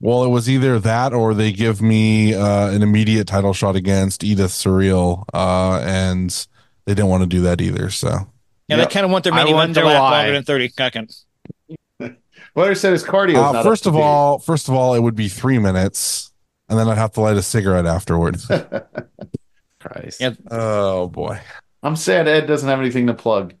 Speaker 1: Well, it was either that or they give me uh, an immediate title shot against Edith Surreal, uh, and they didn't want to do that either. So
Speaker 4: Yep.
Speaker 5: Yeah, they kind of want their
Speaker 3: I
Speaker 5: main event to
Speaker 3: wonder
Speaker 5: last
Speaker 3: why.
Speaker 5: longer than thirty seconds.
Speaker 4: Butters said his cardio. is
Speaker 1: Uh,
Speaker 4: not up
Speaker 1: first
Speaker 4: to
Speaker 1: of
Speaker 4: date.
Speaker 1: all, first of all, it would be three minutes, and then I'd have to light a cigarette afterward.
Speaker 4: Christ,
Speaker 5: Yeah.
Speaker 1: oh boy!
Speaker 4: I'm sad Ed doesn't have anything to plug.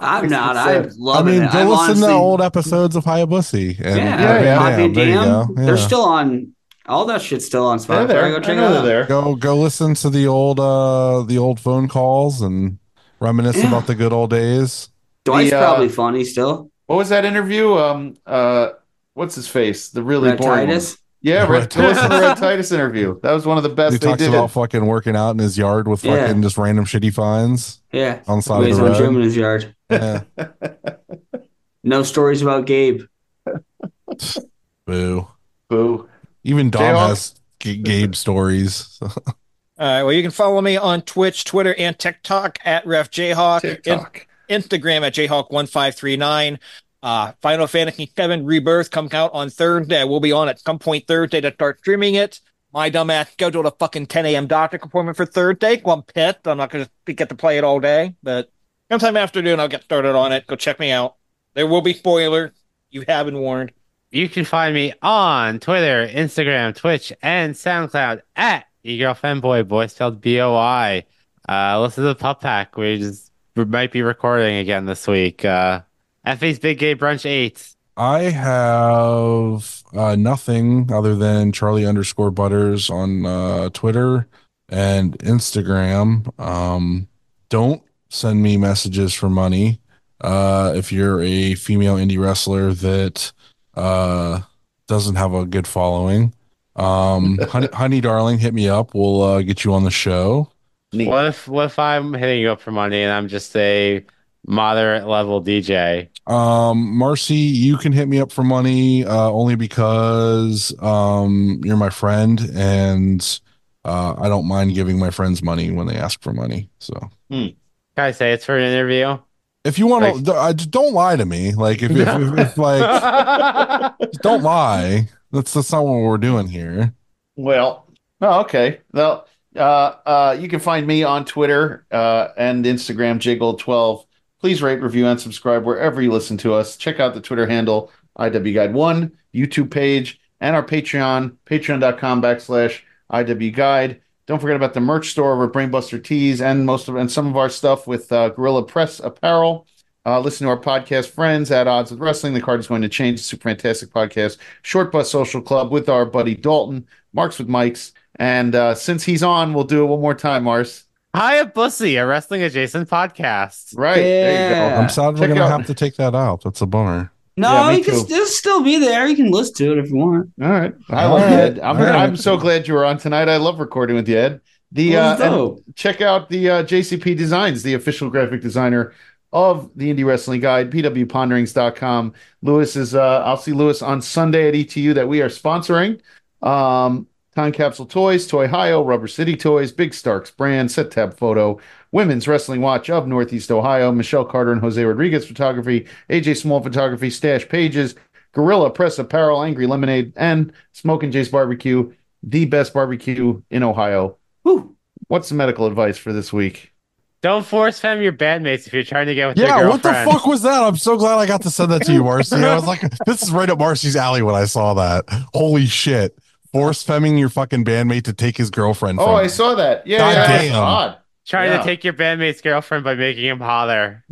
Speaker 6: I'm not. I
Speaker 4: It's,
Speaker 1: I
Speaker 6: love
Speaker 1: mean,
Speaker 6: it.
Speaker 1: go
Speaker 6: I'm
Speaker 1: listen
Speaker 6: honestly,
Speaker 1: to old episodes of Hayabusa and
Speaker 4: Yeah,
Speaker 6: Yeah,
Speaker 4: yeah.
Speaker 1: Van Dam.
Speaker 6: Happy
Speaker 1: There you
Speaker 6: Damn.
Speaker 1: go.
Speaker 6: They're
Speaker 1: Yeah.
Speaker 6: still on. All that shit's still on
Speaker 4: They're
Speaker 6: Spotify.
Speaker 4: there.
Speaker 6: Go
Speaker 4: I
Speaker 6: check it
Speaker 4: know they're
Speaker 6: out.
Speaker 4: there.
Speaker 1: go go listen to the old uh the old phone calls and reminisce
Speaker 6: Yeah.
Speaker 1: about the good old days.
Speaker 6: Dwight's
Speaker 4: The, uh,
Speaker 6: probably funny still.
Speaker 4: What was that interview? Um, uh, what's his face? The really
Speaker 6: Red
Speaker 4: boring. one.
Speaker 6: Titus.
Speaker 4: Yeah,
Speaker 1: Red
Speaker 4: Red, go listen to the Red Titus interview. That was one of the best
Speaker 1: he
Speaker 4: they
Speaker 1: talks
Speaker 4: did.
Speaker 1: about fucking working out in his yard with
Speaker 6: Yeah.
Speaker 1: fucking just random shit he finds
Speaker 6: Yeah.
Speaker 1: on the
Speaker 6: He
Speaker 1: side of
Speaker 6: has
Speaker 1: the
Speaker 6: one
Speaker 1: road.
Speaker 6: gym in his yard.
Speaker 1: Yeah.
Speaker 6: No stories about Gabe.
Speaker 1: Boo.
Speaker 4: Boo.
Speaker 1: Even Dom
Speaker 4: Jayhawk?
Speaker 1: has G- Gabe stories.
Speaker 5: All right. Well, you can follow me on Twitch, Twitter, and TikTok at Ref Jayhawk, In-
Speaker 4: TikTok.
Speaker 5: Instagram at Jayhawk1539. Uh, Final Fantasy VII Rebirth comes out on Thursday. We'll be on at some point Thursday to start streaming it. My dumbass scheduled a fucking 10 a.m. doctor appointment for Thursday. Well, I'm pissed. I'm not going to get to play it all day, but sometime afternoon I'll get started on it. Go check me out. There will be spoilers. You have been warned.
Speaker 3: You can find me on Twitter, Instagram, Twitch, and SoundCloud at eGirl Femboy, boy spelled B O I. Uh, listen to the Pup Pack. We just we might be recording again this week. Uh, FA's Big Gay Brunch 8.
Speaker 1: I have uh, nothing other than Charlie underscore Butters on uh, Twitter and Instagram. Um, don't send me messages for money. Uh, if you're a female indie wrestler that uh, doesn't have a good following, um, honey, honey darling, hit me up. We'll uh, get you on the show.
Speaker 4: Neat.
Speaker 3: What if, what if I'm hitting you up for money and I'm just a moderate level DJ?
Speaker 1: Um, Marcy, you can hit me up for money, uh, only because um, you're my friend, and uh, I don't mind giving my friends money when they ask for money. So
Speaker 3: Can I say it's for an interview?
Speaker 1: if you want
Speaker 3: Right.
Speaker 1: to, I just don't lie to me. Like if, if, if, if like don't lie. That's that's not what we're doing here.
Speaker 4: Well, oh, okay. Well, uh, uh, you can find me on Twitter uh, and Instagram, jgold12. Please rate, review, and subscribe wherever you listen to us. Check out the Twitter handle, IW Guide One, YouTube page, and our Patreon, patreon.com backslash IW Guide. Don't forget about the merch store over at Brainbuster Tees and most of and some of our stuff with uh, Gorilla Press Apparel. Uh, listen to our podcast friends at Odds with Wrestling. The card is going to change. Super fantastic podcast. Short Bus Social Club with our buddy Dalton. Mark's with Mike's. And uh, since he's on, we'll do it one more time, Mars.
Speaker 3: Hi, Bussy, a wrestling adjacent podcast.
Speaker 4: Right. There you go.
Speaker 6: Yeah.
Speaker 1: I'm sad we're
Speaker 4: Check
Speaker 1: gonna
Speaker 4: out-
Speaker 1: have to take that out. That's a bummer.
Speaker 6: No,
Speaker 4: Yeah, me
Speaker 6: you can
Speaker 4: too.
Speaker 6: still, still be there. You can listen to it if you want.
Speaker 4: All right. I
Speaker 1: All
Speaker 4: love
Speaker 1: right.
Speaker 4: you, Ed. I'm,
Speaker 1: All right.
Speaker 4: I'm so glad you were on tonight. I love recording with you, Ed. The
Speaker 6: It
Speaker 4: uh,
Speaker 6: was
Speaker 4: and
Speaker 6: dope.
Speaker 4: check out the uh, JCP Designs, the official graphic designer of the Indie Wrestling Guide, pwponderings.com. Lewis is, uh, I'll see Lewis on Sunday at ETU that we are sponsoring. Um, Time Capsule Toys, Toy Ohio, Rubber City Toys, Big Starks Brand, Set Tab Photo, Women's Wrestling Watch of Northeast Ohio, Michelle Carter and Jose Rodriguez Photography, AJ Small Photography, Stash Pages, Gorilla Press Apparel, Angry Lemonade, and Smoke and Jay's Barbecue, the best barbecue in Ohio.
Speaker 6: Whew.
Speaker 4: What's the medical advice for this week?
Speaker 3: Don't force fem your bandmates if you're trying to get with
Speaker 1: Yeah,
Speaker 3: your
Speaker 1: what the
Speaker 3: girlfriend.
Speaker 1: fuck was that? I'm so glad I got to send that to you, Marcy. I was like, this is right up Marcy's alley when I saw that. Holy shit. Force femming your fucking bandmate to take his girlfriend.
Speaker 4: Oh,
Speaker 1: from
Speaker 4: I
Speaker 1: you.
Speaker 4: saw that. Yeah,
Speaker 1: God
Speaker 4: yeah, that's
Speaker 1: damn.
Speaker 4: odd.
Speaker 3: Trying
Speaker 4: Yeah.
Speaker 3: to take your bandmate's girlfriend by making him holler.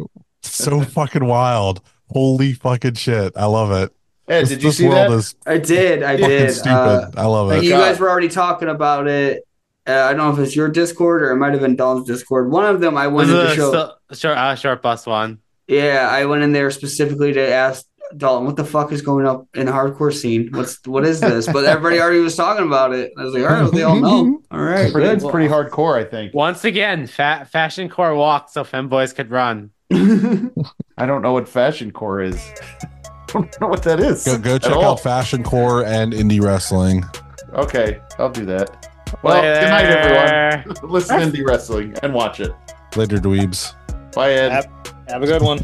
Speaker 1: so fucking wild. Holy fucking shit. I love it.
Speaker 4: Ed,
Speaker 1: This,
Speaker 4: did you
Speaker 1: this
Speaker 4: see
Speaker 1: world
Speaker 4: that?
Speaker 1: is
Speaker 6: I did. I
Speaker 1: fucking
Speaker 6: did.
Speaker 1: stupid.
Speaker 6: Uh,
Speaker 1: I love
Speaker 6: Like
Speaker 1: it.
Speaker 6: you
Speaker 4: Oh God.
Speaker 6: guys were already talking about it. uh, I don't know if it's your Discord or it might have been Dom's Discord. One of them I
Speaker 3: Was
Speaker 6: wanted
Speaker 3: it
Speaker 6: to
Speaker 3: a
Speaker 6: show.
Speaker 3: sil- short, uh, short bus one?
Speaker 6: Yeah, I went in there specifically to ask Dalton, what the fuck is going up in the hardcore scene? What's what is this? But everybody already was talking about it. I was like, all right, well, they all know. All right,
Speaker 2: Pretty,
Speaker 6: good.
Speaker 2: it's pretty hardcore, I think.
Speaker 3: Once again, fa- fashion core walked so femboys could run.
Speaker 2: I don't know what fashion core is. don't know what that is.
Speaker 1: Go, go
Speaker 2: at
Speaker 1: check
Speaker 2: all.
Speaker 1: out Fashion Core and Indie Wrestling.
Speaker 2: Okay, I'll do that. Well,
Speaker 3: Later.
Speaker 2: good night, everyone. Listen to indie wrestling and watch it.
Speaker 1: Later, dweebs.
Speaker 2: Bye, Ed.
Speaker 5: Have- Have a good one.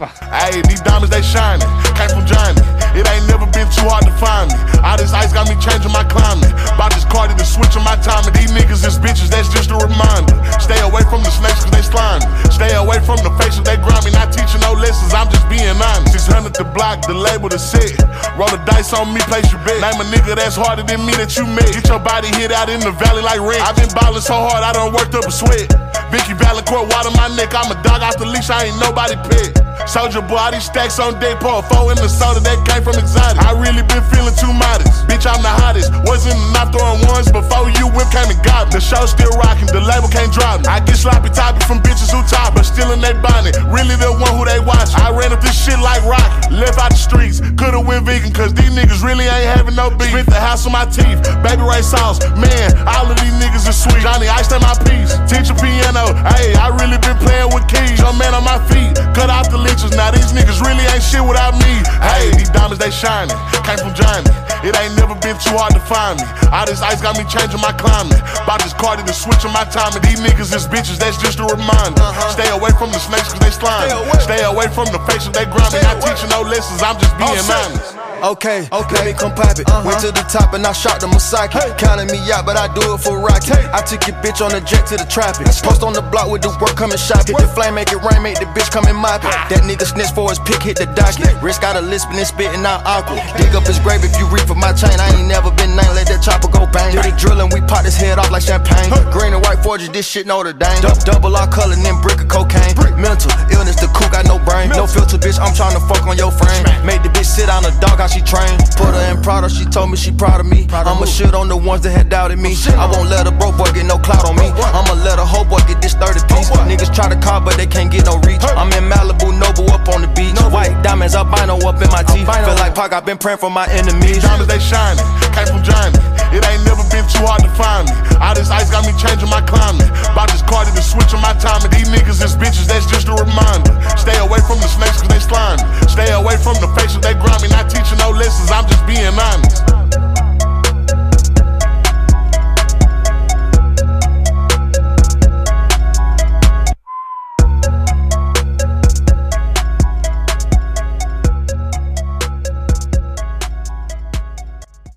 Speaker 9: Ayy, these diamonds they shining, came from Johnny. It ain't never been too hard to find me. All this ice got me changing my climate. Bought this Cardi to switching my timing. These niggas is bitches, that's just a reminder. Stay away from the snakes cause they slimy. Stay away from the faces they grimy. Not teaching no lessons, I'm just being honest. 600 the block, the label the set. Roll the dice on me, place your bet. Name a nigga that's harder than me that you met. Get your body hit out in the valley like rent. I've been ballin' so hard, I done worked up a sweat. Vicky Valancourt, water my neck. I'm a dog off the leash, I ain't nobody pet. Soldier boy, all these stacks on deck, pour a four in the soda that came from exotic. I really been feeling too modest. Bitch, I'm the hottest. Wasn't enough throwing ones before you whip came and got me. The show still rocking, the label can't drop me. I get sloppy toppy from bitches who top, but still in they bonnet. Really the one who they watch. I ran up this shit like rock. Left out the streets, coulda went vegan, cause these niggas really ain't having no beef. Spit the house on my teeth, baby ray sauce. Man, all of these niggas is sweet. Johnny, I stand my peace. Teach a piano, hey, I really been playing with keys. Young man on my feet, cut off the leeches. Now these niggas really ain't shit without me. Hey, these diamonds they shining, came from Johnny. It ain't never been too hard to find me. All this ice got me changing my climate. Bought this Cardi to switching my timing. These niggas is bitches, that's just a reminder. Stay away from the snakes cause they slime. Uh-huh. Stay away from the faces they grimy. Not teaching no lessons, I'm just being honest.
Speaker 10: Okay, okay, let me come pop it. Went to the top and I shot the Masaki. Counting me out, but I do it for Rocky. I took your bitch on a jet to the traffic. Post on the block with the work coming shop. Hit the flame, make it rain, make the bitch come and mop it. That nigga snitch for his pick, hit the docket. Risk out of lisping and spitting out awkward. Dig up his grave if you reach for my chain. I ain't never been named, let that chopper go bang. Do the drilling, we pop his head off like champagne. Green and white forges, this shit Notre Dame. Dou- Double R color, then brick of cocaine. Mental illness, the cook got no brain. No filter, bitch, I'm trying to fuck on your frame. Made the bitch sit on a dog how she trained. Put her in Prada, she told me she proud of me. I'ma shit on the ones that had doubted me. I won't let a broke boy get no clout on me. I'ma let a hoe boy get this 30 piece. Niggas try to call, but they can't get no reach. I'm in Malibu, Noble up on the beach. White diamonds, albino up in my teeth. Feel like Pac, I've been praying for my enemies.
Speaker 9: These diamonds they shining, came from Johnny. It ain't never been too hard to find me. All this ice got me changing my climate. Bought this Cardi to switching my timing. These niggas is bitches, that's just a reminder. Stay away from the snakes cause they slimy. Stay away from the faces they grimy. Not teaching no lessons, I'm just being honest.